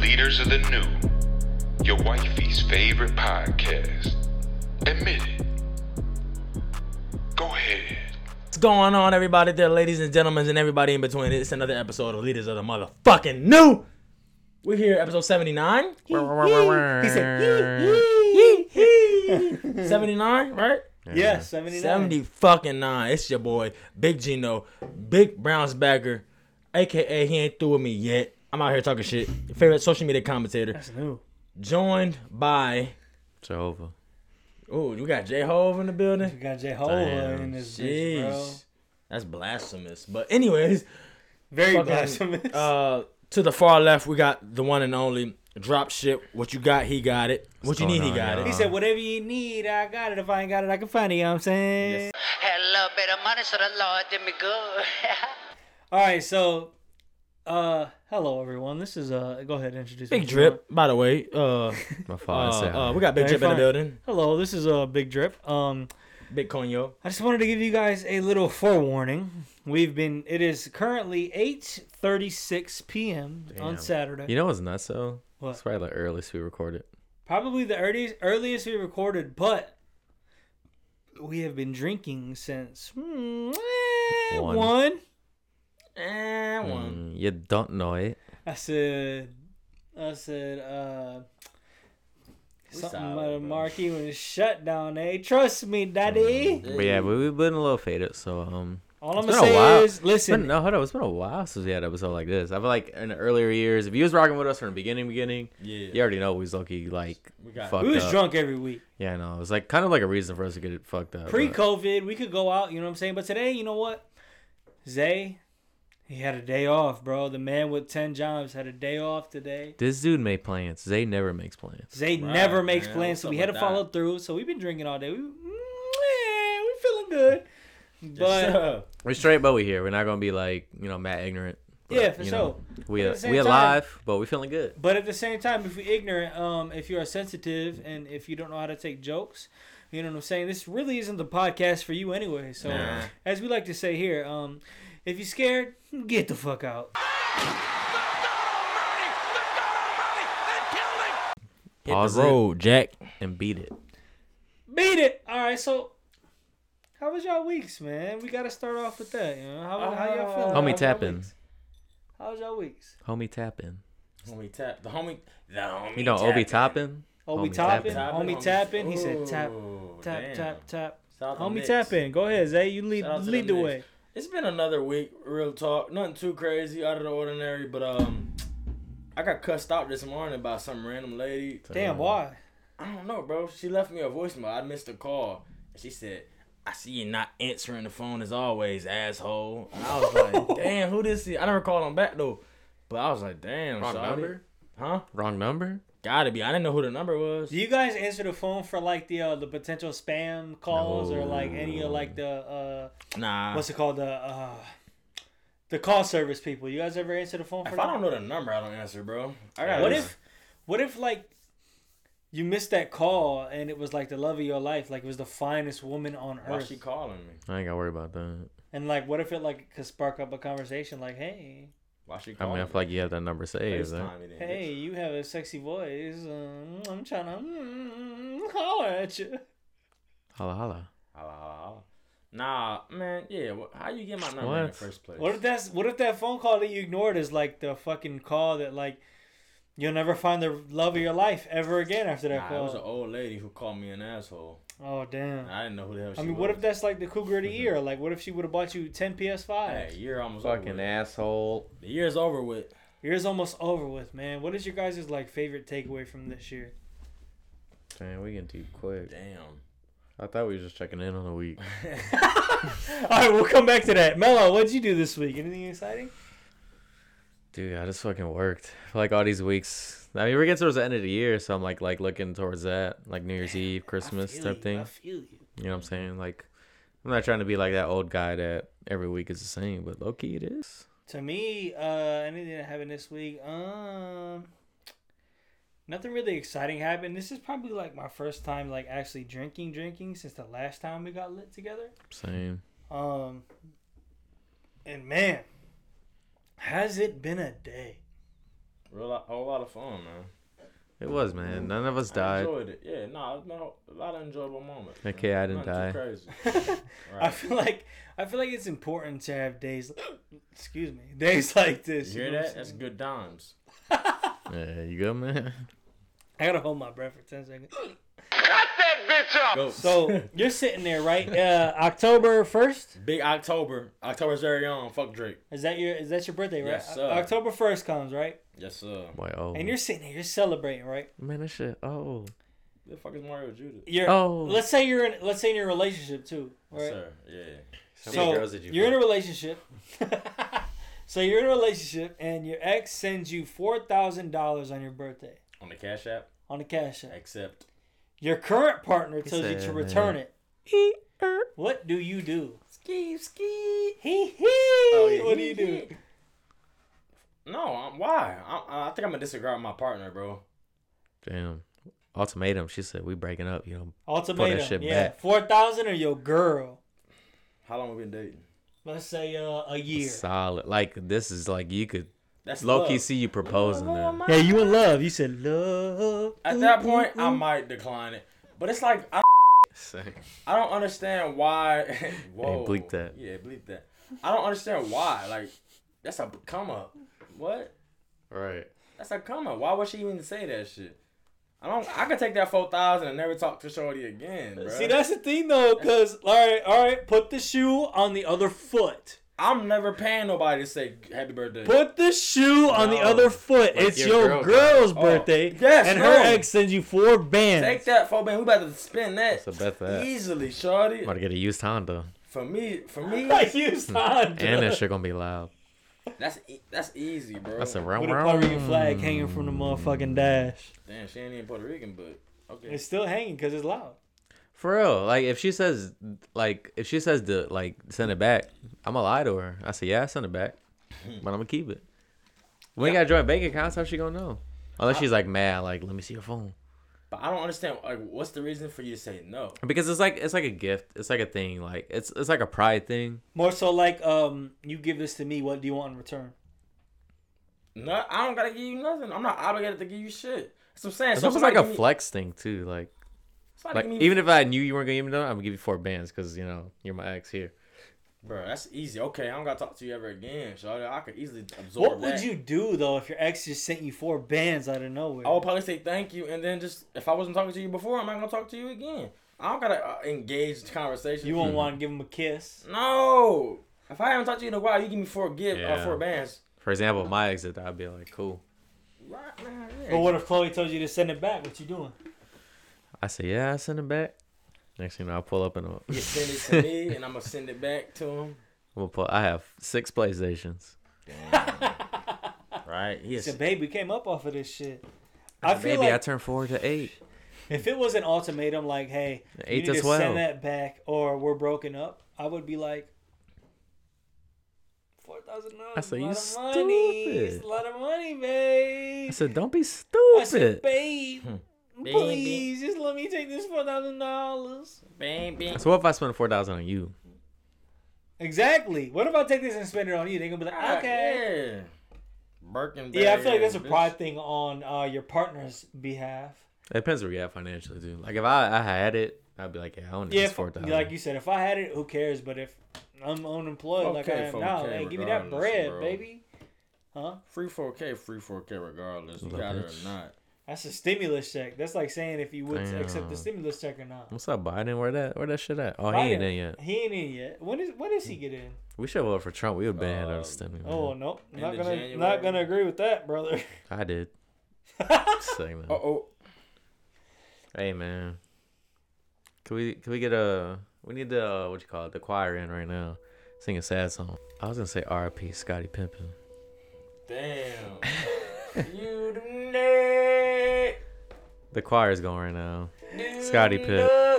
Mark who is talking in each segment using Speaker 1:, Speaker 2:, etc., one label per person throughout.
Speaker 1: Winners of the New, your wifey's favorite podcast. Admit it. Go ahead.
Speaker 2: What's going on, everybody there, ladies and gentlemen, and everybody in between? It's another episode of Leaders of the Motherfucking New. We're here, episode 79.
Speaker 3: He said,
Speaker 2: Yee, yee. 79, right?
Speaker 3: yeah, 79.
Speaker 2: 70 fucking 9. It's your boy, Big Gino, Big Browns Bagger, aka he ain't through with me yet. I'm out here talking shit. Your favorite social media commentator.
Speaker 3: That's new.
Speaker 2: Joined by,
Speaker 4: Jehovah.
Speaker 2: oh, we got J Hove in the
Speaker 3: We
Speaker 2: building.
Speaker 3: got
Speaker 4: Oh,
Speaker 3: Jehovah Oh, in this bitch, bro.
Speaker 2: Jeez. That's blasphemous. But, anyways,
Speaker 3: Very
Speaker 2: Fucking,
Speaker 3: blasphemous.
Speaker 2: Uh, to the far left, we got the one and only drop ship. What you got, he got it. What you
Speaker 4: going
Speaker 2: need, he
Speaker 4: on,
Speaker 2: got
Speaker 4: y'all?
Speaker 2: it.
Speaker 3: he said, whatever you need, I got it. If I ain't got it, I can find it. You know what I'm saying?
Speaker 5: Had a little bit of money, so the Lord did me good.
Speaker 3: All right, so, uh, hello, everyone. This is, uh, go ahead and introduce
Speaker 2: Big
Speaker 3: me.
Speaker 2: drip, by the way. Uh,
Speaker 4: My
Speaker 2: uh,
Speaker 4: father said,
Speaker 2: uh, we got Big
Speaker 3: Hey,
Speaker 2: Drip in the
Speaker 3: fine.
Speaker 2: building.
Speaker 3: Hello, this is, uh, Big Drip. Um,
Speaker 2: Big Conyo.
Speaker 3: I just wanted to give you guys a little forewarning. We've been, it is currently 8.36 p.m. on
Speaker 4: Damn.
Speaker 3: Saturday.
Speaker 4: you know what's nuts though?
Speaker 3: What?
Speaker 4: It's probably the earliest we recorded.
Speaker 3: Probably the earliest earliest we recorded, but we have been drinking since hmm, eh,
Speaker 4: One.
Speaker 3: one.
Speaker 2: And one.
Speaker 4: Mm, you don't know it.
Speaker 3: I said, I said, uh, something
Speaker 2: solid,
Speaker 3: about a
Speaker 2: bro.
Speaker 3: marquee was shut down. Eh, trust me, daddy.
Speaker 4: But yeah, we, we've been a little faded. So um,
Speaker 3: All I'm
Speaker 4: It's
Speaker 3: gonna
Speaker 4: been a
Speaker 3: say
Speaker 4: while.
Speaker 3: is,
Speaker 4: it's been,
Speaker 3: listen,
Speaker 4: no, hold on. It's been a while since we had an episode like this. I feel like in the earlier years, if you was rocking with us from the beginning, beginning,
Speaker 2: Yeah.
Speaker 4: you already know we was lucky like
Speaker 2: We got-
Speaker 4: fucked
Speaker 3: we was
Speaker 4: up.
Speaker 3: drunk every week.
Speaker 4: Yeah, I know. It was like kind of like a reason for us to get it fucked
Speaker 2: uh,
Speaker 4: up. but-
Speaker 3: Pre-COVID, we could go out. You know what I'm saying? But today, you know what? Zay, he had a day off, bro. The man with ten jobs had a day off today.
Speaker 4: This dude made plans. Zay never makes plans.
Speaker 3: Zay
Speaker 2: Right,
Speaker 3: never makes
Speaker 2: man.
Speaker 3: plans,
Speaker 2: What's
Speaker 3: so we
Speaker 2: up
Speaker 3: had to
Speaker 2: with
Speaker 3: follow
Speaker 2: that?
Speaker 3: through. So we've been drinking all day. We, mm, yeah, we feeling good. But
Speaker 4: We're straight, but we here. We're not gonna be like you know mad ignorant. but,
Speaker 3: Yeah, for
Speaker 4: you know, We uh,
Speaker 3: But at the same
Speaker 4: we
Speaker 3: time-
Speaker 4: alive, but we feeling good.
Speaker 3: but at the same time, if you're ignorant, um, if you are sensitive, and if you don't know how to take jokes, you know what I'm saying. This really isn't the podcast for you anyway. So
Speaker 2: Nah.
Speaker 3: as we like to say here, um, if you're scared, get the fuck out.
Speaker 4: Hit the
Speaker 2: Pause the
Speaker 4: road,
Speaker 2: road, Jack.
Speaker 4: And beat it.
Speaker 3: Beat it. All right, so. How was y'all weeks, man? We gotta start off with that. You know, how, how y'all feeling?
Speaker 4: Homie
Speaker 3: How was y'all
Speaker 4: tapping.
Speaker 3: weeks? How was y'all weeks?
Speaker 4: Homie tapping.
Speaker 2: Homie tap. The homie. The homie.
Speaker 4: You know, Obi Toppin.
Speaker 3: Oh, we
Speaker 4: Homie
Speaker 3: tapping.
Speaker 4: tapping.
Speaker 3: Homie tapping. He said tap, tap, tap, tap.
Speaker 2: Shout out to
Speaker 3: Homie
Speaker 2: Knicks.
Speaker 3: tapping. Go ahead, Zay. You lead,
Speaker 2: Shout out to
Speaker 3: lead the
Speaker 2: them
Speaker 3: way.
Speaker 2: Knicks. It's been another week, real talk. Nothing too crazy, out of the ordinary, but um, I got cussed out this morning by some random lady.
Speaker 3: Damn, why?
Speaker 2: I don't know, bro. She left me a voicemail. I missed a call. And she said, I see you not answering the phone as always, asshole. And I was like, damn, who this is? I never called him back, though. But I was like, damn,
Speaker 4: Wrong
Speaker 2: sorry.
Speaker 4: number?
Speaker 2: Huh?
Speaker 4: Wrong number?
Speaker 2: Gotta be. I didn't know who the number was.
Speaker 3: Do you guys answer the phone for like the uh, the potential spam calls or like any of like the uh,
Speaker 2: Nah.
Speaker 3: what's it called the uh, the call service people? You guys ever answer the phone for
Speaker 2: if
Speaker 3: that?
Speaker 2: I don't know the number, I don't answer, bro. I got
Speaker 3: What if what if like you missed that call and it was like the love of your life, like it was the finest woman on
Speaker 2: Why
Speaker 3: earth,
Speaker 2: she calling me?
Speaker 4: I ain't gotta worry about that.
Speaker 3: and like what if it like could spark up a conversation, like hey.
Speaker 2: Why she
Speaker 4: I
Speaker 2: calling
Speaker 4: mean, I
Speaker 2: me?
Speaker 4: feel like eh? you have that number saved. huh?
Speaker 2: FaceTime me then, bitch.
Speaker 3: Hey, you have a sexy voice. Um, I'm trying to mm, holler at you.
Speaker 4: Holla holla.
Speaker 2: Holla, holla, holla. Nah, man, yeah. wh- How you get my number in the
Speaker 4: What?
Speaker 2: first place?
Speaker 3: What if that's what if that phone call that you ignored is like the fucking call that like you'll never find the love of your life ever again after that
Speaker 2: Nah, it was an
Speaker 3: call.
Speaker 2: old lady who called me an asshole.
Speaker 3: Oh damn.
Speaker 2: I didn't know who the hell she
Speaker 3: I mean,
Speaker 2: was. Mm-hmm.
Speaker 3: what if that's like the cougar of the year? Like, what if she would have bought you 10 PS5?
Speaker 2: Hey, year almost over.
Speaker 4: Fucking
Speaker 2: with.
Speaker 4: asshole.
Speaker 2: The year's over with.
Speaker 3: Year's almost over with, man. What is your guys' like favorite takeaway from this year?
Speaker 4: Damn, we getting too quick.
Speaker 2: Damn.
Speaker 4: I thought we was just checking in on a week.
Speaker 3: All right, we'll come back to that. Mello, what'd you do this week? Anything exciting?
Speaker 4: Dude, I just fucking worked. I feel Like all these weeks. I mean, we're getting towards the end of the year, so I'm like like looking towards that, like New Year's Eve, Christmas type thing. You know what I'm saying? Like, I'm not trying to be like that old guy that every week is the same, but low key it is.
Speaker 3: To me, uh, anything that happened this week, um, nothing really exciting happened. This is probably like my first time like actually drinking, drinking since the last time we got lit together.
Speaker 4: Same.
Speaker 3: Um, and man, has it been a day?
Speaker 2: Real lot, a whole lot of fun, man.
Speaker 4: It was,
Speaker 3: Mm.
Speaker 4: man. None of us
Speaker 2: I
Speaker 4: died.
Speaker 2: enjoyed it. Yeah, nah, it's been a whole- a lot of enjoyable moments. man.
Speaker 4: Okay, I didn't
Speaker 2: Nothing
Speaker 4: die.
Speaker 2: too Crazy.
Speaker 3: I
Speaker 2: Right.
Speaker 3: feel like I feel like it's important to have days. excuse me, days like
Speaker 2: You
Speaker 3: this.
Speaker 2: hear
Speaker 3: know what
Speaker 2: that?
Speaker 3: I'm
Speaker 2: That's
Speaker 3: saying?
Speaker 2: good dimes.
Speaker 4: Yeah, you good, man?
Speaker 3: I gotta hold my breath for ten seconds.
Speaker 1: Cut that bitch up!
Speaker 2: Go.
Speaker 3: So you're sitting there, right? Uh, October first
Speaker 2: big October. October's very own. Fuck Drake.
Speaker 3: is that your is that your birthday, right?
Speaker 2: Yes, sir.
Speaker 3: O- October first comes, right?
Speaker 2: Yes, sir.
Speaker 4: Boy, oh.
Speaker 3: And you're sitting there, you're celebrating, right?
Speaker 4: man, that shit. Oh,
Speaker 2: The fuck is Mario Judas?
Speaker 3: You're
Speaker 4: Oh.
Speaker 3: let's say you're in let's say you're in a relationship too, right?
Speaker 2: Yes, sir. Yeah.
Speaker 3: So you are in a relationship. so you're in a relationship, and your ex sends you four thousand dollars on your birthday
Speaker 2: On the Cash App,
Speaker 3: on a cash app.
Speaker 2: except
Speaker 3: Your current partner tells you
Speaker 4: said,
Speaker 3: to return
Speaker 4: uh,
Speaker 3: it. What do you do?
Speaker 2: ski ski.
Speaker 3: Hee hee.
Speaker 2: Oh, yeah,
Speaker 3: what do
Speaker 2: hee
Speaker 3: you do?
Speaker 2: No, I'm, why? I, I think I'm gonna disagree with my partner, bro.
Speaker 4: Damn. Ultimatum. She said, we breaking up, you know.
Speaker 3: Ultimatum.
Speaker 4: shit
Speaker 3: yeah,
Speaker 4: back.
Speaker 3: four thousand or your girl.
Speaker 2: How long we been dating?
Speaker 3: Let's say uh, a year.
Speaker 4: Solid. Like, this is like, you could
Speaker 2: That's
Speaker 4: low key
Speaker 2: love.
Speaker 4: see you proposing there.
Speaker 3: Yeah, you in love. You said love.
Speaker 2: At that point, I might decline it, but it's like I,
Speaker 4: Sick.
Speaker 2: I don't understand why. Whoa.
Speaker 4: bleep that.
Speaker 2: Yeah, bleep that. I don't understand why. Like, that's a come up. What?
Speaker 4: Right.
Speaker 2: That's a come up. Why would she even say that shit? I don't. I could take that four thousand and never talk to Shorty again, bro.
Speaker 3: See, that's the thing though, because all right, all right, put the shoe on the other foot.
Speaker 2: I'm never paying nobody to say happy birthday.
Speaker 3: Put the shoe on the
Speaker 4: No.
Speaker 3: other foot.
Speaker 4: Like
Speaker 3: it's
Speaker 4: your
Speaker 3: your,
Speaker 4: girl
Speaker 3: girl's
Speaker 2: Oh.
Speaker 3: birthday,
Speaker 2: Yes,
Speaker 3: and
Speaker 2: no.
Speaker 3: her ex sends you four bands.
Speaker 2: Take that, four man. We about to spend that
Speaker 4: So bet that.
Speaker 2: easily, Shorty.
Speaker 4: I'm about to get a used Honda.
Speaker 2: For me, for me,
Speaker 3: Like you signed.
Speaker 4: And that shit gonna be loud.
Speaker 2: that's e- that's easy, bro.
Speaker 4: That's a
Speaker 3: With
Speaker 4: round
Speaker 3: a Puerto Rican
Speaker 4: round.
Speaker 3: flag hanging from the motherfucking dash.
Speaker 2: Damn, she ain't even Puerto Rican, but okay.
Speaker 3: It's still hanging because it's loud.
Speaker 4: For real. Like, if she says, like, if she says to, like, send it back, I'm gonna lie to her. I say, yeah, I send it back. But I'm gonna keep it. We ain't got joint bank accounts. How she gonna know? Unless she's like mad, like, let me see your phone.
Speaker 2: But I don't understand. Like, what's the reason for you to say no?
Speaker 4: Because it's like it's like a gift. It's like a thing. Like it's it's like a pride thing.
Speaker 3: More so like um, you give this to me. What do you want in return?
Speaker 2: No, I don't gotta give you nothing. I'm not obligated to give you shit. That's what I'm saying.
Speaker 4: It's
Speaker 2: So
Speaker 4: almost like a
Speaker 2: flex.
Speaker 4: flex thing too. Like like even if I knew you weren't gonna give me that, I'm gonna give you four bands because you know you're my ex here.
Speaker 2: bro, that's easy. Okay, I don't gotta talk to you ever again, Shorty. I could easily absorb
Speaker 3: What
Speaker 2: that.
Speaker 3: would you do though if your ex just sent you four bands out of nowhere?
Speaker 2: I would probably say thank you, and then just if I wasn't talking to you before, I'm not gonna talk to you again. I don't gotta uh, engage the conversation.
Speaker 3: you won't want to give him a kiss.
Speaker 2: No. If I haven't talked to you in a while, you give me four gift
Speaker 4: Yeah.
Speaker 2: uh, four bands.
Speaker 4: For example, my exit, I'd be like, cool.
Speaker 2: Right, man, yeah.
Speaker 3: But what if Chloe told you to send it back? What you doing?
Speaker 4: I say, yeah, I send it back. Next thing you know, I pull up and I'm,
Speaker 2: You send it to me, and I'm gonna send it back to him.
Speaker 4: I'm gonna pull. I have six PlayStations.
Speaker 2: Right? Yes.
Speaker 3: The baby came up off of this shit. I feel
Speaker 4: Maybe
Speaker 3: like
Speaker 4: I turn four to eight.
Speaker 3: If it was an ultimatum, like, hey,
Speaker 4: Eight
Speaker 3: you
Speaker 4: to
Speaker 3: need to
Speaker 4: 12.
Speaker 3: send that back, or we're broken up, I would be like, four thousand dollars.
Speaker 4: I said,
Speaker 3: a
Speaker 4: "You
Speaker 3: lot of money. It's
Speaker 4: stupid."
Speaker 3: a lot of money, babe.
Speaker 4: I said, don't be
Speaker 3: I said,
Speaker 4: stupid. Hmm.
Speaker 3: babe,
Speaker 2: Baby.
Speaker 3: please just let me take this four thousand dollars.
Speaker 2: Baby.
Speaker 4: So what if I spend four thousand on you?
Speaker 3: Exactly. What if I take this and spend it on you? They're gonna be
Speaker 4: Ah,
Speaker 3: like, okay.
Speaker 2: Yeah. Birkin
Speaker 3: Yeah, I feel like that's a
Speaker 2: bitch.
Speaker 3: pride thing on uh, your partner's behalf.
Speaker 4: It depends where you at financially too. Like if I, I had it, I'd be like, yeah, I don't need
Speaker 3: Yeah,
Speaker 4: this
Speaker 3: if,
Speaker 4: four thousand.
Speaker 3: like you said, if I had it, who cares? But if I'm unemployed like I
Speaker 2: Okay,
Speaker 3: am
Speaker 2: phone
Speaker 3: now,
Speaker 2: care
Speaker 3: hey, give me that
Speaker 2: regardless,
Speaker 3: bread,
Speaker 2: bro.
Speaker 3: baby. Huh?
Speaker 2: Free 4K, free 4K regardless. You
Speaker 4: Little
Speaker 2: got it
Speaker 4: bitch.
Speaker 2: or not.
Speaker 3: That's a stimulus check. That's like saying if you would accept the
Speaker 4: Damn.
Speaker 3: stimulus check or not.
Speaker 4: What's up, Biden? Where that where that shit at? Oh, he ain't
Speaker 3: Biden,
Speaker 4: in yet.
Speaker 3: He ain't in yet. When is when does he get in?
Speaker 4: We should vote for Trump. We would ban him out
Speaker 2: Um,
Speaker 4: of stimulus.
Speaker 3: Oh no, not
Speaker 2: End of
Speaker 3: gonna not
Speaker 2: January.
Speaker 3: gonna agree with that, brother.
Speaker 4: I did. Sick, man.
Speaker 2: Uh oh.
Speaker 4: Hey man, can we can we get a we need the uh, what you call it the choir in right now, sing a sad song. I was gonna say R.I.P. Scotty Pimpin.
Speaker 2: Damn. you the neck.
Speaker 4: The choir is going right now.
Speaker 2: You
Speaker 4: Scotty Pipp.
Speaker 2: the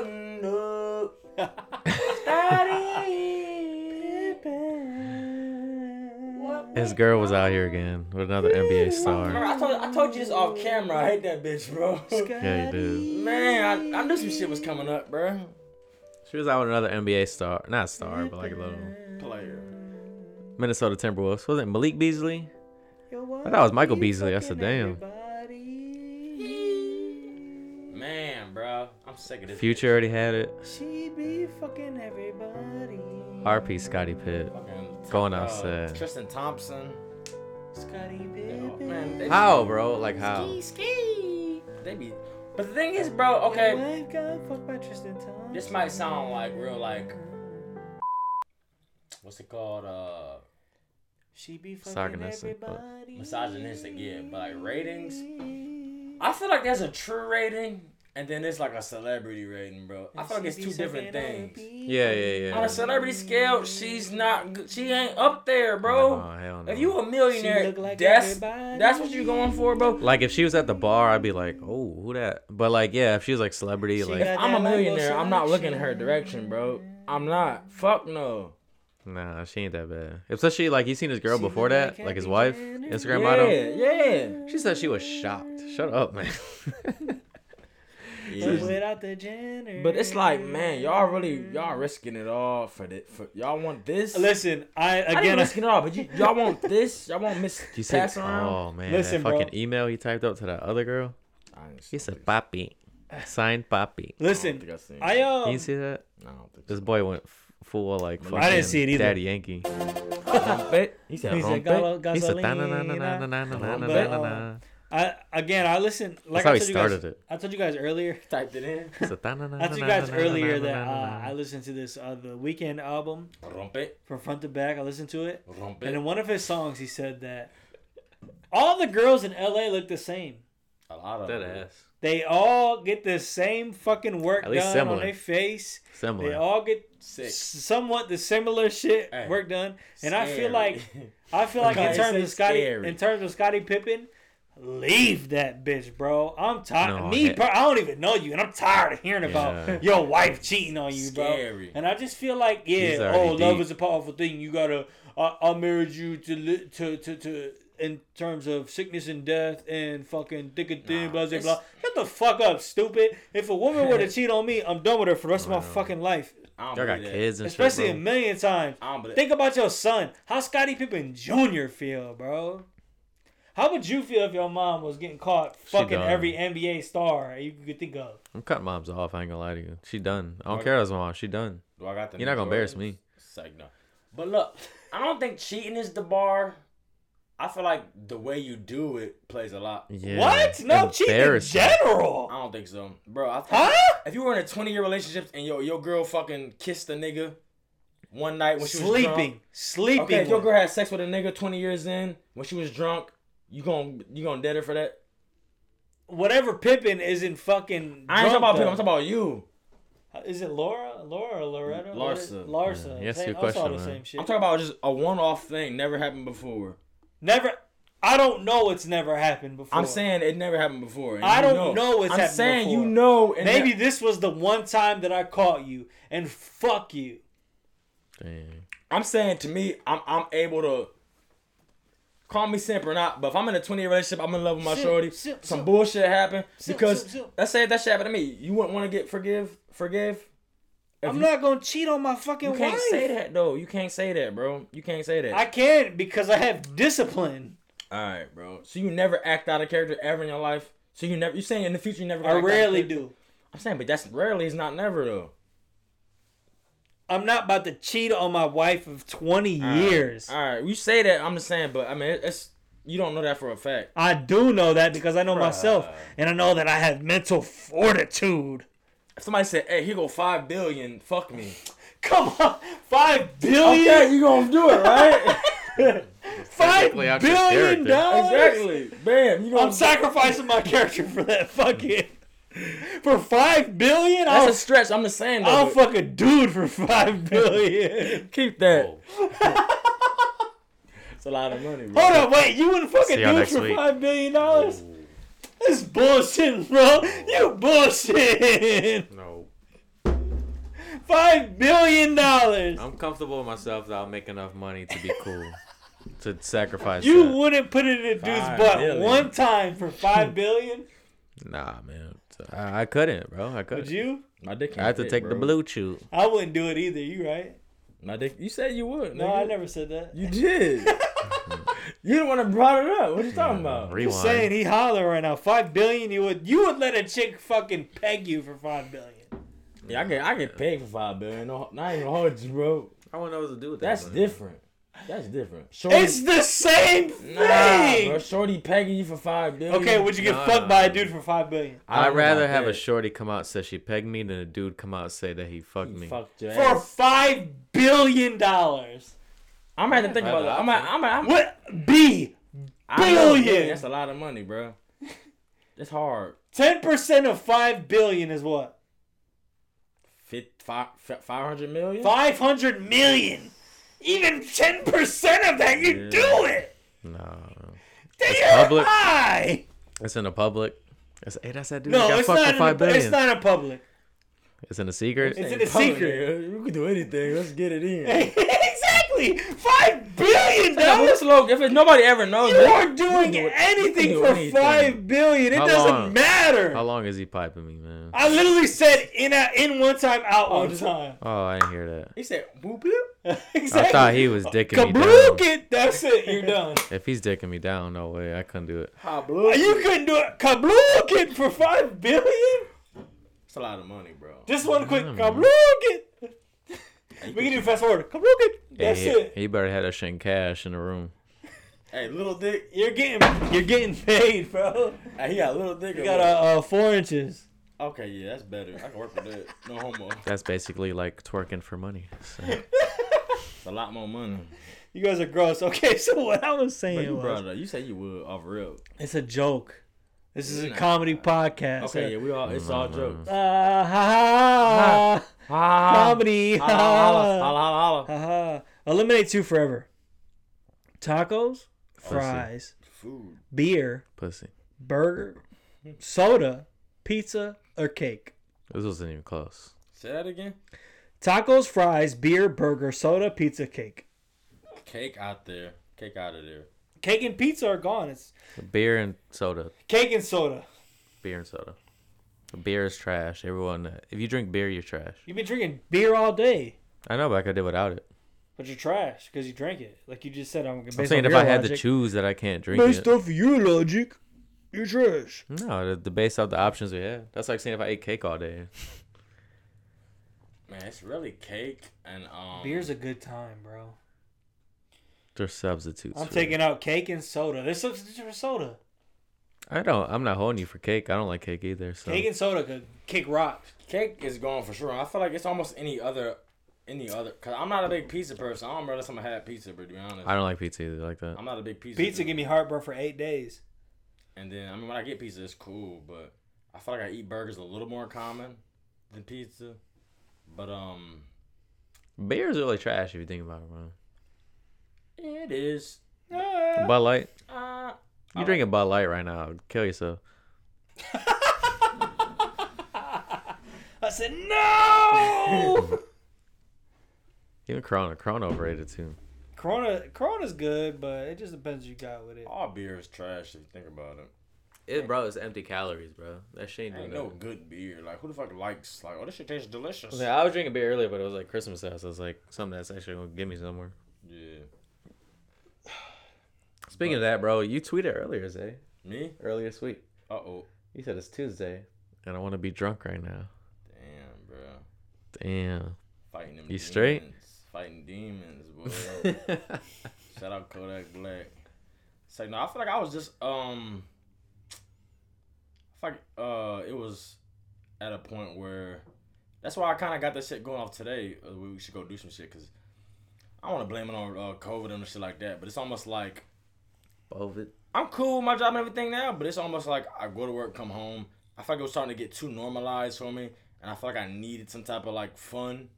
Speaker 2: neck. Scotty Pippen. What-
Speaker 4: His girl was out here again with another NBA
Speaker 2: Bro,
Speaker 4: star.
Speaker 2: I told, I told you this off camera. I hate that bitch, bro.
Speaker 4: Yeah, you did.
Speaker 2: Man, I, I knew some shit was coming up, bro.
Speaker 4: She was out with another NBA star, not star, but like a little
Speaker 2: Player.
Speaker 4: Minnesota Timberwolves. Was it Malik Beasley? that was Michael Beasley. I said, damn.
Speaker 3: damn.
Speaker 2: Man, bro, I'm sick of this.
Speaker 4: Future already had it.
Speaker 3: She be fucking everybody.
Speaker 4: RP Scotty Pitt.
Speaker 2: Fucking-
Speaker 4: Going
Speaker 2: uh,
Speaker 4: outside.
Speaker 2: Tristan Thompson.
Speaker 3: Scotty
Speaker 2: Oh,
Speaker 3: Pippen.
Speaker 2: man, they-
Speaker 4: How, bro? Like how?
Speaker 2: They be. But the thing is, bro.
Speaker 3: Okay.
Speaker 2: Okay,
Speaker 3: got fucked by Tristan Thompson.
Speaker 2: this might sound like real, like what's it called? Uh,
Speaker 3: She be fucking
Speaker 4: Sarcastic, but-
Speaker 3: everybody.
Speaker 2: misogynistic. Yeah, but like ratings. I feel like there's a true rating, and then there's like a celebrity rating, bro. I feel like it's two different things.
Speaker 4: Yeah, yeah, yeah.
Speaker 2: On a celebrity scale, she's not. good. She ain't up there, bro.
Speaker 4: No, hell no.
Speaker 2: If you a millionaire,
Speaker 3: look like
Speaker 2: that's
Speaker 3: everybody.
Speaker 2: that's what you going for, bro.
Speaker 4: like if she was at the bar, I'd be like, oh, who that? But like, yeah, if she was like celebrity,
Speaker 3: She
Speaker 4: like,
Speaker 3: got-
Speaker 2: I'm a millionaire. I'm not looking
Speaker 3: liposuction.
Speaker 2: her direction, bro. I'm not. Fuck no.
Speaker 4: nah, she ain't that bad. Especially like you seen his girl
Speaker 3: She
Speaker 4: before
Speaker 3: look
Speaker 4: that,
Speaker 3: like
Speaker 4: like his
Speaker 3: Kylie
Speaker 4: wife,
Speaker 3: Jenner.
Speaker 4: Instagram
Speaker 2: yeah,
Speaker 4: model.
Speaker 2: yeah.
Speaker 4: She said she was shocked. Shut up, man.
Speaker 3: But without the Jenner.
Speaker 2: But it's like, man, y'all really y'all risking it all for the for y'all want this.
Speaker 3: Listen,
Speaker 2: I
Speaker 3: I again.
Speaker 2: didn't risk it all, but you, y'all want this. Y'all want Miss
Speaker 4: you said,
Speaker 2: Pass around.
Speaker 4: oh man,
Speaker 3: Listen,
Speaker 4: that
Speaker 3: bro.
Speaker 4: fucking email he typed up to that other girl.
Speaker 2: I didn't see
Speaker 4: He said, "Papi, signed Papi."
Speaker 2: I don't
Speaker 3: listen,
Speaker 2: think I uh, seen it.
Speaker 3: I um.
Speaker 4: You see that?
Speaker 2: I don't think
Speaker 4: This boy went f- full like fucking
Speaker 3: I didn't see it either.
Speaker 4: Daddy Yankee.
Speaker 2: so. But he said,
Speaker 3: He
Speaker 2: "Rump
Speaker 3: said,
Speaker 2: it."
Speaker 3: "Golo-
Speaker 4: He said,
Speaker 3: gasolina."
Speaker 4: "Da-na-na-na-na-na-na-na-na-na-na."
Speaker 3: I again, I listen. Like
Speaker 4: That's how
Speaker 3: I
Speaker 4: he
Speaker 3: told you guys-
Speaker 4: started it.
Speaker 3: I told you guys earlier.
Speaker 2: typed it in.
Speaker 4: He said, "Da-na-na-na-na-na-na-na-na-na."
Speaker 3: I told you guys earlier that uh, I listened to this uh, the weekend album
Speaker 2: Rump it,
Speaker 3: from front to back. I listened to it,
Speaker 4: Oh,
Speaker 2: rump
Speaker 3: and in
Speaker 2: it.
Speaker 3: one of his songs, he said that all the girls in LA look the same.
Speaker 2: A lot of
Speaker 4: Dead
Speaker 2: it.
Speaker 4: ass.
Speaker 3: They all get the same fucking work
Speaker 4: At least
Speaker 3: done
Speaker 4: similar.
Speaker 3: on their face. They
Speaker 4: Similar.
Speaker 3: all get s-
Speaker 2: Sick.
Speaker 3: somewhat the similar shit
Speaker 2: Hey.
Speaker 3: work done, and I
Speaker 2: Scary.
Speaker 3: feel like I feel like in
Speaker 2: Guys,
Speaker 3: terms of
Speaker 2: it's
Speaker 3: Scotty,
Speaker 2: scary.
Speaker 3: in terms of Scotty Pippen, leave that bitch, bro. I'm tired.
Speaker 4: No,
Speaker 3: me,
Speaker 4: he-
Speaker 3: per- I don't even know you, and I'm tired of hearing
Speaker 4: Yeah.
Speaker 3: about your wife cheating on you,
Speaker 2: Scary.
Speaker 3: bro. And I just feel like,
Speaker 4: He's
Speaker 3: yeah,
Speaker 4: already
Speaker 3: oh, love
Speaker 4: deep.
Speaker 3: is a powerful thing. You gotta, I, I married you to li- to to to. In terms of sickness and death and fucking thick and thin,
Speaker 2: Nah,
Speaker 3: blah, blah,
Speaker 2: it's-
Speaker 3: blah. Shut the fuck up, stupid. If a woman were to cheat on me, I'm done with her for the rest of my fucking life.
Speaker 2: I
Speaker 4: Y'all
Speaker 2: don't
Speaker 4: got
Speaker 2: believe that.
Speaker 4: kids and
Speaker 3: Especially a
Speaker 4: shit, bro.
Speaker 3: million times.
Speaker 2: I don't believe.
Speaker 3: Think about your son. How Scottie Pippen Jr. feel, bro? How would you feel if your mom was getting caught fucking
Speaker 4: done.
Speaker 3: every NBA star you could think of?
Speaker 4: I'm cutting moms off. I ain't gonna lie to you. She done. I don't care as mom. She done.
Speaker 2: Do I got the
Speaker 4: You're not
Speaker 2: new
Speaker 4: gonna embarrass
Speaker 2: Jordans?
Speaker 4: me.
Speaker 2: It's like no. But look, I don't think cheating is the bar. I feel like the way you do it plays a lot.
Speaker 4: Yeah.
Speaker 3: What? No, cheating in
Speaker 4: Embarrassing.
Speaker 2: I
Speaker 3: general.
Speaker 2: don't think so, bro. I think
Speaker 3: Huh?
Speaker 2: If you were in a twenty year relationship and your your girl fucking kissed a nigga one night when she was drunk,
Speaker 3: Sleeping. Sleeping.
Speaker 2: okay, if your
Speaker 3: with-
Speaker 2: girl had sex with a nigga twenty years in when she was drunk, you gon' you gonna dead her for that?
Speaker 3: Whatever Pippen isn't fucking.
Speaker 2: I ain't talking
Speaker 3: drunk,
Speaker 2: about people.
Speaker 3: though.
Speaker 2: I'm talking about you.
Speaker 3: Is it Laura? Laura or Loretta?
Speaker 2: Larsa.
Speaker 3: Larsa.
Speaker 4: Yeah, that's a
Speaker 3: Same-
Speaker 4: good
Speaker 3: that's all
Speaker 4: question,
Speaker 3: the
Speaker 4: man.
Speaker 3: same shit.
Speaker 2: I'm talking about just a one off thing, never happened before.
Speaker 3: never. I don't know it's never happened before.
Speaker 2: I'm saying it never happened before. and
Speaker 3: I
Speaker 2: you know,
Speaker 3: don't know it's
Speaker 2: I'm
Speaker 3: happened
Speaker 2: saying
Speaker 3: before.
Speaker 2: you know, and
Speaker 3: Maybe
Speaker 2: that-
Speaker 3: this was the one time that I caught you, and fuck you.
Speaker 4: Dang.
Speaker 2: I'm saying to me, I'm I'm able to call me simp or not, but if I'm in a 20 year relationship, I'm in love with my
Speaker 3: Simp,
Speaker 2: shorty.
Speaker 3: simp,
Speaker 2: some
Speaker 3: simp.
Speaker 2: bullshit happened
Speaker 3: Simp,
Speaker 2: because
Speaker 3: simp, simp.
Speaker 2: let's say if that shit happened to me, you wouldn't want to get forgive, forgive. If
Speaker 3: I'm
Speaker 2: you-
Speaker 3: not gonna cheat on my fucking
Speaker 2: You
Speaker 3: wife.
Speaker 2: can't say that though. You can't say that, bro. You can't say that.
Speaker 3: I can because I have discipline.
Speaker 2: All right, bro. So you never act out of character ever in your life. So you never. You saying in the future you never.
Speaker 3: I
Speaker 2: act out of
Speaker 3: rarely
Speaker 2: character?
Speaker 3: do.
Speaker 2: I'm saying, but that's rarely is not never though.
Speaker 3: I'm not about to cheat on my wife of 20
Speaker 2: Uh,
Speaker 3: years.
Speaker 2: All right, you say that. I'm just saying, but I mean, it- it's you don't know that for a fact.
Speaker 3: I do know that because I know myself and I know that I have mental fortitude.
Speaker 2: If somebody said, "Hey, here go five billion, fuck me,"
Speaker 3: Come on, five billion,
Speaker 2: okay, you gonna do it, right?
Speaker 3: five
Speaker 4: Technically, out your
Speaker 3: billion
Speaker 4: character.
Speaker 2: Oh,
Speaker 3: dollars.
Speaker 2: exactly. Bam, you gonna.
Speaker 3: I'm sacrificing my character for that fucking. For five billion,
Speaker 2: That's
Speaker 3: I'll,
Speaker 2: a stretch. I'm just saying. Though,
Speaker 3: I'll
Speaker 2: but
Speaker 3: fuck a dude for five billion.
Speaker 2: keep that. it's a lot of money, bro.
Speaker 3: Hold on, wait, you wouldn't fucking
Speaker 4: See y'all
Speaker 3: do it
Speaker 4: next
Speaker 3: for
Speaker 4: week.
Speaker 3: five billion dollars? This is bullshit, bro. You bullshit.
Speaker 4: No.
Speaker 3: Five billion dollars.
Speaker 4: I'm comfortable with myself that I'll make enough money to be cool. to sacrifice.
Speaker 3: You
Speaker 4: that.
Speaker 3: wouldn't put it in a dude's
Speaker 2: Five
Speaker 3: butt
Speaker 2: billion.
Speaker 3: one time for five billion?
Speaker 4: Nah, man. I, I couldn't, bro. I couldn't.
Speaker 3: Would you?
Speaker 2: My dick.
Speaker 4: I have to
Speaker 2: can't fit,
Speaker 4: take the
Speaker 2: bro.
Speaker 4: blue chew.
Speaker 3: I wouldn't do it either. You right?
Speaker 2: Not that- you said you would.
Speaker 3: No,
Speaker 2: nigga.
Speaker 3: I never said that.
Speaker 2: You did. you the one that brought it up. What you talking about?
Speaker 3: I'm
Speaker 4: Rewind.
Speaker 3: Oh, just saying he hollering right now. Five billion, you would you would let a chick fucking peg you for five billion.
Speaker 2: Yeah, I get I get paid for five billion. No, not even hold you, bro.
Speaker 4: I want to know what to do with that.
Speaker 2: That's
Speaker 4: money.
Speaker 2: different. That's different. Shorty,
Speaker 3: It's the same thing.
Speaker 2: nah, bro. Shorty pegging you for five billion.
Speaker 3: Okay, would you get
Speaker 4: Nah.
Speaker 3: fucked by a dude for five billion?
Speaker 2: I
Speaker 4: I'd
Speaker 2: don't
Speaker 4: rather
Speaker 2: like
Speaker 4: have a
Speaker 2: that.
Speaker 4: shorty come out say she pegged me than a dude come out say that he fucked
Speaker 2: You
Speaker 4: me.
Speaker 2: fucked your
Speaker 3: For
Speaker 2: ass.
Speaker 3: five billion dollars.
Speaker 2: I'm gonna have to think about that. I'm gonna, I'm gonna, I'm,
Speaker 3: What B?
Speaker 2: I know,
Speaker 3: billion?
Speaker 2: man, That's a lot of money, bro. It's hard.
Speaker 3: Ten percent of five billion is what?
Speaker 2: Fit five five hundred million.
Speaker 3: Five hundred million. Even ten percent of that, you do it.
Speaker 4: No,
Speaker 3: Then you're
Speaker 4: public.
Speaker 3: high. It's
Speaker 4: it's in the public. It's, hey, that's that dude. that
Speaker 3: no,
Speaker 4: got
Speaker 3: it's
Speaker 4: fucked
Speaker 3: not.
Speaker 4: for
Speaker 3: in
Speaker 4: five
Speaker 3: the, it's
Speaker 4: billion.
Speaker 3: not in public.
Speaker 4: It's in a secret.
Speaker 3: It's
Speaker 2: Hey,
Speaker 3: in a
Speaker 2: public,
Speaker 3: secret.
Speaker 2: nigga, You can do anything. Let's get it in.
Speaker 3: exactly. Five billion
Speaker 2: Yeah, but
Speaker 3: dollars.
Speaker 2: it's low. If it, nobody ever knows,
Speaker 3: You
Speaker 2: man,
Speaker 3: are
Speaker 2: you
Speaker 3: doing
Speaker 2: do it-
Speaker 3: anything
Speaker 2: you
Speaker 3: for
Speaker 2: can do anything.
Speaker 3: five billion. It
Speaker 4: How
Speaker 3: doesn't
Speaker 4: long?
Speaker 3: matter.
Speaker 4: How long is he piping me, man?
Speaker 3: I literally said in a, in one time, out
Speaker 2: Oh,
Speaker 3: one
Speaker 2: just-
Speaker 3: time.
Speaker 4: Oh, I didn't hear that.
Speaker 2: He said, "Boop boop."
Speaker 3: exactly.
Speaker 4: I thought he was dicking me down.
Speaker 3: Kablook it. That's it. You're done.
Speaker 4: If he's dicking me down, no way. I couldn't do it.
Speaker 2: How blue?
Speaker 3: you couldn't do it. Kablook it for five billion.
Speaker 2: It's a lot of money, bro.
Speaker 3: Just one quick
Speaker 4: Mm.
Speaker 3: kablook it. We can do fast forward. Kablook it. That's
Speaker 4: hey,
Speaker 3: it.
Speaker 4: He better have that shit in cash in the room.
Speaker 2: Hey, little dick.
Speaker 3: You're getting you're getting paid, bro.
Speaker 2: Hey, he got a little dick.
Speaker 3: You
Speaker 2: or
Speaker 3: uh, got
Speaker 2: what?
Speaker 3: uh, uh four inches.
Speaker 2: Okay, yeah, that's better. I can work with that. No homo.
Speaker 4: That's basically like twerking for money. So,
Speaker 2: It's a lot more money.
Speaker 3: You guys are gross. Okay, so what I
Speaker 2: But
Speaker 3: was saying
Speaker 2: you
Speaker 3: was,
Speaker 2: brought it up. You said you would off real.
Speaker 3: It's a joke. This is a
Speaker 2: Nah.
Speaker 3: comedy podcast.
Speaker 2: Okay, yeah, we all. It's all jokes.
Speaker 3: Uh, ha ha. Comedy. Ha
Speaker 2: Holla, holla,
Speaker 3: ha.
Speaker 2: holla, holla, holla.
Speaker 3: Ha ha. Eliminate two forever. Tacos, fries,
Speaker 2: Food.
Speaker 3: beer,
Speaker 4: Pussy.
Speaker 3: burger, soda, pizza, or cake.
Speaker 4: This wasn't even close.
Speaker 2: Say that again.
Speaker 3: Tacos, fries, beer, burger, soda, pizza, cake.
Speaker 2: Cake out there. Cake out of there.
Speaker 3: Cake and pizza are gone. It's
Speaker 4: Beer and soda.
Speaker 3: cake and soda.
Speaker 4: Beer and soda. Beer is trash. Everyone, if you drink beer, you're trash.
Speaker 3: You've been drinking beer all day,
Speaker 4: I know, but I could do without it.
Speaker 3: but you're trash because you drank it. Like you just said, I'm.
Speaker 4: I'm saying if I had to choose that I can't drink
Speaker 3: based
Speaker 4: it.
Speaker 3: off your logic, you're trash.
Speaker 4: No, the, the based off the options we have. That's like saying if I ate cake all day.
Speaker 2: Man, it's really cake and um.
Speaker 3: Beer's a good time, bro.
Speaker 4: They're substitutes.
Speaker 3: I'm
Speaker 4: for-
Speaker 3: taking out cake and soda. There's substitutes for soda.
Speaker 4: I don't. I'm not holding you for cake. I don't like cake either. So
Speaker 3: Cake and soda could kick rocks.
Speaker 2: Cake is gone for sure. I feel like it's almost any other, any other. Cause I'm not a big pizza person. I don't remember I'm gonna have pizza, but to be honest,
Speaker 4: I don't like pizza either. Like that.
Speaker 2: I'm not a big pizza.
Speaker 3: Pizza
Speaker 2: dude.
Speaker 3: give me heartburn for eight days.
Speaker 2: And then I mean, when I get pizza, it's cool, but I feel like I eat burgers a little more common than pizza. But um,
Speaker 4: Beer is really trash if you think about it, bro.
Speaker 2: it is.
Speaker 4: Bud Light.
Speaker 2: Uh,
Speaker 4: You drinking Bud Light right now? Kill yourself.
Speaker 3: I said no.
Speaker 4: Even Corona. Corona overrated too.
Speaker 3: Corona, Corona's good, but it just depends what you got with it.
Speaker 2: all beer is trash if you think about it.
Speaker 4: It, bro, it's empty calories, bro. That shit ain't
Speaker 2: Ain't no good beer. Like who the fuck likes like oh this shit tastes delicious.
Speaker 4: Okay, I was drinking beer earlier, but it was like Christmas house. I was like something that's actually gonna get me somewhere.
Speaker 2: Yeah.
Speaker 4: Speaking of that, bro, you tweeted earlier, Zay.
Speaker 2: Me?
Speaker 4: Earlier this week.
Speaker 2: Uh oh.
Speaker 4: You said it's Tuesday, and I want to be drunk right now.
Speaker 2: Damn, bro.
Speaker 4: Damn.
Speaker 2: Fighting them.
Speaker 4: You straight?
Speaker 2: demons. Fighting demons, boy. Shout out Kodak Black. It's like, no, I feel like I was just um, I feel like uh, it was at a point where that's why I kind of got that shit going off today. uh, We we should go do some shit because I want to blame it on uh, COVID and shit like that. But it's almost like
Speaker 4: Bovid.
Speaker 2: I'm cool with my job and everything now, but it's almost like I go to work, come home. I feel like it was starting to get too normalized for me, and I feel like I needed some type of like fun.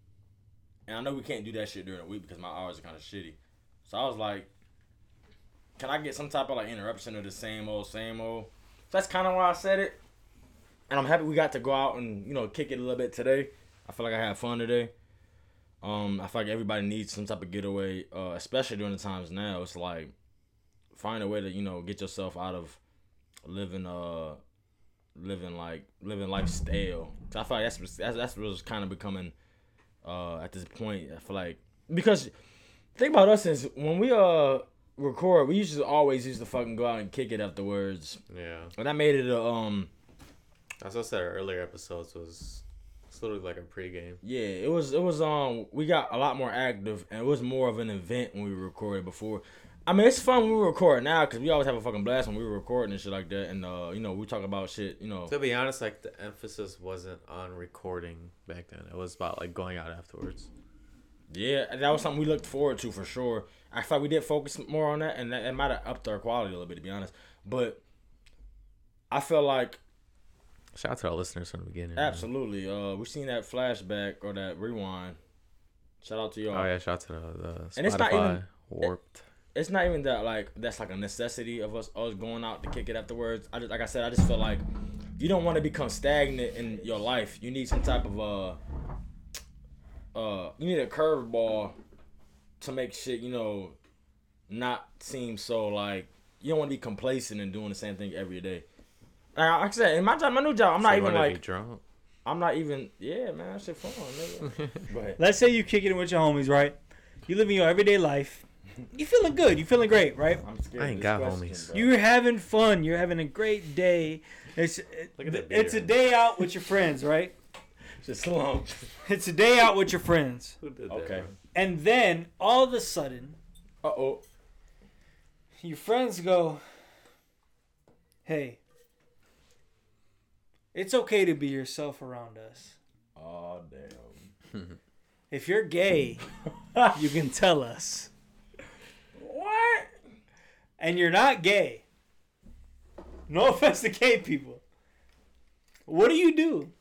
Speaker 2: And I know we can't do that shit during the week because my hours are kind of shitty. So I was like, can I get some type of like interruption of the same old, same old? So that's kind of why I said it. And I'm happy we got to go out and you know kick it a little bit today. I feel like I had fun today. Um, I feel like everybody needs some type of getaway, uh, especially during the times now. It's like find a way to you know get yourself out of living uh living like living life stale. 'Cause I feel like that's that's that's what's kind of becoming uh at this point. I feel like because think about us is when we uh record, we used to always used to fucking go out and kick it afterwards,
Speaker 4: Yeah.
Speaker 2: and I made it a um
Speaker 4: As I said, our earlier episodes was it's literally like a pregame.
Speaker 2: yeah it was it was um we got a lot more active and it was more of an event when we recorded before. I mean it's fun when we record now because we always have a fucking blast when we were recording and shit like that and uh you know we talk about shit you know
Speaker 4: To be honest, like the emphasis wasn't on recording back then. It was about like going out afterwards.
Speaker 2: Yeah, and that was something we looked forward to for sure. I thought we did focus more on that, and that, that might have upped our quality a little bit, to be honest. But I feel like
Speaker 4: Shout out to our listeners from the beginning. man.
Speaker 2: absolutely, uh, we seen that flashback or that rewind. Shout out to y'all.
Speaker 4: Oh yeah, shout out to the, the Spotify
Speaker 2: And it's not even-
Speaker 4: warped.
Speaker 2: It's not even that like that's like a necessity of us us going out to kick it afterwards. I just like I said, I just feel like you don't want to become stagnant in your life. You need some type of uh uh you need a curveball to make shit, you know, not seem so like you don't want to be complacent and doing the same thing every day. Like I said, in my job, my new job, I'm not
Speaker 4: So you
Speaker 2: even
Speaker 4: wanna be
Speaker 2: like
Speaker 4: drunk.
Speaker 2: I'm not even yeah, man, that shit fun, nigga. but
Speaker 3: Let's say you kick it with your homies, right? You living your everyday life. You feeling good. You feeling great, right?
Speaker 2: I'm scared.
Speaker 4: I
Speaker 2: of
Speaker 4: ain't
Speaker 2: this
Speaker 4: got
Speaker 2: question,
Speaker 4: homies.
Speaker 2: bro.
Speaker 3: You're having fun. You're having a great day. It's
Speaker 4: Look at that
Speaker 3: it's a
Speaker 4: beard.
Speaker 3: day out with your friends, right?
Speaker 2: just slump.
Speaker 3: It's a day out with your friends.
Speaker 4: Who did
Speaker 2: Okay.
Speaker 3: And then all of a sudden,
Speaker 2: Uh oh.
Speaker 3: your friends go, "Hey, it's okay to be yourself around us.
Speaker 2: Oh damn.
Speaker 3: If you're gay, you can tell us.
Speaker 2: What?
Speaker 3: And you're not gay. No offense to gay people. What do you do?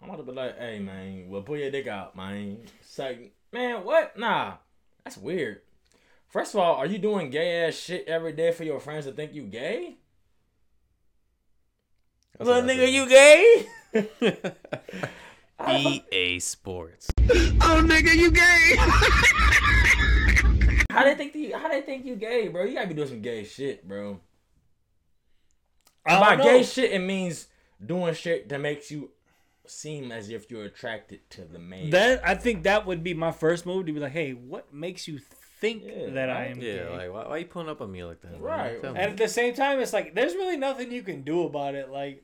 Speaker 2: I'm about to be like, hey man, well pull your dick out, man. It's like, man, what? Nah, that's weird. First of all, are you doing gay ass shit every day for your friends to think you gay? Little nigga, you gay?
Speaker 4: EA Sports.
Speaker 2: How they think you? How they think you gay, bro? You gotta be doing some gay shit, bro.
Speaker 3: I
Speaker 2: By
Speaker 3: don't know.
Speaker 2: gay shit, it means doing shit that makes you seem as if you're attracted to the man.
Speaker 3: That I think that would be my first move to be like, hey, what makes you think
Speaker 2: Yeah,
Speaker 3: that I
Speaker 2: right?
Speaker 3: am
Speaker 4: Yeah,
Speaker 3: gay?
Speaker 4: like why, why you pulling up on me like that? man?
Speaker 2: Right.
Speaker 4: Tell me.
Speaker 3: and at the same time, it's like there's really nothing you can do about it. Like,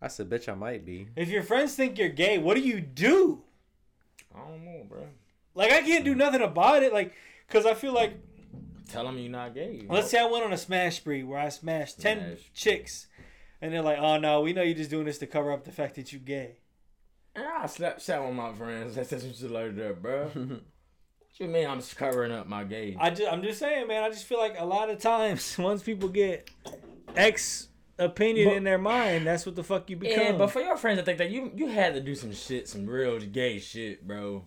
Speaker 4: I said, bitch, I might be.
Speaker 3: if your friends think you're gay, what do you do?
Speaker 2: I don't know, bro.
Speaker 3: Like, I can't
Speaker 2: Mm.
Speaker 3: do nothing about it. Like, cause I feel like
Speaker 2: Tell them you're not gay.
Speaker 3: Let's say I went on a smash spree where I smashed ten
Speaker 2: Smash.
Speaker 3: chicks, and they're like, "Oh no, we know you're just doing this to cover up the fact that you gay."
Speaker 2: And I slap shot with my friends. That's just some shit like that, bro. what you mean I'm just covering up my gay?
Speaker 3: I just, I'm just saying, man. I just feel like a lot of times once people get X opinion
Speaker 2: But-
Speaker 3: in their mind, that's what the fuck you become.
Speaker 2: Yeah, but for your friends to think that you you had to do some shit, some real gay shit, bro.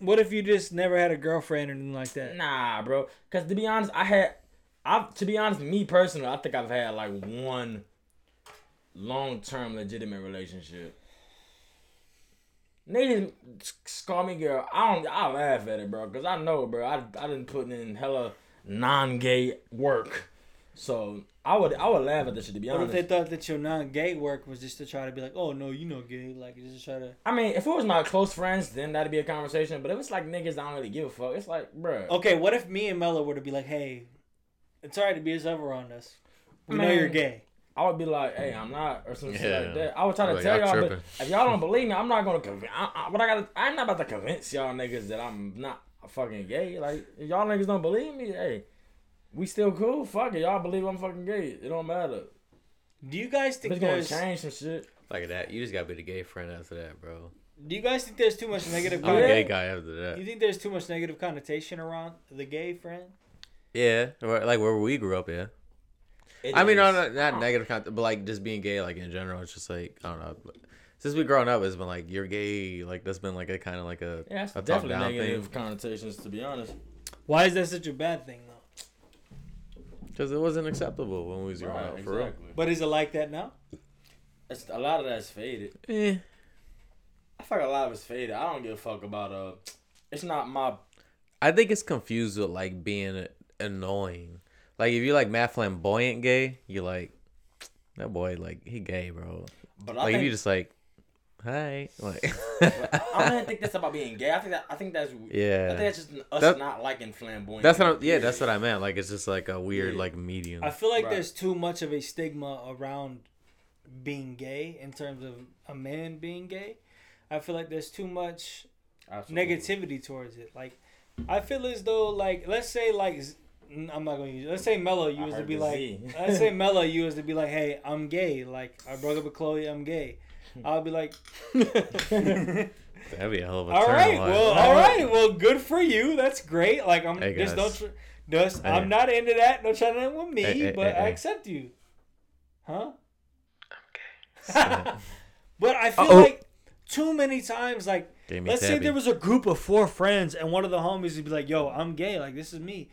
Speaker 3: what if you just never had a girlfriend or anything like that?
Speaker 2: Nah, bro. Cause to be honest, I had, I to be honest, me personally, I think I've had like one long term legitimate relationship. Niggas s- call me girl. I don't. I laugh at it, bro. Cause I know, bro. I I done putting in hella non gay work, so I would I would laugh at this shit to be
Speaker 3: What
Speaker 2: honest.
Speaker 3: if they thought that your non-gay work was just to try to be like, "Oh no, you know gay," like just to try to.
Speaker 2: I mean, if it was my close friends, then that'd be a conversation. But if it's like niggas, I don't really give a fuck. It's like, bro.
Speaker 3: Okay, what if me and Mello were to be like, "Hey, it's alright to be yourself around us. We know
Speaker 2: Man.
Speaker 3: you're gay."
Speaker 2: I would be like, "Hey, I'm not," or some shit like
Speaker 4: Yeah.
Speaker 2: that. I would try to
Speaker 4: Like,
Speaker 2: tell
Speaker 4: y'all
Speaker 2: y'all,
Speaker 4: tripping.
Speaker 2: but if y'all don't believe me, I'm not gonna convince. I, I, what I gotta, I'm not about to convince y'all niggas that I'm not fucking gay. Like, if y'all niggas don't believe me, hey, we still cool. Fuck it, y'all believe I'm fucking gay. It don't matter.
Speaker 3: Do you guys think
Speaker 2: It's gonna
Speaker 3: there's
Speaker 2: change some shit.
Speaker 4: Like that. You just gotta be the gay friend after that, bro.
Speaker 3: Do you guys think there's too much negative?
Speaker 4: I'm a
Speaker 3: connotation?
Speaker 4: gay guy after that.
Speaker 3: You think there's too much negative connotation around the gay friend?
Speaker 4: Yeah, where- like where we grew up, yeah. I mean, no, no, not negative, con- but like just being gay, like in general, it's just like I don't know. Since we grown up, it's been like you're gay, like that's been like a kind of like a
Speaker 2: Yeah, that's
Speaker 4: a top
Speaker 2: definitely
Speaker 4: down
Speaker 2: negative
Speaker 4: thing
Speaker 2: connotations, to be honest.
Speaker 3: Why is that such a bad thing though?
Speaker 4: because it wasn't acceptable when we was growing up for
Speaker 3: But is it like that now?
Speaker 2: It's, a lot of that's faded.
Speaker 4: real. Eh.
Speaker 2: I fuck a lot of it's faded. I don't give a fuck about uh. It's not my
Speaker 4: I think it's confused with like being annoying. Like if you like mad flamboyant gay, you like that boy, like he gay, bro.
Speaker 2: but I
Speaker 4: Like if
Speaker 2: think
Speaker 4: you just like hi. Like,
Speaker 2: I don't even think that's about being gay. I think that I think that's I think
Speaker 4: yeah.
Speaker 2: that's just us
Speaker 4: That-
Speaker 2: not liking flamboyant.
Speaker 4: That's what I'm, yeah, that's what I meant. Like it's just like a weird like medium.
Speaker 3: I feel like
Speaker 2: Right.
Speaker 3: there's too much of a stigma around being gay in terms of a man being gay. I feel like there's too much
Speaker 2: Absolutely.
Speaker 3: negativity towards it. Like, I feel as though like let's say like Z- n- I'm not gonna use. Let's say Mello used to
Speaker 2: heard
Speaker 3: be
Speaker 2: the
Speaker 3: like.
Speaker 2: Z.
Speaker 3: let's say Mello used to be like, hey, I'm gay. Like I broke up with Chloe, I'm gay. I'll be like,
Speaker 4: That'd be a hell of a
Speaker 3: all
Speaker 4: turn
Speaker 3: right,
Speaker 4: on.
Speaker 3: well, all right, well, good for you. That's great. Like I'm
Speaker 4: Hey,
Speaker 3: just
Speaker 4: guys.
Speaker 3: don't. Tr- just,
Speaker 4: Hey.
Speaker 3: I'm not into that. Don't try that with me,
Speaker 4: Hey, hey,
Speaker 3: but
Speaker 4: hey,
Speaker 3: I
Speaker 4: hey.
Speaker 3: accept you. Huh?
Speaker 4: Yeah.
Speaker 3: But I feel
Speaker 4: Uh-oh.
Speaker 3: like too many times, like
Speaker 4: Gave me
Speaker 3: let's say
Speaker 4: tabby.
Speaker 3: there was a group of four friends and one of the homies would be like, "Yo, I'm gay. Like this is me."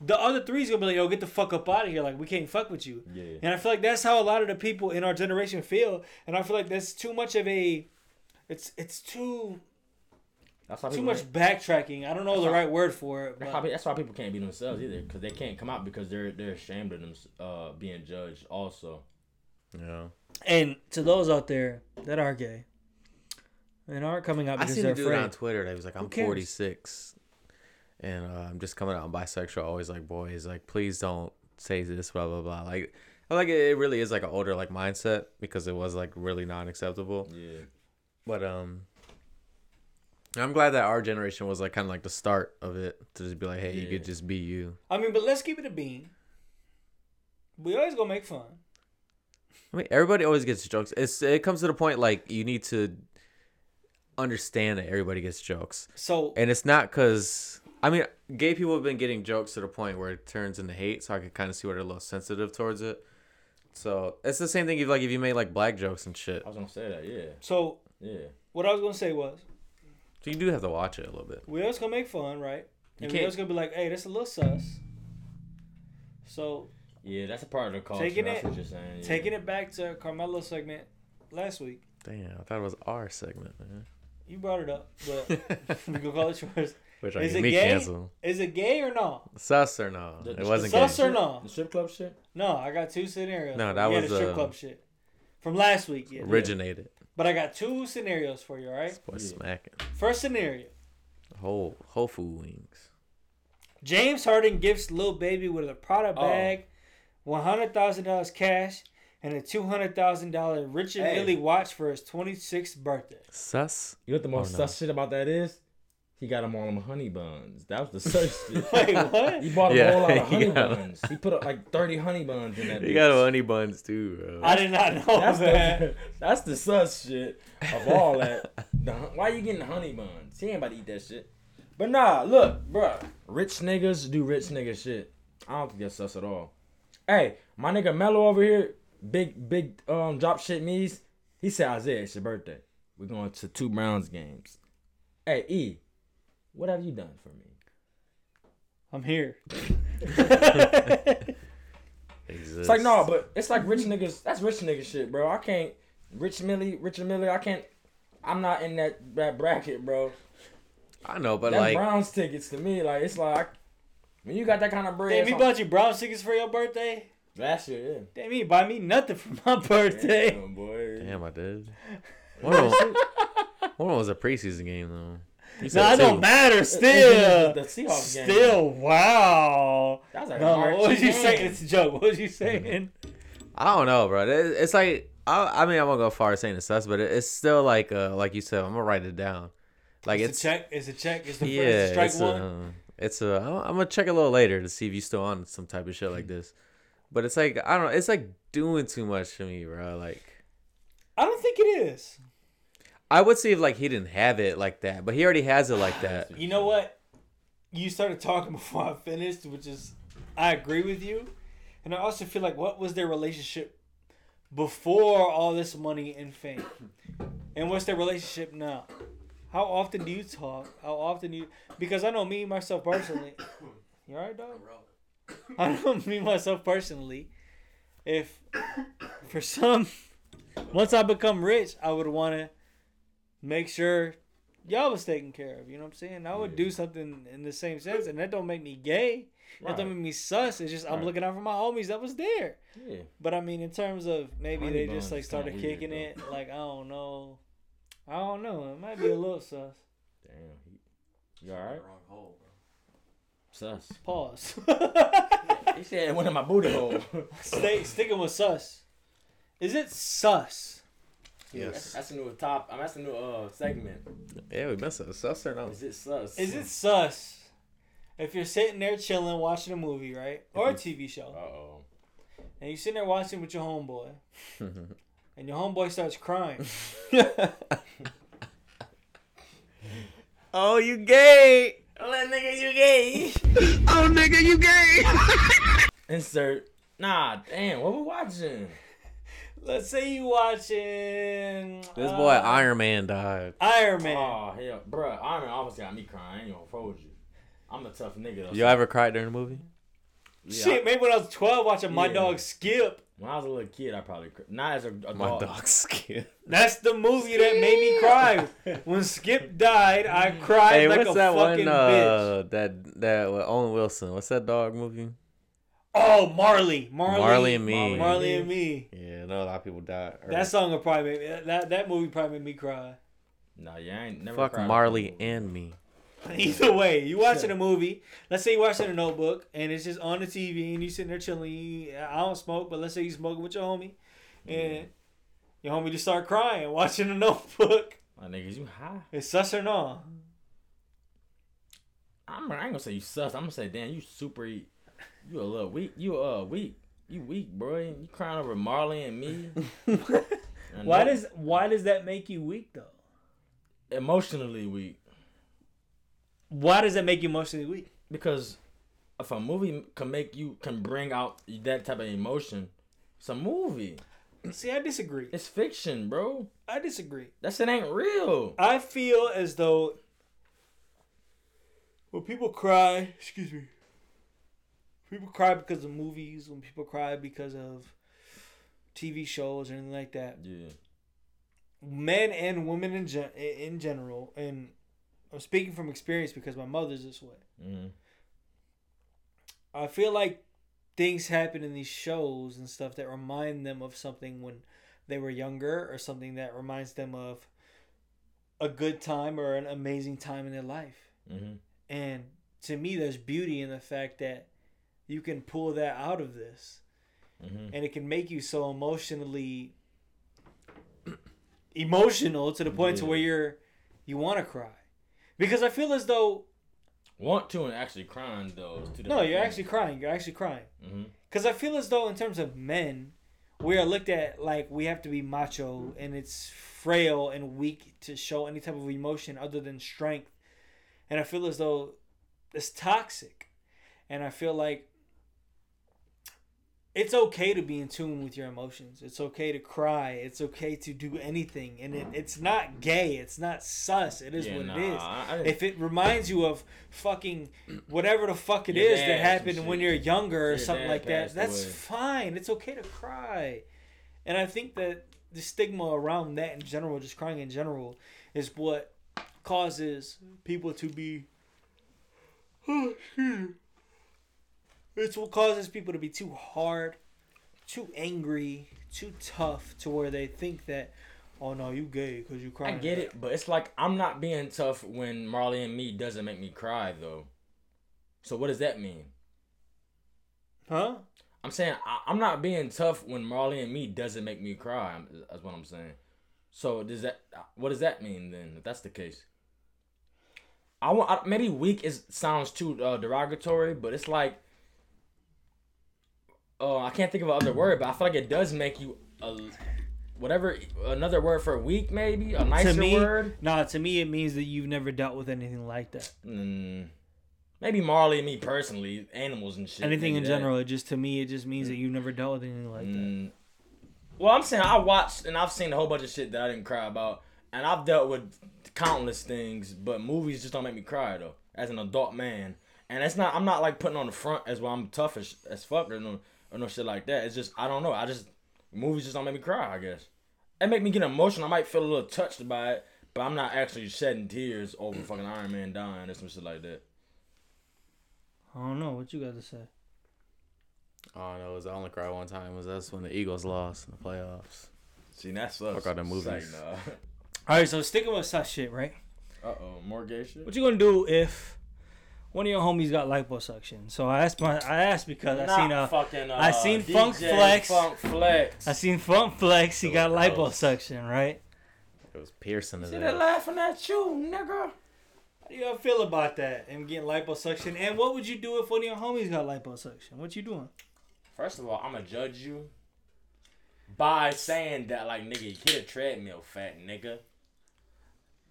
Speaker 3: The other three's gonna be like, "Yo, get the fuck up out of here. Like we can't fuck with you."
Speaker 2: Yeah.
Speaker 3: And I feel like that's how a lot of the people in our generation feel, and I feel like that's too much of a, it's it's too
Speaker 2: That's how
Speaker 3: too
Speaker 2: people-
Speaker 3: much backtracking. I don't know the right word for it.
Speaker 2: That's why,
Speaker 3: But
Speaker 2: pe- that's why people can't be themselves either, because they can't come out because they're they're ashamed of them uh, being judged. Also,
Speaker 4: Yeah.
Speaker 3: and to those out there that are gay, and are coming out
Speaker 4: I
Speaker 3: because
Speaker 4: seen
Speaker 3: they're
Speaker 4: a dude
Speaker 3: afraid.
Speaker 4: on Twitter that was like, I'm
Speaker 3: cares?
Speaker 4: 46 and uh, I'm just coming out. I'm bisexual. Always like, boys, like, please don't say this, blah, blah, blah. Like, I like it, it really is like an older like mindset because it was like really non acceptable.
Speaker 2: yeah,
Speaker 4: But, um, I'm glad that our generation was like kind of like the start of it to just be like, hey, you
Speaker 2: Yeah.
Speaker 4: could just be you.
Speaker 3: I mean, but let's keep it a bean. We always gonna make fun.
Speaker 4: I mean, everybody always gets jokes. It's it comes to the point like you need to understand that everybody gets jokes.
Speaker 3: So
Speaker 4: and it's not because I mean, gay people have been getting jokes to the point where it turns into hate, so I could kind of see where they're a little sensitive towards it. So it's the same thing if like if you made like black jokes and shit,
Speaker 2: I was gonna say that. Yeah,
Speaker 3: so
Speaker 2: yeah.
Speaker 3: what I was gonna say was
Speaker 4: so you do have to watch it a little bit.
Speaker 3: we always gonna make fun, right? And we
Speaker 4: can't-
Speaker 3: always gonna be like, hey, that's a little sus. So
Speaker 2: Yeah, that's a part of the culture.
Speaker 3: Taking
Speaker 2: that's
Speaker 3: it-
Speaker 2: what you're saying. Yeah.
Speaker 3: taking it back to Carmelo segment last week,
Speaker 4: Damn, I thought it was our segment, man.
Speaker 3: you brought it up, but we gonna call it yours.
Speaker 4: Which I
Speaker 3: Is
Speaker 4: get
Speaker 3: it
Speaker 4: me
Speaker 3: gay?
Speaker 4: canceled.
Speaker 3: Is it gay or no?
Speaker 4: Sus or no?
Speaker 2: The-
Speaker 4: it
Speaker 2: the
Speaker 4: wasn't
Speaker 3: sus
Speaker 4: gay.
Speaker 3: or no?
Speaker 2: the strip club shit.
Speaker 3: No, I got two scenarios.
Speaker 4: No, that
Speaker 3: yeah,
Speaker 4: was,
Speaker 3: the strip
Speaker 4: uh,
Speaker 3: club shit from last week. Yeah,
Speaker 4: Originated.
Speaker 3: but I got two scenarios for you. All right,
Speaker 4: Boy, smacking.
Speaker 3: first scenario.
Speaker 4: Whole Whole Food wings.
Speaker 3: James Harden gifts Lil Baby with a Prada
Speaker 2: Oh.
Speaker 3: bag, one hundred thousand dollars cash, and a two hundred thousand dollar Richard
Speaker 2: Hey.
Speaker 3: Millie watch for his twenty sixth birthday.
Speaker 4: Sus.
Speaker 2: You know what the most
Speaker 4: Oh, no.
Speaker 2: sus shit about that is? He got him on them honey buns. That was the sus shit.
Speaker 3: Wait, what?
Speaker 2: He bought him
Speaker 4: Yeah,
Speaker 2: a whole lot of
Speaker 4: he
Speaker 2: honey
Speaker 4: got 'em.
Speaker 2: buns. He put up like thirty honey buns in that.
Speaker 4: You
Speaker 2: bitch.
Speaker 4: got honey buns too, bro.
Speaker 3: I did not know
Speaker 2: That's
Speaker 3: that.
Speaker 2: the, that's the sus shit of all that. The, hun- why you getting honey buns? He ain't about to eat that shit. But nah, look, bruh. Rich niggas do rich nigga shit. I don't think that's sus at all. Hey, my nigga Mello over here, big, big um drop shit knees. He said, Isaiah, it's your birthday. We're going to two Browns games. Hey, E, what have you done for me?
Speaker 3: I'm here.
Speaker 2: It's like no, but it's like rich niggas. That's rich nigga shit, bro. I can't. Rich Millie, Richard Millie. I can't. I'm not in that, that bracket, bro.
Speaker 4: I know, but
Speaker 2: That
Speaker 4: like
Speaker 2: Browns tickets to me, like it's like when you got that kind of bread.
Speaker 3: Damn,
Speaker 2: it's
Speaker 3: he
Speaker 2: like-
Speaker 3: bought you brown tickets for your birthday.
Speaker 2: Last year,
Speaker 3: Damn, he buy me nothing for my
Speaker 2: yeah.
Speaker 3: birthday.
Speaker 2: Damn, boy.
Speaker 4: Damn, I did. One of them, one of 'em was a preseason game though. You
Speaker 3: No,
Speaker 4: said
Speaker 3: I don't
Speaker 4: two.
Speaker 3: matter.
Speaker 2: the-
Speaker 3: Still,
Speaker 2: the Seahawks game.
Speaker 3: still, wow.
Speaker 2: That was like
Speaker 3: No,
Speaker 2: March
Speaker 3: what was you
Speaker 2: game.
Speaker 3: saying? It's a joke. What was you saying?
Speaker 4: I don't know, bro. It- It's like I, I mean, I won't go far as saying it's sus, but it- it's still like, uh, like you said, I'm gonna write it down. Like
Speaker 3: It's,
Speaker 4: it's,
Speaker 3: a check. It's a check. It's the
Speaker 4: yeah,
Speaker 3: it's a strike
Speaker 4: it's
Speaker 3: one.
Speaker 4: a, um, it's a. I'm I'm gonna check a little later to see if you still on some type of shit like this. But it's like I don't. know. It's like doing too much to me, bro. Like
Speaker 3: I don't think it is.
Speaker 4: I would see if like he didn't have it like that, but he already has it like that.
Speaker 3: You know what? You started talking before I finished, which is I agree with you. And I also feel like what was their relationship before all this money and fame? And what's their relationship now? How often do you talk? How often do you because I know me myself personally. You alright dog? I know me myself personally. If for some once I become rich, I would wanna make sure y'all was taken care of. You know what I'm saying? I would do something in the same sense, and that don't make me gay. That don't
Speaker 2: Right.
Speaker 3: make me sus. It's just I'm
Speaker 2: Right.
Speaker 3: looking out for my homies that was there.
Speaker 2: Yeah.
Speaker 3: But I mean, in terms of maybe
Speaker 2: Honey
Speaker 3: they just
Speaker 2: buns
Speaker 3: like
Speaker 2: is kinda
Speaker 3: started
Speaker 2: weird,
Speaker 3: kicking
Speaker 2: though.
Speaker 3: it, like I don't know. I don't know. It might be a little sus.
Speaker 2: Damn. he- You all right?
Speaker 6: Wrong hole, bro.
Speaker 2: Sus.
Speaker 3: Pause.
Speaker 2: He said it went in my booty hole.
Speaker 3: Stay sticking with sus. Is it sus?
Speaker 2: That's, that's a new top. I'm that's a new uh segment.
Speaker 4: Yeah, we missed it. Sus or not?
Speaker 2: Is it sus?
Speaker 3: Is it sus? If you're sitting there chilling, watching a movie, right, or a
Speaker 2: Mhm.
Speaker 3: TV
Speaker 2: Uh
Speaker 3: show,
Speaker 2: oh.
Speaker 3: and you're sitting there watching with your homeboy, and your homeboy starts crying.
Speaker 4: oh, you gay. Oh,
Speaker 2: Insert. Nah, damn. What we watching?
Speaker 3: Let's say you watching
Speaker 4: This
Speaker 3: uh,
Speaker 4: boy Iron Man died.
Speaker 3: Iron Man.
Speaker 2: Oh hell, bruh. Iron Man almost got me crying. I ain't gonna fold you. I'm a tough nigga. Though,
Speaker 4: You ever cried during a movie?
Speaker 2: Yeah,
Speaker 3: Shit, maybe when I was twelve, watching my
Speaker 2: Yeah.
Speaker 3: dog Skip.
Speaker 2: When I was a little kid, I probably cr- not as a adult.
Speaker 4: My dog skin.
Speaker 3: That's the movie that made me cry. When Skip died, I cried
Speaker 4: Hey,
Speaker 3: like
Speaker 4: what's
Speaker 3: a
Speaker 4: that
Speaker 3: fucking
Speaker 4: one?
Speaker 3: bitch.
Speaker 4: Uh, that that with Owen Wilson. What's that dog movie?
Speaker 3: Oh, Marley, Marley,
Speaker 4: Marley, and Me.
Speaker 3: Marley and me.
Speaker 4: Yeah, no, a lot of people died. early.
Speaker 3: That song will probably make me, that that movie probably made me cry.
Speaker 2: Nah, you ain't never.
Speaker 4: fuck
Speaker 2: cried
Speaker 4: Marley
Speaker 2: before.
Speaker 4: and Me.
Speaker 3: Either way, you watching a movie. Let's say you watching a Notebook, and it's just on the TV, and you sitting there chilling. You- I don't smoke, but let's say you smoking with your homie, and your homie just start crying watching the Notebook.
Speaker 2: My niggas, you high?
Speaker 3: It's sus or no?
Speaker 2: I'm. I ain't gonna say you sus. I'm gonna say damn, you super. You a little weak. You uh weak. You weak, bro. You crying over Marley and me. And that-
Speaker 3: Why does why does that make you weak though?
Speaker 2: emotionally weak?
Speaker 3: Why does that make you emotionally weak?
Speaker 2: Because if a movie can make you can bring out that type of emotion, it's a movie.
Speaker 3: See, I disagree.
Speaker 2: It's fiction, bro.
Speaker 3: I disagree.
Speaker 2: That shit ain't real.
Speaker 3: I feel as though when people cry, excuse me, people cry because of movies, when people cry because of TV shows or anything like that,
Speaker 2: Yeah.
Speaker 3: men and women in, gen- in general, and I'm speaking from experience because my mother's this way.
Speaker 2: Mm.
Speaker 3: I feel like things happen in these shows and stuff that remind them of something when they were younger or something that reminds them of a good time or an amazing time in their life.
Speaker 2: Mhm.
Speaker 3: And to me, there's beauty in the fact that you can pull that out of this
Speaker 2: Mhm.
Speaker 3: and it can make you so emotionally emotional to the point to
Speaker 2: Yeah.
Speaker 3: where you're you want to cry because i feel as though
Speaker 2: Want to and actually crying though. is two different
Speaker 3: no you're
Speaker 2: things.
Speaker 3: actually crying you're actually crying
Speaker 2: Mhm.
Speaker 3: Because I feel as though, in terms of men, we are looked at like we have to be macho and it's frail and weak to show any type of emotion other than strength. And I feel as though it's toxic. And I feel like it's okay to be in tune with your emotions. It's okay to cry. It's okay to do anything. And it, it's not gay. It's not sus. It is
Speaker 2: Yeah,
Speaker 3: what
Speaker 2: nah,
Speaker 3: it is.
Speaker 2: I- I didn't-
Speaker 3: If it reminds you of fucking whatever the fuck it
Speaker 2: Your
Speaker 3: is that
Speaker 2: dad's and
Speaker 3: happened when
Speaker 2: shit.
Speaker 3: you're younger or
Speaker 2: Your
Speaker 3: something
Speaker 2: dad
Speaker 3: like that,
Speaker 2: passed
Speaker 3: that's
Speaker 2: away.
Speaker 3: fine. It's okay to cry. And I think that the stigma around that in general, just crying in general, is what causes people to be. it's what causes people to be too hard, too angry, too tough to where they think that, oh no, you gay because you
Speaker 2: I
Speaker 3: crying.
Speaker 2: get it, but it's like I'm not being tough when Marley and Me doesn't make me cry though. So what does that mean?
Speaker 3: Huh?
Speaker 2: I'm saying I, I'm not being tough when Marley and Me doesn't make me cry. I'm, that's what I'm saying. So does that? What does that mean then? If that's the case, I want I, maybe weak is sounds too uh, derogatory, but it's like, uh, I can't think of another word, but I feel like it does make you a whatever another word for weak maybe a nicer
Speaker 3: to me,
Speaker 2: word.
Speaker 3: nah. To me, it means that you've never dealt with anything like that.
Speaker 2: Mm, maybe Marley and Me personally, animals and shit.
Speaker 3: Anything
Speaker 2: maybe
Speaker 3: in
Speaker 2: that.
Speaker 3: general, it just to me, it just means that you've never dealt with anything like that.
Speaker 2: Mm. Well, I'm saying I watched and I've seen a whole bunch of shit that I didn't cry about, and I've dealt with countless things, but movies just don't make me cry though. As an adult man, and that's not I'm not like putting on the front as well. I'm tough as, as fuck or no or no shit like that. It's just I don't know. I just movies just don't make me cry. I guess it make me get emotional. I might feel a little touched by it, but I'm not actually shedding tears over fucking Iron Man dying or some shit like that.
Speaker 3: I don't know what you got to say.
Speaker 4: Oh no, was I only cried one time. Was that's when the Eagles lost in the playoffs?
Speaker 2: See, that's us.
Speaker 4: Fuck all the movies.
Speaker 2: Like, nah.
Speaker 3: All right, so sticking with sus shit, right?
Speaker 2: Uh oh, more gay shit.
Speaker 3: What you gonna do if one of your homies got liposuction? So I asked my I asked because I seen uh,
Speaker 2: fucking.
Speaker 3: I seen Funk Flex.
Speaker 2: Funk Flex.
Speaker 3: I seen Funk Flex. He got
Speaker 4: Gross.
Speaker 3: liposuction, right?
Speaker 4: It was piercing his
Speaker 2: See, they
Speaker 4: ass.
Speaker 2: laughing at you, nigga.
Speaker 3: How do y'all feel about that? Him getting liposuction, and what would you do if one of your homies got liposuction? What you doing?
Speaker 2: First of all, I'ma judge you by saying that like nigga, get a treadmill, fat nigga.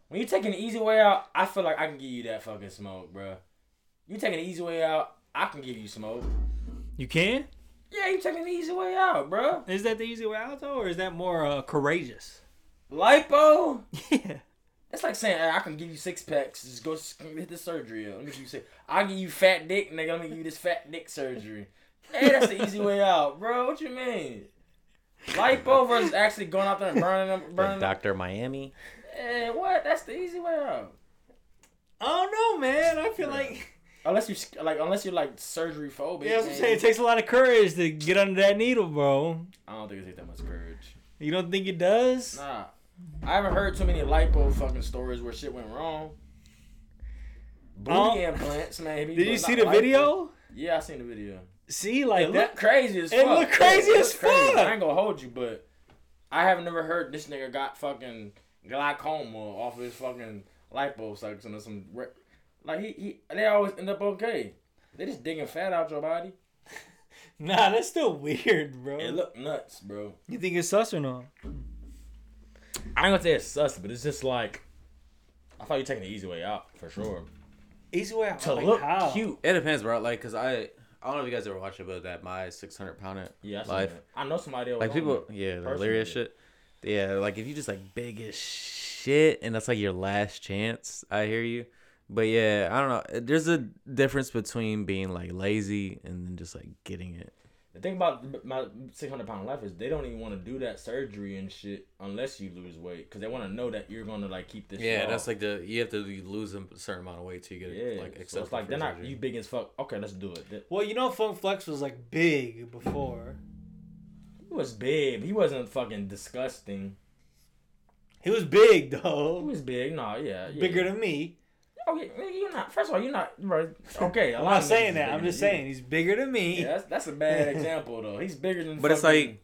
Speaker 2: When you taking the easy way out, I feel like I can give you that fucking smoke, bruh. You taking the easy way out, I can give you smoke.
Speaker 3: You can?
Speaker 2: Yeah, you taking the easy way out, bruh.
Speaker 3: Is that the easy way out though, or is that more uh, courageous?
Speaker 2: Lipo,
Speaker 3: Yeah.
Speaker 2: that's like saying "Hey, I can give you six packs. Just go s- hit the surgery. Up. Let me give you six. I give you fat dick, nigga. Let me give you this fat dick surgery. Hey, that's the easy way out, bro. What you mean? Lipo versus actually going out there and burning them, burning
Speaker 4: Like
Speaker 2: them
Speaker 4: Doctor Miami.
Speaker 2: Eh, what? That's the easy way out.
Speaker 3: I don't know, man. I feel like
Speaker 2: Unless you sc- like, unless you're like surgery phobic.
Speaker 3: yeah, that's what I'm
Speaker 2: man.
Speaker 3: saying. It takes a lot of courage to get under that needle, bro.
Speaker 2: I don't think it takes that much courage.
Speaker 3: You don't think it does?
Speaker 2: Nah, I haven't heard too many lipo fucking stories where shit went wrong.
Speaker 3: Oh.
Speaker 2: Booty implants, maybe.
Speaker 3: Um, Did
Speaker 2: but
Speaker 3: you see
Speaker 2: not
Speaker 3: the
Speaker 2: lipo.
Speaker 3: video?
Speaker 2: Yeah, I seen the video.
Speaker 3: See, like
Speaker 2: It
Speaker 3: that.
Speaker 2: looked crazy as fuck.
Speaker 3: it looked crazy
Speaker 2: Yeah, it
Speaker 3: as
Speaker 2: looked crazy.
Speaker 3: fuck.
Speaker 2: I ain't gonna hold you, but I have never heard this nigga got fucking glaucoma off his fucking liposuction or some. Re- like he, he, they always end up okay. They just digging fat out your body.
Speaker 3: Nah, that's still weird, bro.
Speaker 2: It look nuts, bro.
Speaker 3: you think it's sus or no?
Speaker 2: I ain't gonna say it's sus, but it's just like I thought you taking the easy way out for sure.
Speaker 3: Easy way out.
Speaker 2: To
Speaker 3: like
Speaker 2: look
Speaker 3: how?
Speaker 2: cute.
Speaker 4: It depends, bro. Like, cause I I don't know if you guys ever watched it, but that my 600 pound it
Speaker 2: Yeah, I, seen
Speaker 4: life.
Speaker 2: that. I know somebody else.
Speaker 4: Like people, yeah, the hilarious shit. Yeah, like if you just like big as shit, and that's like your last chance. I hear you, but yeah, I don't know. There's a difference between being like lazy and then just like getting it.
Speaker 2: The thing about my 600 pound life is they don't even want to do that surgery and shit unless you lose weight because they want to know that you're gonna like keep this.
Speaker 4: Yeah,
Speaker 2: shit
Speaker 4: that's
Speaker 2: off.
Speaker 4: like the you have to lose a certain amount of weight to get it.
Speaker 2: yeah.
Speaker 4: like
Speaker 2: so it's like they're not you big as fuck. Okay, let's do it. That-
Speaker 3: Well, you know, Funk Flex was like big before.
Speaker 2: He was big. He wasn't fucking disgusting.
Speaker 3: He was big
Speaker 2: He
Speaker 3: though,
Speaker 2: was big. No, yeah, yeah.
Speaker 3: bigger than me.
Speaker 2: Oh, yeah, nigga, you're not. First of all, you're not. Bro, okay, a
Speaker 3: I'm
Speaker 2: lot
Speaker 3: not
Speaker 2: of niggas
Speaker 3: saying
Speaker 2: is
Speaker 3: that.
Speaker 2: bigger
Speaker 3: I'm
Speaker 2: than
Speaker 3: just
Speaker 2: you.
Speaker 3: saying he's bigger than me.
Speaker 2: Yeah, that's, that's a bad example though. He's bigger than.
Speaker 4: But it's
Speaker 2: fucking-
Speaker 4: like,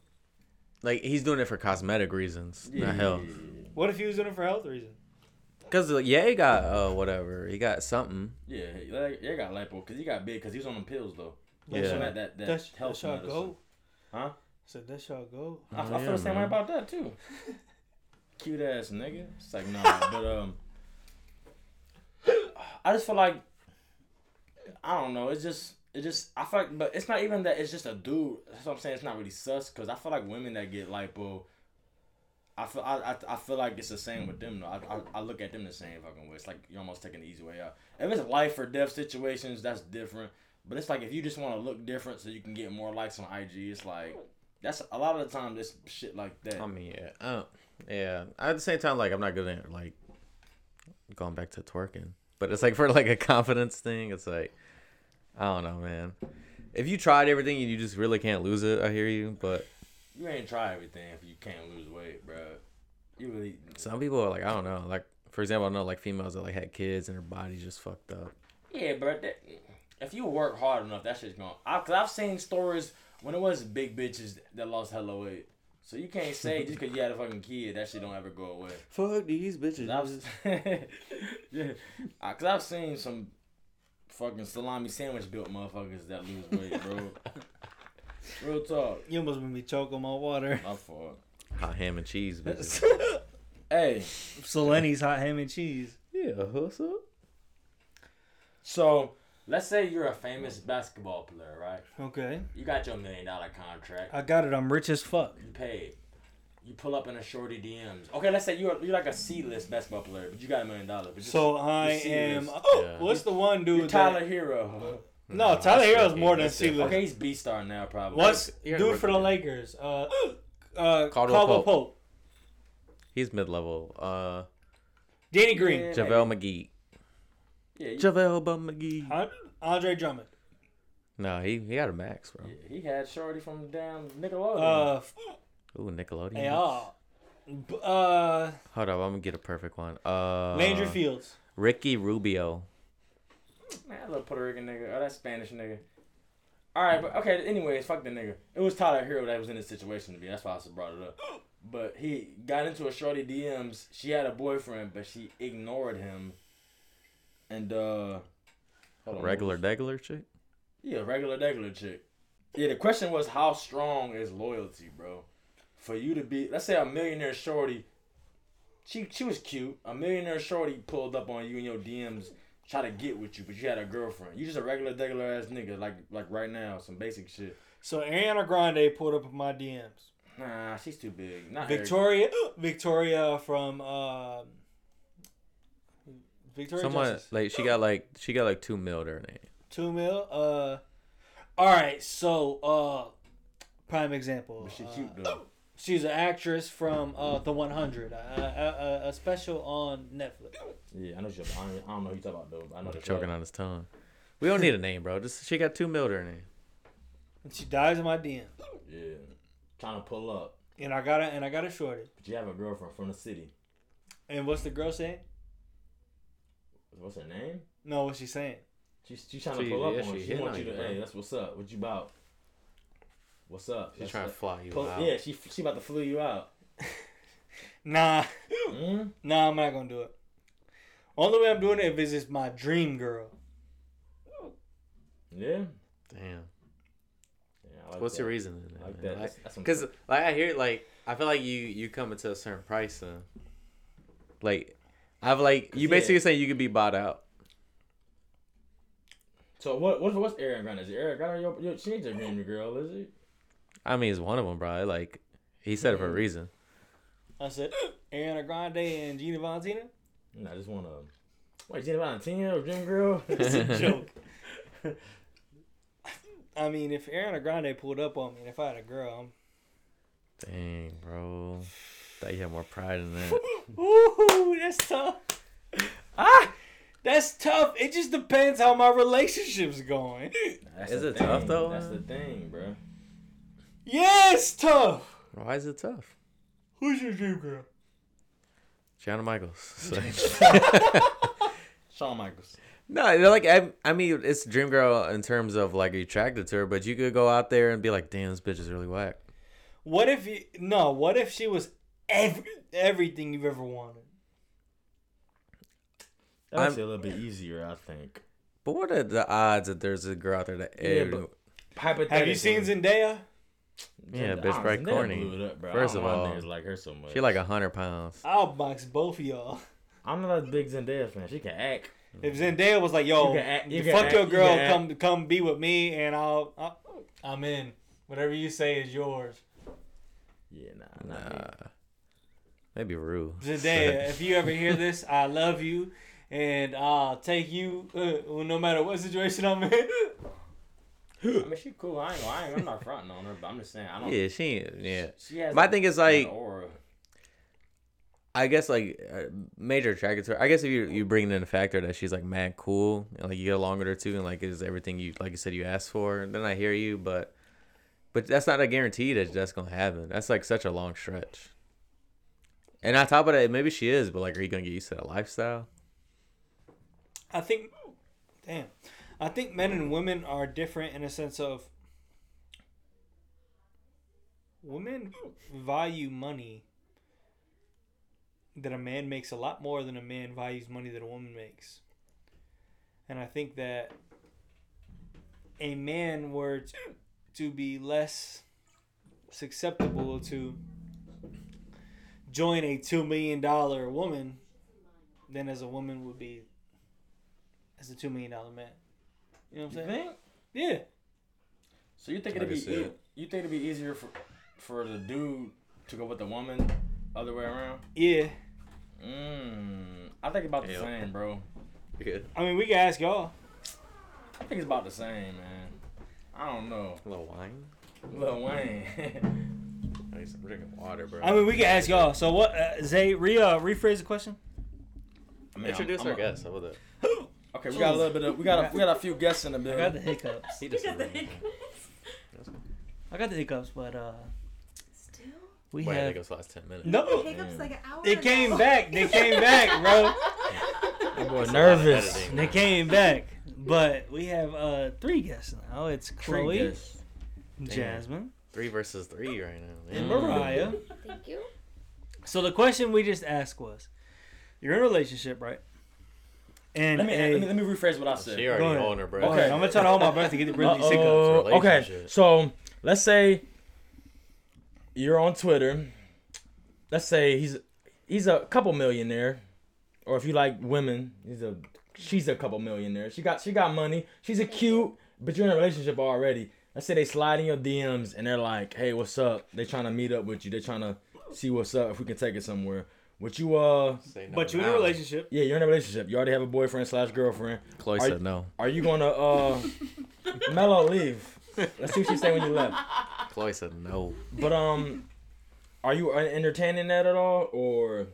Speaker 4: like he's doing it for cosmetic reasons,
Speaker 2: Yeah,
Speaker 4: not health.
Speaker 2: yeah, yeah,
Speaker 3: What if he was doing it for health reasons?
Speaker 4: Cause like, yeah, he got uh whatever, he got something.
Speaker 2: Yeah, he- like, yeah, he got lipo because he got big because he was on them pills though.
Speaker 4: Yeah.
Speaker 2: So that that, that
Speaker 3: That's,
Speaker 2: health
Speaker 3: that's y'all
Speaker 2: medicine.
Speaker 3: go.
Speaker 2: Huh?
Speaker 3: So that's y'all go.
Speaker 2: I, I
Speaker 4: Oh,
Speaker 2: feel
Speaker 4: yeah,
Speaker 2: the same way
Speaker 4: man.
Speaker 2: about that too. Cute ass nigga. It's like nah, but um, I just feel like I don't know. It's just it just I feel like, but it's not even that. It's just a dude. That's what I'm saying. It's not really sus because I feel like women that get lipo. I feel I, I, I feel like it's the same with them though. I, I, I look at them the same fucking way. It's like you're almost taking the easy way out. If it's life or death situations, that's different. But it's like if you just want to look different so you can get more likes on IG, it's like that's a lot of the time this shit like that.
Speaker 4: I mean, yeah, I don't, yeah. At the same time, like I'm not good at like going back to twerking, but it's like for like a confidence thing. It's like I don't know, man. If you tried everything and you just really can't lose it, I hear you. But
Speaker 2: you ain't try everything if you can't lose weight, bro. You really
Speaker 4: some people are like, I don't know. Like for example, I know like females that like had kids and their body's just fucked up.
Speaker 2: Yeah, bro. That, if you work hard enough, that shit's gonna. I, cause I've seen stories when it was big bitches that lost hella weight. So you can't say just cause you had a fucking kid that shit don't ever go away.
Speaker 4: Fuck these bitches.
Speaker 2: 'Cause I've, yeah, I, cause I've seen some fucking salami sandwich built motherfuckers that lose weight, bro. Real talk.
Speaker 3: You almost made me choke on my water.
Speaker 2: My fault.
Speaker 4: Hot ham and cheese, bitches.
Speaker 2: Hey,
Speaker 3: Seleni's hot ham and cheese.
Speaker 4: yeah, what's up?
Speaker 2: so let's say you're a famous basketball player, right?
Speaker 3: Okay,
Speaker 2: You got your million dollar contract.
Speaker 3: I got it. I'm rich as fuck.
Speaker 2: You paid. You pull up in a shorty DMs. Okay, let's say you're you're like a C list basketball player, but you got a million dollars. But
Speaker 3: So uh, I
Speaker 2: you see
Speaker 3: am.
Speaker 2: this.
Speaker 3: Oh,
Speaker 4: Yeah.
Speaker 3: what's the one dude?
Speaker 2: you're
Speaker 3: that-
Speaker 2: Tyler Hero.
Speaker 3: No, Tyler Hero's
Speaker 4: different.
Speaker 3: more than
Speaker 4: That's
Speaker 3: C
Speaker 4: different.
Speaker 2: Okay,
Speaker 3: list.
Speaker 2: he's B star now probably.
Speaker 3: What's
Speaker 4: You're
Speaker 3: dude
Speaker 4: right.
Speaker 3: for the Lakers? Uh, uh, Caldwell, Pope.
Speaker 4: Pope. He's mid level. Uh,
Speaker 3: Danny Green,
Speaker 2: Yeah.
Speaker 4: Javale McGee.
Speaker 2: Yeah, he,
Speaker 4: Javale McGee.
Speaker 3: Huh? Andre Drummond,
Speaker 4: No, he he got a max, bro.
Speaker 2: he had shorty from down Nickelodeon.
Speaker 3: uh,
Speaker 4: Ooh, Nickelodeon.
Speaker 3: hey, oh. y'all. B- Uh,
Speaker 4: Hold up, I'm gonna get a perfect one. Uh,
Speaker 3: Landry Fields.
Speaker 4: Ricky Rubio.
Speaker 2: Man, that little Puerto Rican nigga. Oh, that Spanish nigga. All right, but okay. Anyways, fuck the nigga. It was Tyler Hero that was in this situation to be. That's why I just brought it up. But he got into a shorty DMs. She had a boyfriend, but she ignored him. And uh, hold on.
Speaker 4: Regular degular chick.
Speaker 2: Yeah, regular regular chick. Yeah, the question was how strong is loyalty, bro? For you to be, let's say a millionaire shorty. She she was cute. A millionaire shorty pulled up on you in your DMs, try to get with you, but you had a girlfriend. You just a regular regular ass nigga, like like right now, some basic shit.
Speaker 3: So Ariana Grande pulled up in my DMs.
Speaker 2: Nah, she's too big. Not Harry-
Speaker 3: Victoria, Victoria from um Victoria
Speaker 4: Someone
Speaker 3: Justice.
Speaker 4: like she got like she got like two mil to her name.
Speaker 3: two mil. Uh, all right. So uh, prime example.
Speaker 2: But she
Speaker 3: uh,
Speaker 2: cute though.
Speaker 3: she's an actress from uh The 100, a, a, a, a special on Netflix.
Speaker 2: Yeah, I know she's. I don't- I don't know who you talking about though. I know the
Speaker 4: Choking
Speaker 2: fuck.
Speaker 4: on his tongue. We don't need a name, bro. Just she got two mil to her name.
Speaker 3: And she dies in my DM.
Speaker 2: Yeah, trying to pull up,
Speaker 3: And I got a and I got a shorty.
Speaker 2: but you have a girlfriend from the city.
Speaker 3: And what's the girl saying?
Speaker 2: What's her name?
Speaker 3: No, what she's saying.
Speaker 2: She's she's trying
Speaker 4: She-
Speaker 2: to pull up
Speaker 4: yeah,
Speaker 2: on
Speaker 4: she
Speaker 2: you. She
Speaker 4: hitting
Speaker 2: wants
Speaker 4: on
Speaker 2: you to.
Speaker 4: you, bro.
Speaker 2: Hey, that's what's up. What you about? What's up?
Speaker 4: She's
Speaker 2: That's
Speaker 4: trying to
Speaker 2: what-
Speaker 4: fly you
Speaker 2: pull-
Speaker 4: out.
Speaker 2: Yeah, she she about to flew you out.
Speaker 3: Nah,
Speaker 2: Mm?
Speaker 3: nah, I'm not gonna do it. Only way I'm doing it if it's just my dream girl.
Speaker 2: Yeah.
Speaker 4: Damn.
Speaker 2: yeah I like
Speaker 4: What's
Speaker 2: that.
Speaker 4: your reason? in
Speaker 2: I like
Speaker 4: man?
Speaker 2: that. That's- that's some-
Speaker 4: Because like I hear like I feel like you you come into a certain price and like I've like
Speaker 2: Yeah.
Speaker 4: you basically saying you could be bought out.
Speaker 2: So what what what's Aaron Grande? Is Aaron Grande your, your she ain't your dream girl, is it?
Speaker 4: I mean, it's one of them, bro. Like he said it for a reason.
Speaker 3: I said Ariana Grande and Gina Valentina.
Speaker 2: No, I just want to. Wait, Gina Valentina or dream girl?
Speaker 3: It's a joke. I mean, if Ariana Grande pulled up on me, and if I had a girl,
Speaker 4: Dang, bro. Thought you had more pride in that.
Speaker 3: I'm, ooh, that's tough. Ah, that's tough. It just depends how my relationship's going.
Speaker 2: That's
Speaker 4: Is
Speaker 2: the
Speaker 4: it tough, though,
Speaker 2: That's the
Speaker 4: man?
Speaker 2: thing, bro.
Speaker 3: yes, tough.
Speaker 4: Why is it tough?
Speaker 3: Who's your dream girl?
Speaker 4: Gianna Michaels.
Speaker 2: Shawn Michaels.
Speaker 4: no, they're like I, I mean, it's Dream Girl in terms of like you're attracted to her, but you could go out there and be like, damn, this bitch is really whack.
Speaker 3: What if you? No. What if she was every, everything you've ever wanted?
Speaker 2: That makes
Speaker 4: I'm-
Speaker 2: it a little bit easier, I think.
Speaker 4: But what are the odds that there's a girl out there that
Speaker 2: Yeah,
Speaker 4: every-
Speaker 2: but- Hypothetically,
Speaker 3: Have you seen Zendaya?
Speaker 4: Yeah,
Speaker 2: Zendaya-
Speaker 4: bitch,
Speaker 2: ah,
Speaker 4: right
Speaker 2: Zendaya
Speaker 4: corny.
Speaker 2: blew it up, bro.
Speaker 4: First
Speaker 2: I don't
Speaker 4: of
Speaker 2: know why
Speaker 4: all,
Speaker 2: niggas like her so much.
Speaker 4: she like a hundred pounds?
Speaker 3: I'll box both of y'all.
Speaker 2: I'm not a big Zendaya fan. She can act.
Speaker 3: If Zendaya was like, "Yo,
Speaker 2: You can act- you
Speaker 3: the
Speaker 2: can
Speaker 3: fuck
Speaker 2: act-
Speaker 3: your
Speaker 2: you
Speaker 3: girl,
Speaker 2: can act.
Speaker 3: come come be with me, and I'll, I'll I'm in. Whatever you say is yours."
Speaker 2: Yeah, nah, nah.
Speaker 4: Nah, that'd be rude.
Speaker 3: Zendaya, if you ever hear this, I love you, and I'll take you uh, no matter what situation I'm in.
Speaker 2: I mean, she cool. I ain't, I ain't, I'm not fronting on her, but I'm just saying, I don't.
Speaker 4: yeah, she. ain't- Yeah,
Speaker 2: She has.
Speaker 4: my
Speaker 2: like,
Speaker 4: thing is
Speaker 2: an
Speaker 4: like,
Speaker 2: aura.
Speaker 4: I guess like uh, major attracted to her. I guess if you you bring in the factor that she's like mad cool and like you get along with her too and like is everything you like you said you asked for, then I hear you. But but that's not a guarantee that that's gonna happen. That's like such a long stretch. And on top of that, maybe she is, but like, are you gonna get used to that lifestyle?
Speaker 3: I think, damn, I think men and women are different in a sense of women value money that a man makes a lot more than a man values money that a woman makes. And I think that a man were t- to be less susceptible to join a $2 million woman than as a woman would be as a $2 million man. You know what
Speaker 2: You
Speaker 3: I'm saying?
Speaker 2: think?
Speaker 3: Yeah.
Speaker 2: So you think
Speaker 4: Like
Speaker 2: it'd be
Speaker 4: I
Speaker 2: e-
Speaker 4: said.
Speaker 2: you think it'd be easier for for the dude to go with the woman, other way around?
Speaker 3: Yeah.
Speaker 2: Mm, I think about the
Speaker 4: Yeah.
Speaker 2: same, bro.
Speaker 4: Yeah,
Speaker 3: I mean, we can ask y'all.
Speaker 2: I think it's about the same, man. I don't know,
Speaker 4: a little wine.
Speaker 2: Lil Wayne.
Speaker 4: I need some drinking water, bro.
Speaker 3: I mean, we can ask y'all. So what, uh, Zay? Re, uh, rephrase the question.
Speaker 2: I mean,
Speaker 4: introduce
Speaker 2: I'm-
Speaker 4: our
Speaker 2: I'm a-
Speaker 4: guest. How about that?
Speaker 2: Okay, we got a little bit of we got a, we got a few guests in the
Speaker 3: I got the
Speaker 2: building.
Speaker 3: hiccups.
Speaker 4: He just
Speaker 6: Got the hiccups.
Speaker 3: I got the hiccups, but uh,
Speaker 6: Still?
Speaker 3: We
Speaker 4: Wait, I
Speaker 3: have
Speaker 4: think it was last ten minutes.
Speaker 3: no.
Speaker 6: It was like an hour.
Speaker 3: They
Speaker 6: and a
Speaker 3: Oh, came
Speaker 6: half.
Speaker 3: back. They came back, bro.
Speaker 2: That boy
Speaker 4: It's a lot of
Speaker 2: nervous.
Speaker 4: editing.
Speaker 3: They came back. But we have uh three guests now. It's Chloe,
Speaker 2: Triggers.
Speaker 3: Jasmine,
Speaker 4: Three versus three right now.
Speaker 3: and
Speaker 4: man.
Speaker 3: Mariah.
Speaker 6: Thank you.
Speaker 3: So the question we just asked was, you're in a relationship, right? And
Speaker 2: Let me,
Speaker 3: a-
Speaker 2: let me let me rephrase what I said.
Speaker 4: She
Speaker 3: Go ahead.
Speaker 4: already on her, bro.
Speaker 3: Go ahead. I'm gonna try to hold my breath to get really sick of.
Speaker 2: Uh-oh.
Speaker 4: It's a
Speaker 2: okay,
Speaker 4: relationship.
Speaker 2: so let's say you're on Twitter. Let's say he's he's a couple millionaire, or if you like women, he's a she's a couple millionaire. She got she got money. She's a cute, but you're in a relationship already. Let's say they slide in your DMs and they're like, "Hey, what's up?" They trying to meet up with you. They trying to see what's up if we can take it somewhere. Would you uh?
Speaker 4: Say no
Speaker 3: But you're in a
Speaker 4: now.
Speaker 3: relationship.
Speaker 2: Yeah, you're in a relationship. You already have a boyfriend slash girlfriend.
Speaker 4: Chloe
Speaker 2: Are-
Speaker 4: said no.
Speaker 2: Are you gonna uh Mello leave? Let's see what she say when you left.
Speaker 4: Chloe said no.
Speaker 2: But um are you uh, entertaining that at all or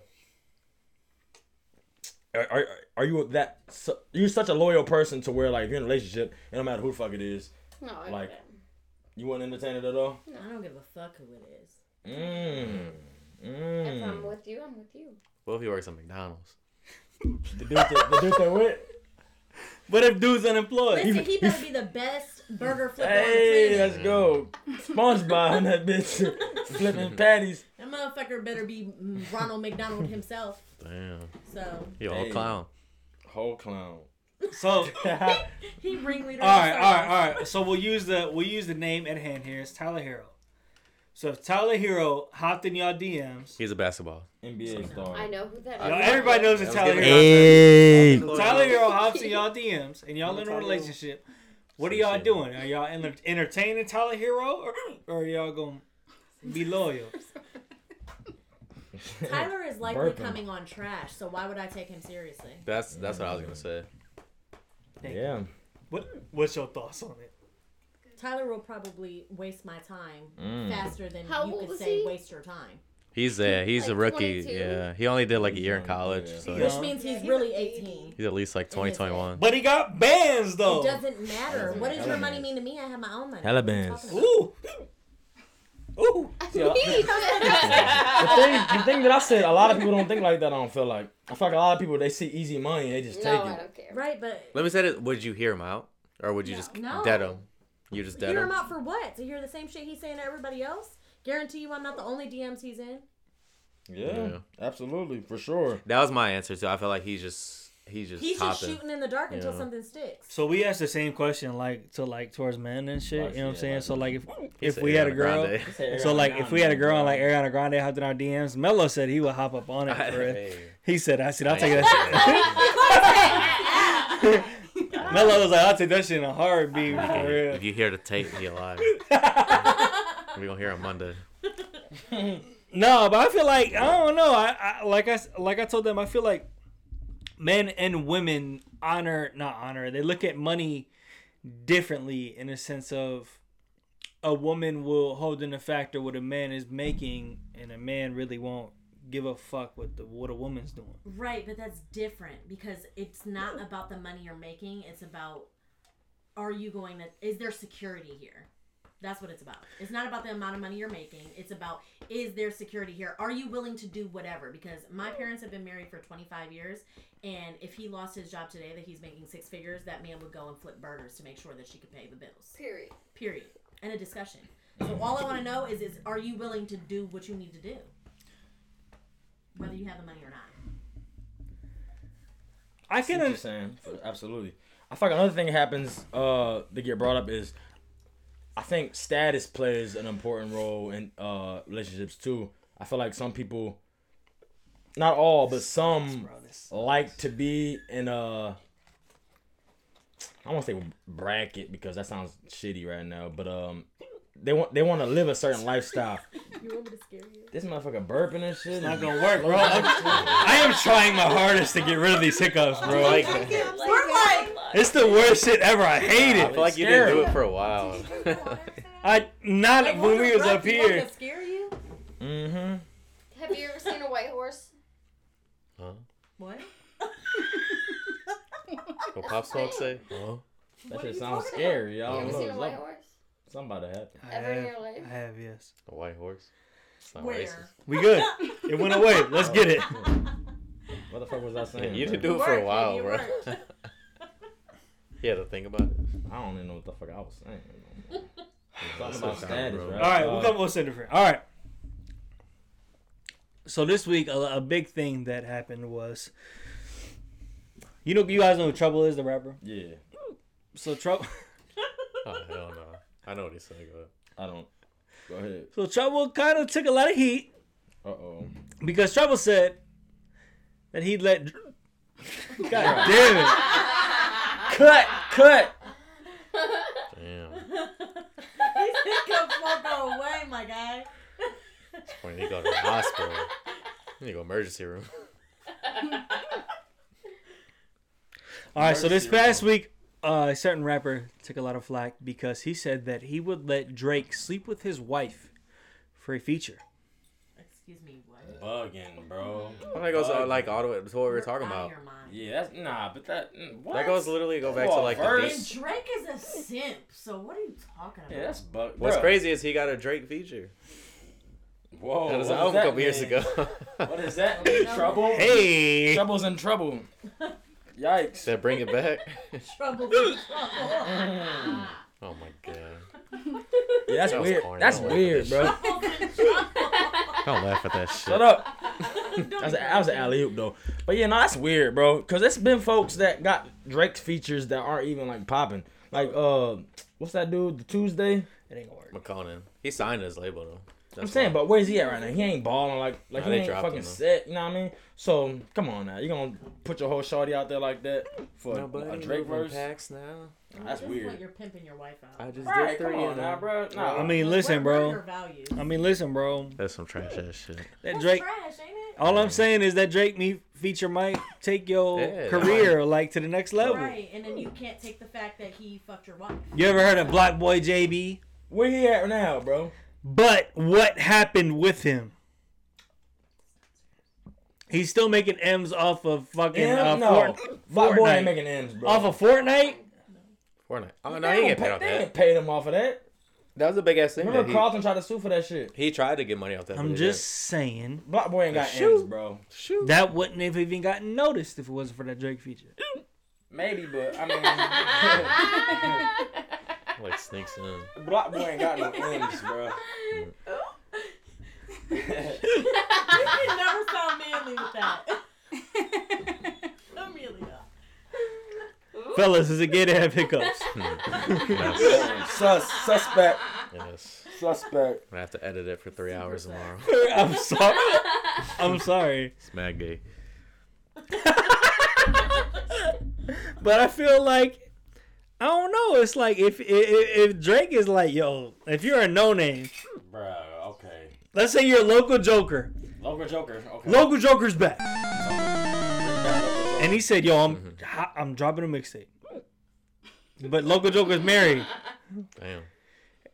Speaker 2: are, are, are you that su- you're such a loyal person to where like if you're in a relationship it don't matter who the fuck it is
Speaker 7: No, I
Speaker 2: Like-
Speaker 7: like,
Speaker 2: you wouldn't entertain it at all
Speaker 6: I don't give a fuck who it is.
Speaker 2: mm.
Speaker 7: if I'm
Speaker 3: hmm.
Speaker 2: Mm.
Speaker 7: with you, I'm with you.
Speaker 4: What if he works at McDonald's?
Speaker 2: The dude that, the dude that went
Speaker 3: But if dude's unemployed,
Speaker 6: Listen, he better be the best burger flipper
Speaker 2: hey
Speaker 6: on the
Speaker 2: let's go SpongeBob and that bitch flipping patties
Speaker 6: planet. That motherfucker better be mm, Ronald McDonald himself.
Speaker 4: Damn.
Speaker 6: So
Speaker 4: He all
Speaker 2: Hey.
Speaker 4: clown.
Speaker 2: whole clown
Speaker 3: so
Speaker 6: he ringleader.
Speaker 3: All right,
Speaker 6: of
Speaker 3: all right, all right. So we'll use the we'll use the name at hand here. It's Tyler Hero. So if Tyler Hero hopped in y'all DMs,
Speaker 4: He's a basketball.
Speaker 2: NBA star
Speaker 7: I know who that is.
Speaker 3: y'all, everybody knows it's Tyler Hero.
Speaker 4: Hey.
Speaker 3: Tyler Hero hops in y'all DMs, and y'all in a relationship. What are y'all doing? Are y'all en- entertaining Tyler Hero, or, or are y'all gonna be loyal?
Speaker 6: all right. Tyler is likely
Speaker 2: Burping.
Speaker 6: coming on trash, so why would I take him seriously?
Speaker 4: That's that's what I was gonna say.
Speaker 2: yeah
Speaker 3: What What's your thoughts on it?
Speaker 6: Tyler will probably waste my time faster than
Speaker 7: How
Speaker 6: you
Speaker 7: old
Speaker 6: could
Speaker 7: is
Speaker 6: say
Speaker 7: he?
Speaker 6: waste your time.
Speaker 4: He's a he's a
Speaker 7: Like
Speaker 4: rookie.
Speaker 7: 22?
Speaker 4: Yeah, he only did like a year in college,
Speaker 2: Yeah.
Speaker 4: so
Speaker 3: Yeah.
Speaker 6: Which means
Speaker 7: Yeah,
Speaker 6: he's
Speaker 7: he's
Speaker 6: really
Speaker 7: a baby.
Speaker 6: 18.
Speaker 4: he's at least like twenty twenty one.
Speaker 3: But he got bands
Speaker 6: It
Speaker 3: though.
Speaker 6: doesn't matter. What does your money mean to me? I have my own money.
Speaker 2: Hella
Speaker 6: What are you
Speaker 2: bands.
Speaker 6: talking about?
Speaker 3: Ooh, ooh.
Speaker 2: the thing, the thing that I said, a lot of people don't think like that. I don't feel like. I feel like a lot of people they see easy money, they just
Speaker 7: no,
Speaker 2: take
Speaker 7: I
Speaker 2: it.
Speaker 7: don't care.
Speaker 6: Right, but
Speaker 4: Let me say this: Would you hear him out, or would you just
Speaker 6: No.
Speaker 4: dead him? You just dead
Speaker 6: hear
Speaker 4: him.
Speaker 6: him out for what? To hear the same shit he's saying to everybody else? Guarantee you I'm not the only DMs he's in.
Speaker 2: Yeah,
Speaker 4: Yeah.
Speaker 2: absolutely, for sure.
Speaker 4: That was my answer too. I feel like he's just he's just
Speaker 6: He's just
Speaker 4: hopping.
Speaker 6: shooting in the dark until
Speaker 4: Yeah.
Speaker 6: something sticks.
Speaker 3: So we asked the same question like to like towards men and shit. you know what I'm
Speaker 2: Yeah,
Speaker 3: saying?
Speaker 2: like-
Speaker 3: so like if
Speaker 4: He
Speaker 3: if
Speaker 4: said
Speaker 3: we had a
Speaker 4: Ariana
Speaker 3: girl.
Speaker 4: Grande.
Speaker 3: So like, if we had a girl on like Ariana Grande hopped in our DMs, Mello said he would hop up on it for it.
Speaker 4: Hey.
Speaker 3: He said, "I said I'll take that shit." Mello was like, "I'll take that shit in a heartbeat for real."
Speaker 4: If you hear the tape, he alive. we gonna hear him Monday.
Speaker 3: No, but I feel like I don't know. I, I like I s- like I told them. I feel like men and women honor not honor. They look at money differently in a sense of a woman will hold in a factor what a man is making, and a man really won't give a fuck what the what a woman's doing.
Speaker 6: Right, but that's different because it's not about the money you're making. It's about are you going to is there security here? That's what it's about. It's not about the amount of money you're making. It's about is there security here? Are you willing to do whatever? Because my parents have been married for 25 years, and if he lost his job today that he's making six figures, that man would go and flip burgers to make sure that she could pay the bills.
Speaker 7: Period.
Speaker 6: Period. And a discussion. So all I want to know is is are you willing to do what you need to do? Whether you have the money or not.
Speaker 3: I
Speaker 2: I
Speaker 3: can
Speaker 2: what you're saying. Absolutely. I feel like another thing that happens uh, that get brought up is I think status plays an important role in uh, relationships too. I feel like some people, not all, but some like to be in a. I won't say bracket because that sounds shitty right now, but um, they want they want to live a certain lifestyle.
Speaker 7: You want me to scare you?
Speaker 2: This motherfucker burping and shit.
Speaker 3: not gonna work, bro. I'm- I am trying my hardest to get rid of these hiccups, bro. Like,
Speaker 6: We're like,
Speaker 3: it's the worst shit ever. I hate
Speaker 4: I
Speaker 3: it.
Speaker 4: feel like you didn't do it for a while.
Speaker 3: I not when we was up here.
Speaker 6: Scare you?
Speaker 2: Mm-hmm.
Speaker 7: Have you ever seen a white horse?
Speaker 4: huh?
Speaker 6: What?
Speaker 4: What Pop Smoke say? Huh?
Speaker 2: That
Speaker 6: are
Speaker 2: shit
Speaker 6: you
Speaker 2: sounds
Speaker 6: talking
Speaker 2: scary. I
Speaker 7: You
Speaker 3: Oh,
Speaker 2: don't
Speaker 7: ever
Speaker 2: know.
Speaker 7: seen a
Speaker 2: It's
Speaker 7: white
Speaker 2: like-
Speaker 7: horse?
Speaker 2: Something about to happen.
Speaker 3: I
Speaker 7: Ever in
Speaker 3: have,
Speaker 7: your life?
Speaker 3: I have yes.
Speaker 4: A white horse. It's not
Speaker 6: Where?
Speaker 4: racist.
Speaker 3: We good. It went away. Let's get it.
Speaker 2: What the fuck was I
Speaker 4: Yeah,
Speaker 2: saying?
Speaker 4: you
Speaker 2: bro?
Speaker 4: did do it
Speaker 6: It
Speaker 4: for
Speaker 6: worked,
Speaker 4: a while,
Speaker 6: baby,
Speaker 4: bro.
Speaker 6: it
Speaker 4: yeah, the thing about it.
Speaker 2: I don't even know what the fuck I was saying. bro. Something
Speaker 4: That's
Speaker 2: about
Speaker 4: so dumb,
Speaker 2: status,
Speaker 4: bro.
Speaker 2: bro.
Speaker 3: All right, we'll
Speaker 2: Uh,
Speaker 3: come with different. All right. So this week, a, a big thing that happened was, you know, you guys know who Trouble is, the rapper.
Speaker 2: Yeah,
Speaker 3: So Trouble,
Speaker 4: Oh, hell no. I know what he's saying. But...
Speaker 2: I don't. Go ahead.
Speaker 3: so Trouble kind of took a lot of heat
Speaker 2: Uh oh.
Speaker 3: because Trouble said that he let. God damn it!
Speaker 2: Cut! Cut!
Speaker 4: Damn.
Speaker 6: He said, "Come fuck away, my guy."
Speaker 4: When you go to the hospital, you go emergency room.
Speaker 3: All right, so this past week, uh, a certain rapper took a lot of flack because he said that he would let Drake sleep with his wife for a feature.
Speaker 6: Excuse me, what?
Speaker 2: Bugging, bro.
Speaker 4: That goes uh, like all the way to what we were
Speaker 6: You're
Speaker 4: talking
Speaker 6: out
Speaker 4: about.
Speaker 6: of your mind.
Speaker 2: Yeah, that's nah, but that mm, what?
Speaker 4: That goes literally go back to
Speaker 2: Well,
Speaker 4: like the
Speaker 2: verse-
Speaker 4: beat.
Speaker 6: Drake is a simp, so what are you talking about?
Speaker 2: Yeah, that's bug.
Speaker 4: What's
Speaker 2: bruh.
Speaker 4: crazy is he got a Drake feature.
Speaker 2: Whoa,
Speaker 4: That was
Speaker 2: what does
Speaker 4: an album a
Speaker 2: that
Speaker 4: couple years
Speaker 2: mean?
Speaker 4: ago.
Speaker 2: What is that? mean? trouble?
Speaker 4: hey,
Speaker 2: trouble's in trouble. Yikes!
Speaker 4: that bring it back.
Speaker 6: trouble. with trouble.
Speaker 4: Oh my god,
Speaker 2: Yeah, that's
Speaker 4: That was
Speaker 2: weird.
Speaker 4: corny.
Speaker 2: That's
Speaker 4: I don't like
Speaker 2: weird,
Speaker 4: this
Speaker 2: bro.
Speaker 4: don't laugh at that shit.
Speaker 2: Shut up. That was, that was an alley oop though. But yeah, no, that's weird, bro. Cause it's been folks that got Drake's features that aren't even like popping. Like uh, what's that dude? The Tuesday.
Speaker 3: It ain't gonna work.
Speaker 4: McConan, he signed his label though. That's
Speaker 2: I'm saying,
Speaker 4: why.
Speaker 2: but where's he at right now? He ain't balling like like
Speaker 4: Nah,
Speaker 2: he
Speaker 4: they
Speaker 2: ain't
Speaker 4: dropped
Speaker 2: fucking
Speaker 4: him, though.
Speaker 2: set. You know what I mean? So come on now, you gonna put your whole shorty out there like that for a Drake verse?
Speaker 4: Packs now.
Speaker 2: Nah, that's weird.
Speaker 6: You're pimping your wife out.
Speaker 4: I just
Speaker 2: Right,
Speaker 4: did three
Speaker 2: come on
Speaker 4: of
Speaker 2: now,
Speaker 4: them.
Speaker 2: bro. Nah,
Speaker 3: I mean,
Speaker 6: Where-
Speaker 3: listen,
Speaker 6: where are
Speaker 3: bro.
Speaker 6: Your values.
Speaker 3: I mean, listen, bro.
Speaker 4: That's some trash ass shit.
Speaker 3: That
Speaker 6: That's
Speaker 3: Drake.
Speaker 6: trash, ain't it?
Speaker 3: All I'm saying is that Drake me feature might take your
Speaker 4: Yeah,
Speaker 3: career like to the next level.
Speaker 6: Right, and then you can't take the fact that he fucked your wife.
Speaker 3: You ever heard of Black Boy JB?
Speaker 2: where he at now, bro?
Speaker 3: But what happened with him? He's still making M's off of fucking uh,
Speaker 2: M? no,
Speaker 3: Fort-
Speaker 2: Fat boy
Speaker 3: Fortnite.
Speaker 2: ain't making M's, bro.
Speaker 3: off of Fortnite.
Speaker 4: Fortnite. Oh no,
Speaker 2: They
Speaker 4: he
Speaker 2: don't
Speaker 4: ain't paid
Speaker 2: pay-
Speaker 4: off
Speaker 2: They
Speaker 4: that.
Speaker 2: ain't paid him off of that.
Speaker 4: That was a big ass thing.
Speaker 2: Remember
Speaker 4: That he,
Speaker 2: Carlton tried to sue for that shit.
Speaker 4: he tried to get money off that. but
Speaker 3: I'm
Speaker 4: he didn't.
Speaker 3: just saying
Speaker 2: Black boy ain't got
Speaker 4: Shoot.
Speaker 2: M's, bro.
Speaker 4: shoot.
Speaker 3: that wouldn't have even gotten noticed if it wasn't for that Drake feature.
Speaker 2: Maybe, but I
Speaker 4: like sneaks in.
Speaker 2: mean, Black boy ain't got no M's, bro.
Speaker 6: You never sound manly with that. I'm really not.
Speaker 3: Fellas, is it gay to have hiccups?
Speaker 4: Yes.
Speaker 2: Sus, suspect,
Speaker 4: yes.
Speaker 2: suspect.
Speaker 4: I'm gonna have to edit it for three hours tomorrow.
Speaker 3: I'm sorry. I'm sorry.
Speaker 4: It's mad gay.
Speaker 3: But I feel like I don't know. It's like if if, if Drake is like, yo, if you're a no name,
Speaker 2: Bro, okay.
Speaker 3: let's say you're a local Joker.
Speaker 2: Local Joker, okay.
Speaker 3: Local Joker's back, and he said, yo, I'm
Speaker 2: Mm-hmm.
Speaker 3: hi- I'm dropping a mixtape. But local Joker's married,
Speaker 4: Damn.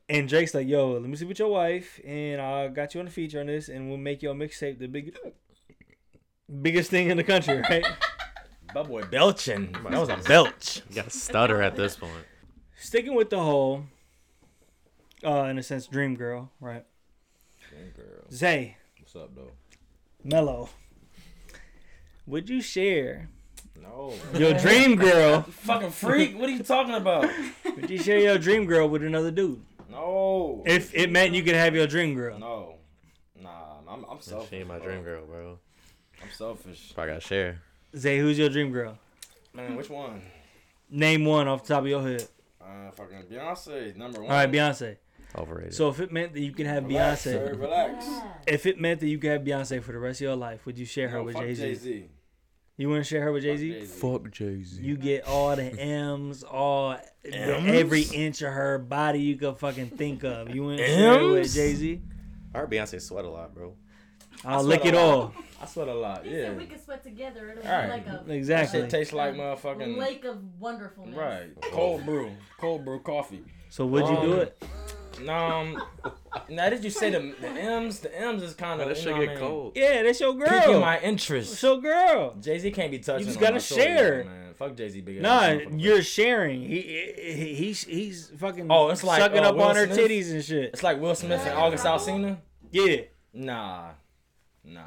Speaker 3: and Drake's like, yo, let me sleep with your wife, and I got you on a feature on this, and we'll make your mixtape the big. Biggest thing in the country, right?
Speaker 2: Bad boy belching. That was a
Speaker 3: belch.
Speaker 4: You gotta stutter at this point.
Speaker 3: Sticking with the whole, uh, in a sense, dream girl, right?
Speaker 2: girl.
Speaker 3: Zay,
Speaker 2: What's up, though?
Speaker 3: Mello, would you share
Speaker 2: No.
Speaker 3: your dream girl?
Speaker 2: Fucking freak, what are you talking about?
Speaker 3: Would you share your dream girl with another dude?
Speaker 2: No.
Speaker 3: If it meant you could have your dream girl.
Speaker 2: No. Nah, I'm, I'm selfish.
Speaker 4: She ain't my
Speaker 2: bro.
Speaker 4: dream girl, bro.
Speaker 2: I'm selfish.
Speaker 4: Probably gotta share.
Speaker 3: Zay, who's your dream girl?
Speaker 2: Man, which one?
Speaker 3: Name one off the top of your head.
Speaker 2: Uh, fucking Beyonce, number one.
Speaker 3: All right, Beyonce.
Speaker 4: Overrated.
Speaker 3: So if it meant that you could have
Speaker 2: Relax, sir,
Speaker 3: Beyonce,
Speaker 2: relax.
Speaker 3: if it meant that you could have Beyonce for the rest of your life, would you share her
Speaker 2: No,
Speaker 3: with
Speaker 2: fuck
Speaker 3: Jay Z?
Speaker 2: Jay-Z.
Speaker 3: You wouldn't share her with Jay Z?
Speaker 2: Jay-Z.
Speaker 4: fuck Jay Z.
Speaker 3: You get all the M's, all the- every inch of her body you could fucking think of. You wouldn't share it with
Speaker 2: M's?
Speaker 3: Jay Z?
Speaker 4: I heard Beyonce sweat a lot, bro.
Speaker 3: I'll
Speaker 2: sweat
Speaker 3: lick
Speaker 2: a
Speaker 3: it
Speaker 2: lot.
Speaker 3: all.
Speaker 2: I sweat a lot,
Speaker 6: He
Speaker 2: yeah.
Speaker 6: said we could sweat together. It'll
Speaker 2: All right.
Speaker 6: be like
Speaker 2: That shit
Speaker 3: Exactly.
Speaker 2: tastes like
Speaker 6: a
Speaker 2: motherfucking
Speaker 6: lake of wonderfulness.
Speaker 2: right. Cold brew, cold brew coffee.
Speaker 3: So would you do
Speaker 2: Um,
Speaker 3: it?
Speaker 2: Um, now did you say the, the M's? The M's is kind of
Speaker 4: That
Speaker 2: you know
Speaker 4: shit
Speaker 2: what I
Speaker 4: get
Speaker 2: mean?
Speaker 4: cold.
Speaker 3: Yeah, that's your
Speaker 2: Piquing
Speaker 3: girl.
Speaker 2: my interest.
Speaker 3: That's your girl.
Speaker 2: Jay Z can't be touching.
Speaker 3: just
Speaker 2: on
Speaker 3: gotta
Speaker 2: my shorty,
Speaker 3: share.
Speaker 2: man. Fuck Jay Z, big.
Speaker 3: Nah,
Speaker 2: ass motherfucker.
Speaker 3: you're sharing. He, he he's he's fucking.
Speaker 2: Oh, it's like,
Speaker 3: sucking
Speaker 2: uh,
Speaker 3: up
Speaker 2: Will
Speaker 3: on her
Speaker 2: Smith?
Speaker 3: titties and shit.
Speaker 2: It's like Will Smith and August Alsina.
Speaker 3: Yeah,
Speaker 2: Nah, nah.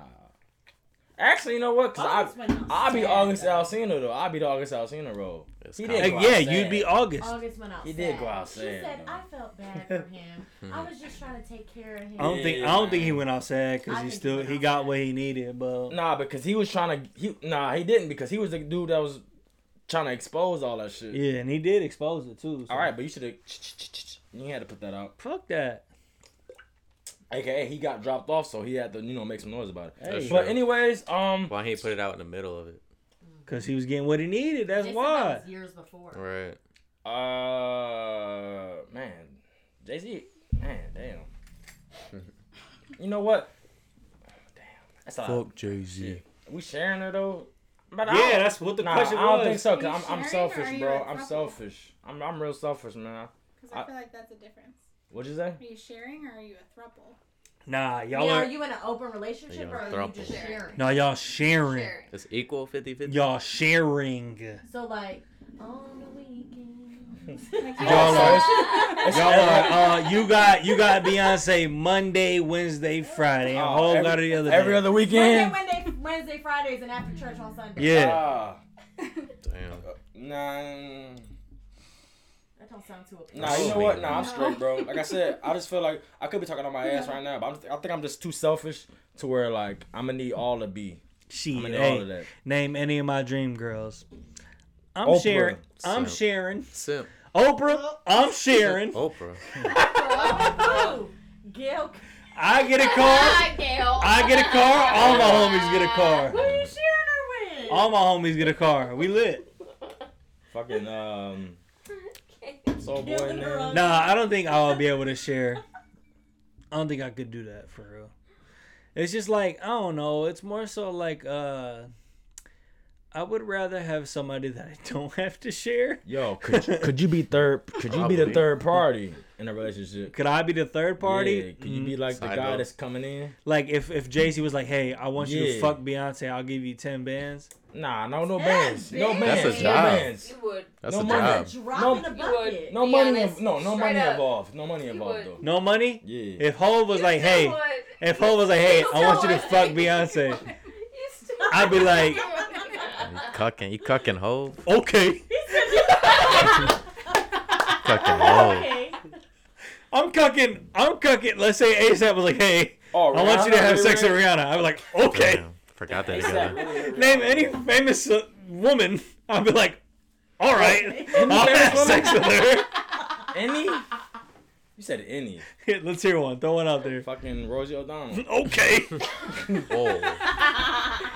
Speaker 2: Actually, you know what? Cause
Speaker 6: August
Speaker 2: I,
Speaker 6: went out
Speaker 2: I'll be
Speaker 6: sad,
Speaker 2: August
Speaker 6: though.
Speaker 2: Alcina though. I'll be the August Alcina role.
Speaker 4: It's
Speaker 2: He
Speaker 4: kinda-
Speaker 2: did
Speaker 3: Like,
Speaker 2: go
Speaker 3: yeah,
Speaker 2: outside.
Speaker 3: you'd be August.
Speaker 6: August went out.
Speaker 2: He did
Speaker 6: sad.
Speaker 2: go out
Speaker 6: She
Speaker 2: sad,
Speaker 6: said,
Speaker 2: though.
Speaker 6: "I felt bad for him. I was just trying to take care of him."
Speaker 3: I don't think I don't think he went outside
Speaker 6: I
Speaker 3: because he
Speaker 6: think he
Speaker 3: still
Speaker 6: went
Speaker 3: he
Speaker 6: out
Speaker 3: got
Speaker 6: sad.
Speaker 3: what he needed, but
Speaker 2: Nah, because he was trying to. He nah, he didn't because he was the dude that was trying to expose all that shit.
Speaker 3: yeah, and he did expose it too. so-
Speaker 2: All right, but you should have. You had to put that out.
Speaker 3: fuck that.
Speaker 2: AKA, he got dropped off, so he had to you know make some noise about it.
Speaker 4: That's
Speaker 3: Hey,
Speaker 4: true.
Speaker 2: But anyways, um,
Speaker 4: Why he put it out in the middle of it?
Speaker 3: because he was getting what he needed. That's
Speaker 6: This
Speaker 3: why.
Speaker 6: was Years before.
Speaker 4: Right.
Speaker 2: uh, man, Jay Z, man, damn. you know what? Damn, that's all. I-
Speaker 4: Jay Z.
Speaker 2: We sharing her though. But I
Speaker 3: Yeah,
Speaker 2: don't-
Speaker 3: that's what the
Speaker 2: Nah, I
Speaker 3: question
Speaker 2: don't
Speaker 3: was.
Speaker 2: think so. Cause
Speaker 8: You
Speaker 2: I'm, I'm
Speaker 8: sharing or are
Speaker 2: selfish,
Speaker 8: you
Speaker 2: bro.
Speaker 8: a
Speaker 2: I'm
Speaker 8: couple?
Speaker 2: selfish. I'm I'm real selfish, man.
Speaker 8: Because
Speaker 3: Uh,
Speaker 2: I-
Speaker 8: I feel like that's a difference.
Speaker 2: What'd you say?
Speaker 8: Are you sharing or are you a throuple?
Speaker 3: Nah, y'all
Speaker 6: yeah,
Speaker 3: are
Speaker 6: are you in an open relationship
Speaker 4: Y'all
Speaker 6: or are you
Speaker 4: throuple.
Speaker 6: just sharing?
Speaker 3: no y'all sharing.
Speaker 8: Sharing.
Speaker 4: It's equal 50 50.
Speaker 3: Y'all sharing.
Speaker 6: So like on the weekend.
Speaker 8: Like, you
Speaker 3: Y'all
Speaker 8: know,
Speaker 3: are-
Speaker 2: It's-
Speaker 3: Y'all are uh, you got you got Beyonce Monday, Wednesday, Friday, a
Speaker 2: Oh,
Speaker 3: whole
Speaker 2: every-
Speaker 3: lot of the other
Speaker 2: Every
Speaker 3: day.
Speaker 2: other
Speaker 6: Monday,
Speaker 2: weekend.
Speaker 6: Wednesday, Wednesday, Fridays, and after church on Sunday.
Speaker 3: Yeah.
Speaker 2: Ah,
Speaker 4: Damn.
Speaker 2: nah,
Speaker 6: That don't sound too appealing.
Speaker 2: nah. You know
Speaker 4: Oh,
Speaker 2: what?
Speaker 4: man.
Speaker 2: Nah, I'm straight, bro. Like I said, I just feel like I could be talking on my ass right now, but I'm, I think I'm just too selfish to where like I'm gonna need all to be.
Speaker 3: She
Speaker 2: I'm gonna need all of
Speaker 3: hey,
Speaker 2: that.
Speaker 3: name any of my dream girls. I'm
Speaker 2: Oprah.
Speaker 3: sharing. I'm
Speaker 4: So-
Speaker 3: sharing.
Speaker 4: Simp.
Speaker 3: Oprah. I'm sharing.
Speaker 2: Oh.
Speaker 4: Oprah.
Speaker 6: Ooh, Gail,
Speaker 3: I get a car.
Speaker 7: Hi, Gail.
Speaker 3: I get a car. All my homies get a
Speaker 6: who
Speaker 3: car.
Speaker 6: you sharing her with?
Speaker 3: All my homies get a car. We lit.
Speaker 2: Fucking um, soul boy
Speaker 6: Killing her
Speaker 2: name.
Speaker 6: on-
Speaker 3: Nah, I don't think I'll be able to share. I don't think I could do that for real. It's just like I don't know. It's more so like uh, I would rather have somebody that I don't have to share.
Speaker 2: Yo, could you, could you be third? Could you be the
Speaker 4: Probably.
Speaker 2: third party Mm-hmm. in a relationship?
Speaker 3: Could I be the third
Speaker 2: Yeah,
Speaker 3: party?
Speaker 2: could you be
Speaker 3: Mm.
Speaker 2: like the
Speaker 4: Side
Speaker 2: guy
Speaker 4: note.
Speaker 2: that's coming in?
Speaker 3: like if if Jay Z was like, "Hey, I want you
Speaker 2: Yeah.
Speaker 3: to fuck Beyonce. I'll give you ten bands."
Speaker 2: Nah, no, no
Speaker 6: Ah,
Speaker 2: bands, no
Speaker 6: bitch.
Speaker 2: bands,
Speaker 4: That's a
Speaker 2: no
Speaker 4: job.
Speaker 2: bands.
Speaker 7: You would.
Speaker 4: That's
Speaker 2: No
Speaker 4: a
Speaker 2: money.
Speaker 4: job.
Speaker 6: Drop
Speaker 2: No,
Speaker 6: in the
Speaker 7: you
Speaker 6: bucket.
Speaker 7: would-
Speaker 2: No
Speaker 7: Be
Speaker 2: money,
Speaker 7: honest,
Speaker 2: no, no
Speaker 7: straight
Speaker 2: money
Speaker 7: up.
Speaker 2: involved. No money
Speaker 7: You
Speaker 2: involved
Speaker 7: would.
Speaker 2: though.
Speaker 3: No money.
Speaker 2: Yeah.
Speaker 3: If Hov was like,
Speaker 7: You
Speaker 3: "Hey,"
Speaker 7: would.
Speaker 3: if Hov was like, "Hey,
Speaker 7: You
Speaker 3: I want you to
Speaker 7: would.
Speaker 3: fuck Beyonce,"
Speaker 7: You still
Speaker 3: I'd be like,
Speaker 4: You cucking. You cucking hoe.
Speaker 3: "Okay,
Speaker 4: Cucking hoe.
Speaker 6: okay.
Speaker 3: I'm cucking. I'm cucking." Let's say ASAP was like, "Hey,
Speaker 2: oh,
Speaker 3: I want you to
Speaker 2: Rihanna,
Speaker 3: have sex with
Speaker 2: really?
Speaker 3: Rihanna." I'm like, "Okay."
Speaker 4: Damn. Forgot that
Speaker 2: Exactly.
Speaker 4: again.
Speaker 3: Name any famous uh, woman. I'll be like, all right, I'll
Speaker 2: famous
Speaker 3: have
Speaker 2: woman?
Speaker 3: sex with her.
Speaker 2: any. You said any.
Speaker 3: Here, Let's hear one. Throw one out there.
Speaker 2: Fucking Rosie O'Donnell.
Speaker 3: Okay.
Speaker 4: Whoa.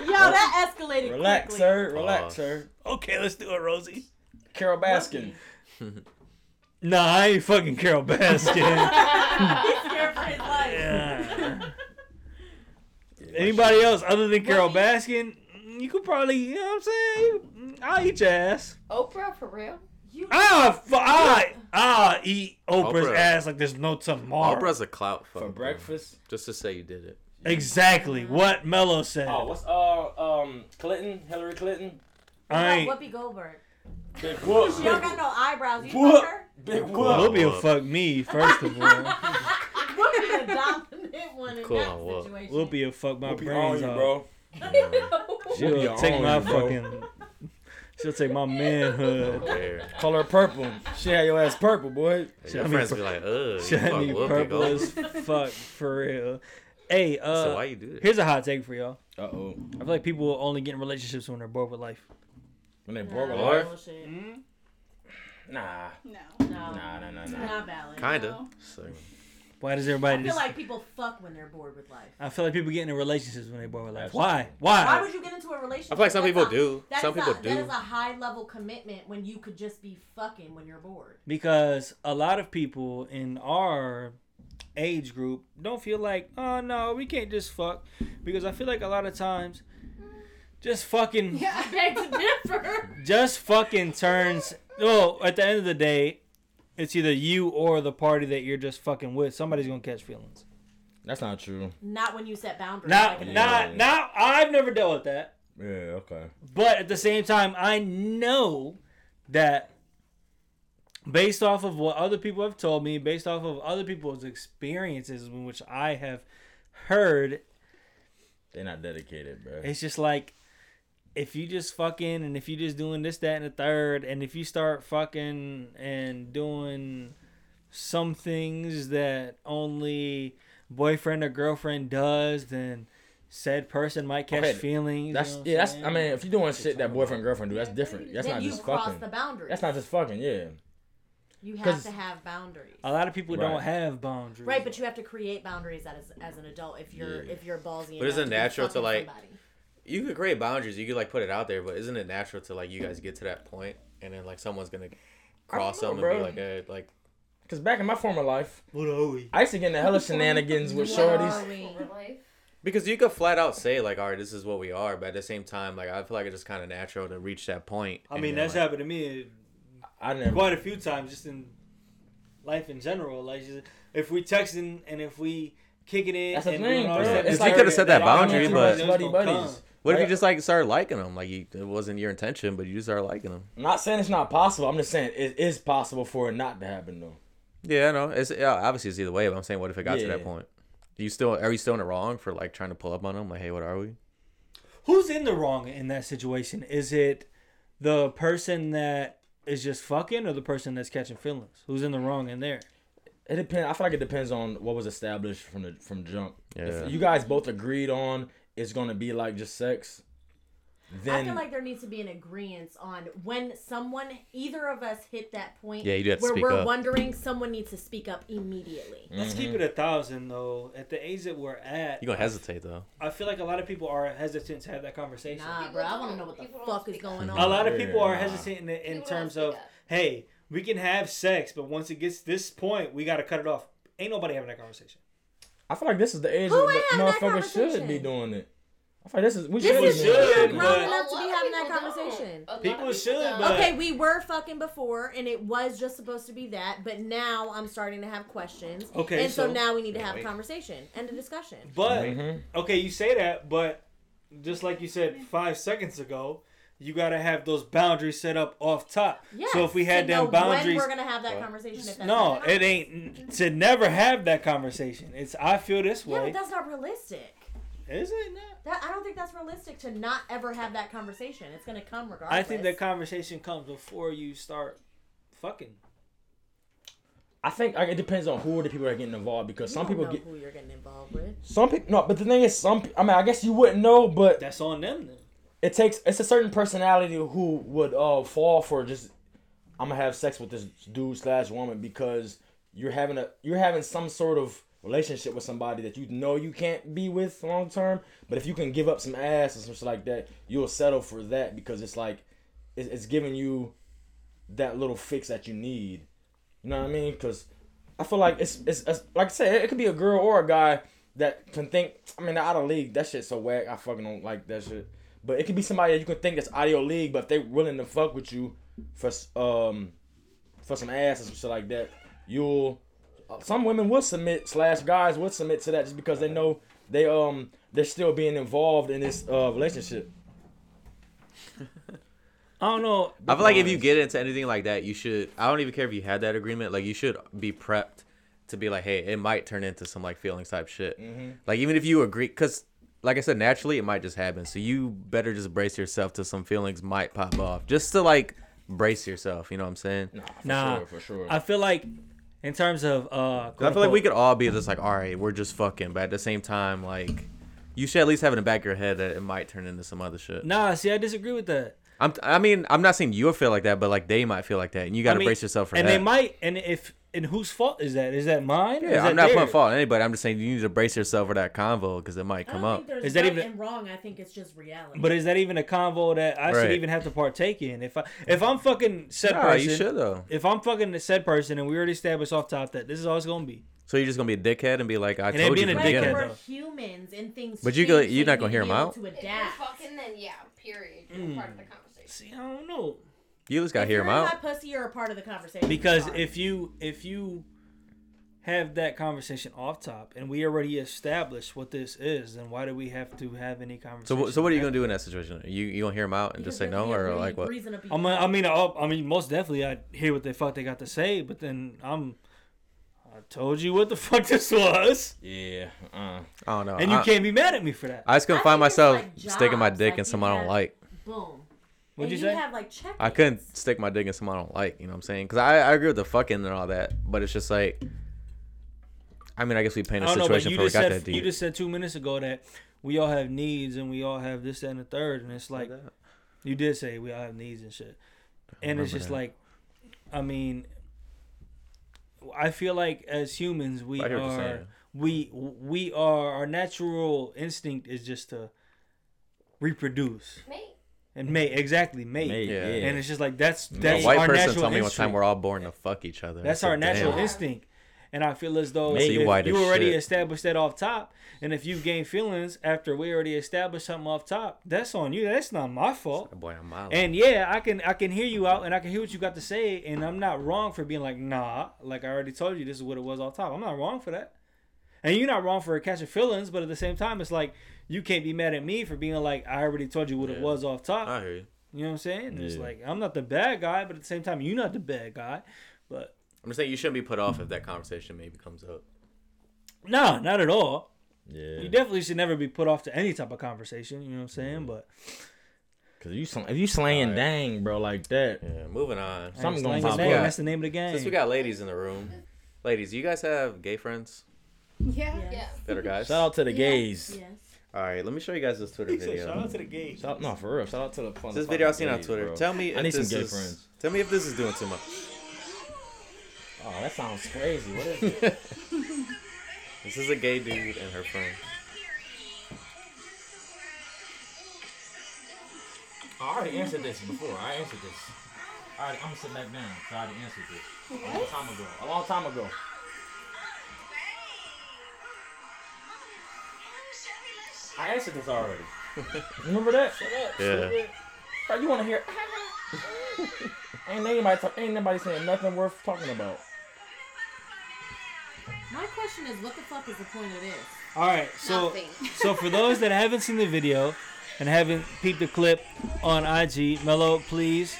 Speaker 6: Yo, that escalated
Speaker 2: Relax,
Speaker 6: quickly.
Speaker 2: sir. Relax,
Speaker 4: Pause.
Speaker 2: sir.
Speaker 3: Okay, let's do it, Rosie.
Speaker 2: Carol Baskin.
Speaker 3: Nah, I ain't fucking Carol Baskin.
Speaker 6: He's scared for his life.
Speaker 3: Yeah. Anybody else other than Carol Baskin? mm, You could probably, you know what I'm saying? You- mm, I'll eat your ass.
Speaker 7: Oprah for real?
Speaker 6: You,
Speaker 3: I'll, fu- I'll, I'll eat Oprah's
Speaker 4: Oprah.
Speaker 3: ass like there's no tomorrow.
Speaker 4: Oprah's a clout fucker,
Speaker 2: For
Speaker 4: bro.
Speaker 2: breakfast.
Speaker 4: Just to say you did it.
Speaker 3: Exactly what Mello said.
Speaker 2: Oh, what's uh um Clinton, Hillary Clinton,
Speaker 3: I ain't.
Speaker 6: Whoopi Goldberg.
Speaker 2: Big Whoop,
Speaker 6: She don't got no eyebrows. You
Speaker 2: Whoop.
Speaker 6: fuck her?
Speaker 2: Big
Speaker 4: Cool.
Speaker 2: Whoop.
Speaker 3: Whoopi will fuck me, first of all.
Speaker 6: Whoopi the dominant one in
Speaker 4: Cool,
Speaker 6: that
Speaker 4: whoop.
Speaker 6: situation.
Speaker 3: Whoopi will fuck my
Speaker 2: Whoopie on
Speaker 3: brains
Speaker 2: you,
Speaker 3: out.
Speaker 2: bro. Whoopi
Speaker 3: She'll
Speaker 2: on
Speaker 3: take my
Speaker 2: you, bro.
Speaker 3: fucking. She'll take my manhood.
Speaker 4: Where?
Speaker 2: Color purple. She had your ass purple, boy.
Speaker 4: Your
Speaker 3: me
Speaker 4: friends
Speaker 3: pur-
Speaker 4: be like, ugh.
Speaker 3: She'll
Speaker 4: you
Speaker 3: have
Speaker 4: fuck
Speaker 3: me
Speaker 4: Whoopi
Speaker 3: purple
Speaker 4: Goldberg.
Speaker 3: as fuck for real. Hey, uh,
Speaker 4: So why you do that?
Speaker 3: here's a hot take for y'all.
Speaker 2: Uh oh.
Speaker 3: I feel like people will only get in relationships when they're bored with life.
Speaker 2: When they
Speaker 6: Nah,
Speaker 2: bored with
Speaker 6: that's
Speaker 2: life.
Speaker 6: bullshit.
Speaker 2: Nah,
Speaker 8: No.
Speaker 6: No,
Speaker 2: nah, nah, nah,
Speaker 6: it's
Speaker 2: nah.
Speaker 6: not valid.
Speaker 4: Kinda.
Speaker 8: No.
Speaker 4: So,
Speaker 3: Why does
Speaker 6: I
Speaker 3: everybody?
Speaker 6: feel
Speaker 3: Just,
Speaker 6: like people fuck when they're bored with life.
Speaker 3: I feel like people get into relationships when they're bored with life.
Speaker 2: Absolutely.
Speaker 3: Why?
Speaker 6: Why
Speaker 3: Why?
Speaker 6: would you get into a relationship?
Speaker 4: I feel like some
Speaker 6: That's
Speaker 4: people
Speaker 6: a-
Speaker 4: do.
Speaker 6: that
Speaker 4: Some
Speaker 6: is
Speaker 4: people
Speaker 6: a, That is
Speaker 4: do.
Speaker 6: a high level commitment when you could just be fucking when you're bored.
Speaker 3: Because a lot of people in our age group don't feel like, oh no, we can't just fuck. Because I feel like a lot of times, just fucking.
Speaker 8: Yeah.
Speaker 6: Beg to differ.
Speaker 3: just fucking turns. Well, at the end of the day, it's either you or the party that you're just fucking with. Somebody's gonna catch feelings.
Speaker 2: that's not true.
Speaker 6: Not when you set boundaries.
Speaker 3: Now,
Speaker 6: like in a-
Speaker 3: now, now, I've never dealt with that,
Speaker 2: Yeah, okay.
Speaker 3: but at the same time, I know that based off of what other people have told me, based off of other people's experiences in which I have heard
Speaker 2: They're not dedicated, bro.
Speaker 3: It's just like if you just fucking and if you just doing this, that, and the third, and if you start fucking and doing some things that only boyfriend or girlfriend does, then said person might catch
Speaker 2: Okay,
Speaker 3: feelings.
Speaker 2: That's
Speaker 3: you know what I'm
Speaker 2: yeah. That's I
Speaker 3: saying?
Speaker 2: mean, if you're doing shit that boyfriend girlfriend do, that's different. That's
Speaker 6: then
Speaker 2: not
Speaker 6: you
Speaker 2: just
Speaker 6: cross
Speaker 2: fucking.
Speaker 6: the boundaries.
Speaker 2: That's not just fucking. Yeah.
Speaker 6: You
Speaker 2: 'cause-
Speaker 6: have to have boundaries.
Speaker 3: a lot of people don't
Speaker 2: Right.
Speaker 3: have boundaries.
Speaker 6: Right, but you have to create boundaries as, as an adult if you're
Speaker 4: Yeah.
Speaker 6: if you're ballsy.
Speaker 4: But isn't
Speaker 6: enough
Speaker 4: it natural
Speaker 6: fucking
Speaker 4: to, like-
Speaker 6: somebody.
Speaker 4: You could create boundaries. You could like put it out there, but isn't it natural to like you guys get to that point and then like someone's gonna cross
Speaker 2: know,
Speaker 4: them and
Speaker 2: bro.
Speaker 4: be like, hey, like
Speaker 2: Cause back in my former life,
Speaker 3: What are we?
Speaker 2: I used to get into hella shenanigans with shorties.
Speaker 4: because you could flat out say like, all right, this is what we are, but at the same time, like I feel like it's just kind of natural to reach that point.
Speaker 3: I
Speaker 4: and
Speaker 3: mean,
Speaker 4: then,
Speaker 3: that's
Speaker 4: like,
Speaker 3: happened to me
Speaker 2: I never.
Speaker 3: quite a few times just in life in general. Like just- if we texting and if we kicking it,
Speaker 2: That's the
Speaker 3: and
Speaker 2: thing,
Speaker 3: doing all
Speaker 2: bro.
Speaker 3: this stuff,
Speaker 4: If
Speaker 2: It's
Speaker 4: you
Speaker 2: like-
Speaker 4: coulda set that
Speaker 2: I don't
Speaker 4: boundary,
Speaker 2: know,
Speaker 4: but-
Speaker 2: it's buddy buddies.
Speaker 4: What if
Speaker 2: Like,
Speaker 4: you just like started liking them? Like you, it wasn't your intention, but you just started liking them.
Speaker 2: I'm not saying it's not possible. I'm just saying it is possible for it not to happen though.
Speaker 4: Yeah, I know. It's yeah, obviously it's either way, but I'm saying, what if it got to that
Speaker 2: Yeah.
Speaker 4: point? You still are you still in the wrong for like trying to pull up on them? Like, hey, what are we?
Speaker 3: who's in the wrong in that situation? Is it the person that is just fucking or the person that's catching feelings? Who's in the wrong in there?
Speaker 2: It depends. I feel like it depends on what was established from the from jump.
Speaker 4: Yeah.
Speaker 2: If you guys both agreed on it's gonna be like just sex,
Speaker 6: I
Speaker 2: then
Speaker 6: feel like there needs to be an agreement on when someone, either of us, hit that point.
Speaker 4: Yeah, you do have to
Speaker 6: where
Speaker 4: speak
Speaker 6: we're
Speaker 4: up.
Speaker 6: wondering, someone needs to speak up immediately.
Speaker 3: Let's keep
Speaker 2: Mm-hmm.
Speaker 3: it a thousand though. At the age that we're at,
Speaker 4: You gonna hesitate though?
Speaker 3: I feel like a lot of people are hesitant to have that conversation.
Speaker 6: Nah,
Speaker 7: People
Speaker 6: bro, I
Speaker 7: don't-
Speaker 6: want to know what the
Speaker 7: people don't
Speaker 6: fuck is
Speaker 7: speak
Speaker 6: going on.
Speaker 3: A lot of
Speaker 2: Yeah,
Speaker 3: people are
Speaker 2: nah.
Speaker 3: hesitant in, in
Speaker 7: People don't
Speaker 3: terms
Speaker 7: speak
Speaker 3: of,
Speaker 7: up.
Speaker 3: hey, we can have sex, but once it gets this point, we got to cut it off. Ain't nobody having that conversation.
Speaker 2: I feel like this is the age
Speaker 6: Who
Speaker 2: where
Speaker 6: ain't having that
Speaker 2: motherfuckers should be
Speaker 6: conversation?
Speaker 2: doing it. I feel like this is we
Speaker 6: This
Speaker 2: should.
Speaker 6: is
Speaker 2: be doing it.
Speaker 3: should,
Speaker 6: grown
Speaker 3: but-
Speaker 6: enough to be having that conversation.
Speaker 3: People should, but-
Speaker 6: Okay, we were fucking before, and it was just supposed to be that, but now I'm starting to have questions.
Speaker 3: Okay,
Speaker 6: and so,
Speaker 3: so- Mm-hmm.
Speaker 6: now we need to have a conversation and a discussion.
Speaker 3: But
Speaker 2: Mhm.
Speaker 3: okay, you say that, but just like you said five seconds ago, you got to have those boundaries set up off top.
Speaker 6: Yes,
Speaker 3: so if we had
Speaker 6: to know
Speaker 3: them
Speaker 6: when
Speaker 3: boundaries,
Speaker 6: we're gonna have that conversation. If that's
Speaker 3: no,
Speaker 6: happening.
Speaker 3: it ain't to never have that conversation. It's I feel this
Speaker 6: Yeah,
Speaker 3: way.
Speaker 6: but that's not realistic.
Speaker 3: Is it not?
Speaker 6: That I don't think that's realistic to not ever have that conversation. It's gonna come regardless.
Speaker 3: I think that conversation comes before you start fucking.
Speaker 2: I think like, it depends on who are the people that are getting involved because
Speaker 6: You
Speaker 2: some
Speaker 6: don't
Speaker 2: people
Speaker 6: know
Speaker 2: get
Speaker 6: who you're getting involved with.
Speaker 2: some people no. But the thing is, some pe- I mean, I guess you wouldn't know, but
Speaker 3: That's on them then.
Speaker 2: it takes it's a certain personality who would uh fall for just I'm gonna have sex with this dude slash woman because you're having a you're having some sort of relationship with somebody that you know you can't be with long term. But if you can give up some ass or something like that, you'll settle for that because it's like it's, it's giving you that little fix that you need. You know what I mean? Because I feel like it's, it's it's like I said, it could be a girl or a guy that can think. I mean, out of league, that shit's so whack. I fucking don't like that shit. But it could be somebody that you can think that's out of your league, but if they willing to fuck with you for s- um for some ass or some shit like that, you'll. uh, Some women will submit slash guys will submit to that just because they know they um they're still being involved in this uh relationship.
Speaker 3: I don't know.
Speaker 4: I feel like if you get into anything like that, you should. I don't even care if you had that agreement. Like you should be prepped to be like, hey, it might turn into some like feelings type shit.
Speaker 3: Mm-hmm.
Speaker 4: Like even if you agree, because like I said, naturally it might just happen. So you better just brace yourself to some feelings might pop off, just to like brace yourself. You know what I'm saying?
Speaker 2: for
Speaker 3: Nah. sure,
Speaker 2: for sure.
Speaker 3: I feel like in terms of uh,
Speaker 4: I feel like we could all be just like, all right, we're just fucking, but at the same time, like. You should at least have in the back of your head that it might turn into some other shit.
Speaker 3: Nah, see, I disagree with that.
Speaker 4: I'm, I mean, I'm not saying you'll feel like that, but like they might feel like that, and you got to
Speaker 3: I mean,
Speaker 4: brace yourself for
Speaker 3: and
Speaker 4: that.
Speaker 3: they might, and if and whose fault is that? Is that mine? or is
Speaker 4: Yeah, I'm
Speaker 3: that
Speaker 4: not putting
Speaker 3: theirs?
Speaker 4: fault on anybody. I'm just saying you need to brace yourself for that convo because it might
Speaker 6: I
Speaker 4: come
Speaker 6: don't
Speaker 4: up.
Speaker 6: think there's
Speaker 3: Is that
Speaker 6: right
Speaker 3: even-
Speaker 6: and wrong. I think it's just reality.
Speaker 3: But is that even a convo that I should
Speaker 4: Right.
Speaker 3: even have to partake in? If I if I'm fucking said
Speaker 4: Nah,
Speaker 3: person,
Speaker 4: you should though.
Speaker 3: if I'm fucking the said person, and we already established off top that this is all it's gonna be.
Speaker 4: So you're just gonna be a dickhead and be like, I
Speaker 3: It ain't
Speaker 4: told you
Speaker 3: being
Speaker 4: from
Speaker 3: a
Speaker 4: the
Speaker 6: right,
Speaker 3: dickhead,
Speaker 6: but
Speaker 4: beginning.
Speaker 6: we're
Speaker 3: though.
Speaker 6: humans and things.
Speaker 4: But you
Speaker 6: change,
Speaker 4: go-
Speaker 6: so
Speaker 4: you're not gonna
Speaker 6: need
Speaker 4: hear 'em
Speaker 6: be able
Speaker 4: out?
Speaker 6: To
Speaker 7: If you're
Speaker 6: adapt.
Speaker 7: fucking, then yeah, period. You're part of
Speaker 3: Hmm.
Speaker 7: the conversation.
Speaker 3: See, I don't know
Speaker 4: You just gotta
Speaker 6: If
Speaker 4: hear
Speaker 6: you're
Speaker 4: him
Speaker 6: in
Speaker 4: out.
Speaker 6: My pussy, you're a part of the conversation.
Speaker 3: because
Speaker 6: Sorry.
Speaker 3: if you if you have that conversation off top, and we already established what this is, then why do we have to have any
Speaker 4: So,
Speaker 3: conversation?
Speaker 4: wh- so what are you gonna do in that situation? You you gonna hear him out and
Speaker 6: Because
Speaker 4: just say
Speaker 6: there could
Speaker 4: no
Speaker 6: be a
Speaker 4: or
Speaker 6: rea-
Speaker 4: like what?
Speaker 6: reason to be-
Speaker 3: I'm a, I mean, I'll, I mean, most definitely, I hear what the fuck they got to say, but then I'm, I told you what the fuck this was,
Speaker 2: Yeah. Uh,
Speaker 4: I don't know.
Speaker 3: and you
Speaker 4: I,
Speaker 3: can't be mad at me for that.
Speaker 4: I just couldn't
Speaker 6: I
Speaker 4: find
Speaker 6: think it's
Speaker 4: myself
Speaker 6: like
Speaker 4: sticking my
Speaker 6: jobs,
Speaker 4: dick
Speaker 6: like
Speaker 4: in
Speaker 6: you
Speaker 4: someone I don't
Speaker 6: have-
Speaker 4: like.
Speaker 6: Boom.
Speaker 3: What'd
Speaker 6: and
Speaker 3: you say?
Speaker 6: have like check.
Speaker 4: I couldn't stick my dick in someone I don't like. You know what I'm saying? Because I, I agree with the fucking and all that, but it's just like, I mean, I guess we
Speaker 3: I
Speaker 4: painted a
Speaker 3: don't know, but
Speaker 4: situation
Speaker 3: you
Speaker 4: before we
Speaker 3: just
Speaker 4: got
Speaker 3: said
Speaker 4: that deep.
Speaker 3: you just said two minutes ago that we all have needs and we all have this that, and the third, and it's like you did say we all have needs and shit, and
Speaker 4: remember
Speaker 3: it's just
Speaker 4: that.
Speaker 3: like, I mean, I feel like as humans we
Speaker 4: I hear what you're
Speaker 3: are
Speaker 4: saying.
Speaker 3: we we are our natural instinct is just to reproduce
Speaker 7: Mate,
Speaker 3: and mate exactly mate.
Speaker 2: mate,
Speaker 4: Yeah.
Speaker 2: yeah.
Speaker 3: And it's just like that's
Speaker 4: a
Speaker 3: that's
Speaker 4: white
Speaker 3: our
Speaker 4: person
Speaker 3: natural
Speaker 4: told me one
Speaker 3: instinct.
Speaker 4: time we're all born to fuck each other.
Speaker 3: That's
Speaker 4: I said,
Speaker 3: our natural
Speaker 4: "Damn."
Speaker 3: instinct. And I feel as though
Speaker 4: I see
Speaker 3: if
Speaker 4: why this
Speaker 3: you already
Speaker 4: shit-
Speaker 3: established that off top, and if you gain feelings after we already established something off top, that's on you. That's not my fault.
Speaker 4: Boy, I'm mild.
Speaker 3: And yeah, I can I can hear you out, and I can hear what you got to say, and I'm not wrong for being like nah. Like I already told you, this is what it was off top. I'm not wrong for that. And you're not wrong for catching feelings, but at the same time, it's like you can't be mad at me for being like I already told you what it
Speaker 4: Yeah.
Speaker 3: was off top.
Speaker 4: I hear you.
Speaker 3: You know what I'm saying? And It's
Speaker 2: Yeah.
Speaker 3: like I'm not the bad guy, but at the same time, you're not the bad guy. But
Speaker 4: I'm just saying you shouldn't be put off if that conversation maybe comes up.
Speaker 3: no, not at all.
Speaker 2: Yeah.
Speaker 3: You definitely should never be put off to any type of conversation. You know what I'm saying? But
Speaker 2: Cause you sl- if you slaying
Speaker 4: Alright.
Speaker 2: dang, bro, like that.
Speaker 4: Yeah, moving on.
Speaker 3: I ain't
Speaker 2: Something gonna
Speaker 3: slang his
Speaker 2: pop
Speaker 3: name.
Speaker 4: up.
Speaker 3: That's the name of the game.
Speaker 4: Since we got ladies in the room, ladies, you guys have gay friends
Speaker 8: Yeah.
Speaker 6: Yes.
Speaker 7: yeah.
Speaker 4: that are guys?
Speaker 2: Shout out to the gays.
Speaker 6: Yes.
Speaker 4: All right, let me show you guys this Twitter video.
Speaker 3: to the game.
Speaker 2: Shout out, no, for real. Shout out to the fun.
Speaker 4: this video I seen on Twitter. Tell me if
Speaker 2: I need some
Speaker 4: this
Speaker 2: gay
Speaker 4: is,
Speaker 2: friends.
Speaker 4: Tell me if this is doing too much.
Speaker 2: Oh, that sounds crazy. What is it?
Speaker 4: This is a gay dude and her friend.
Speaker 2: I already answered this before. I answered this. All right, I'm gonna sit back down. 'cause I already answered this a long time ago. A long time ago. I answered this already. Remember that?
Speaker 4: Yeah.
Speaker 2: Bro, you wanna hear? ain't anybody talk, ain't nobody saying nothing worth talking about.
Speaker 6: My question is, what the fuck is the point of this?
Speaker 3: All right, so
Speaker 7: Nothing.
Speaker 3: so for those that haven't seen the video and haven't peeped the clip on IG, Mello, please.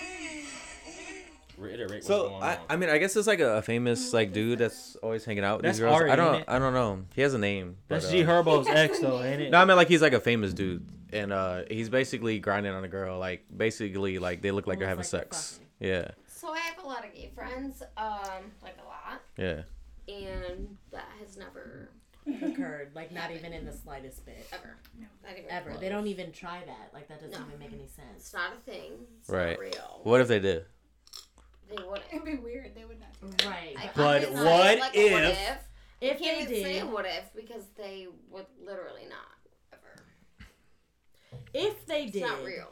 Speaker 2: Reiterate what's
Speaker 4: So
Speaker 2: going
Speaker 4: I,
Speaker 2: on.
Speaker 4: I mean I guess it's like a, a famous like dude that's always hanging out with
Speaker 3: That's
Speaker 4: these girls.
Speaker 3: Ari,
Speaker 4: I don't
Speaker 3: ain't it?
Speaker 4: I don't know. He has a name. but,
Speaker 3: That's
Speaker 4: uh,
Speaker 3: G Herbo's ex, though, ain't it?
Speaker 4: No, I mean like he's like a famous dude, and uh, he's basically grinding on a girl. Like basically, like they look like they're having
Speaker 6: Almost like
Speaker 4: sex. Yeah,
Speaker 7: So I have a lot of gay friends, um, like a lot,
Speaker 4: yeah.
Speaker 7: and that has never
Speaker 6: Occurred like not even in the slightest bit
Speaker 7: ever, not even
Speaker 6: ever.
Speaker 7: close.
Speaker 6: They don't even try that. Like that doesn't
Speaker 7: No.
Speaker 6: even make any
Speaker 7: It's
Speaker 6: sense.
Speaker 7: not a thing. It's
Speaker 4: Right.
Speaker 7: Not real.
Speaker 4: What if they did?
Speaker 7: They wouldn't.
Speaker 8: It'd be weird. They would not. do that.
Speaker 6: Right.
Speaker 7: I-
Speaker 6: But
Speaker 3: But
Speaker 7: it's not
Speaker 3: what
Speaker 7: like a
Speaker 3: if-
Speaker 6: if
Speaker 7: I can't
Speaker 6: they
Speaker 7: even say
Speaker 6: did,
Speaker 7: what if because they would literally not ever.
Speaker 6: if they
Speaker 7: It's
Speaker 6: did,
Speaker 7: not real.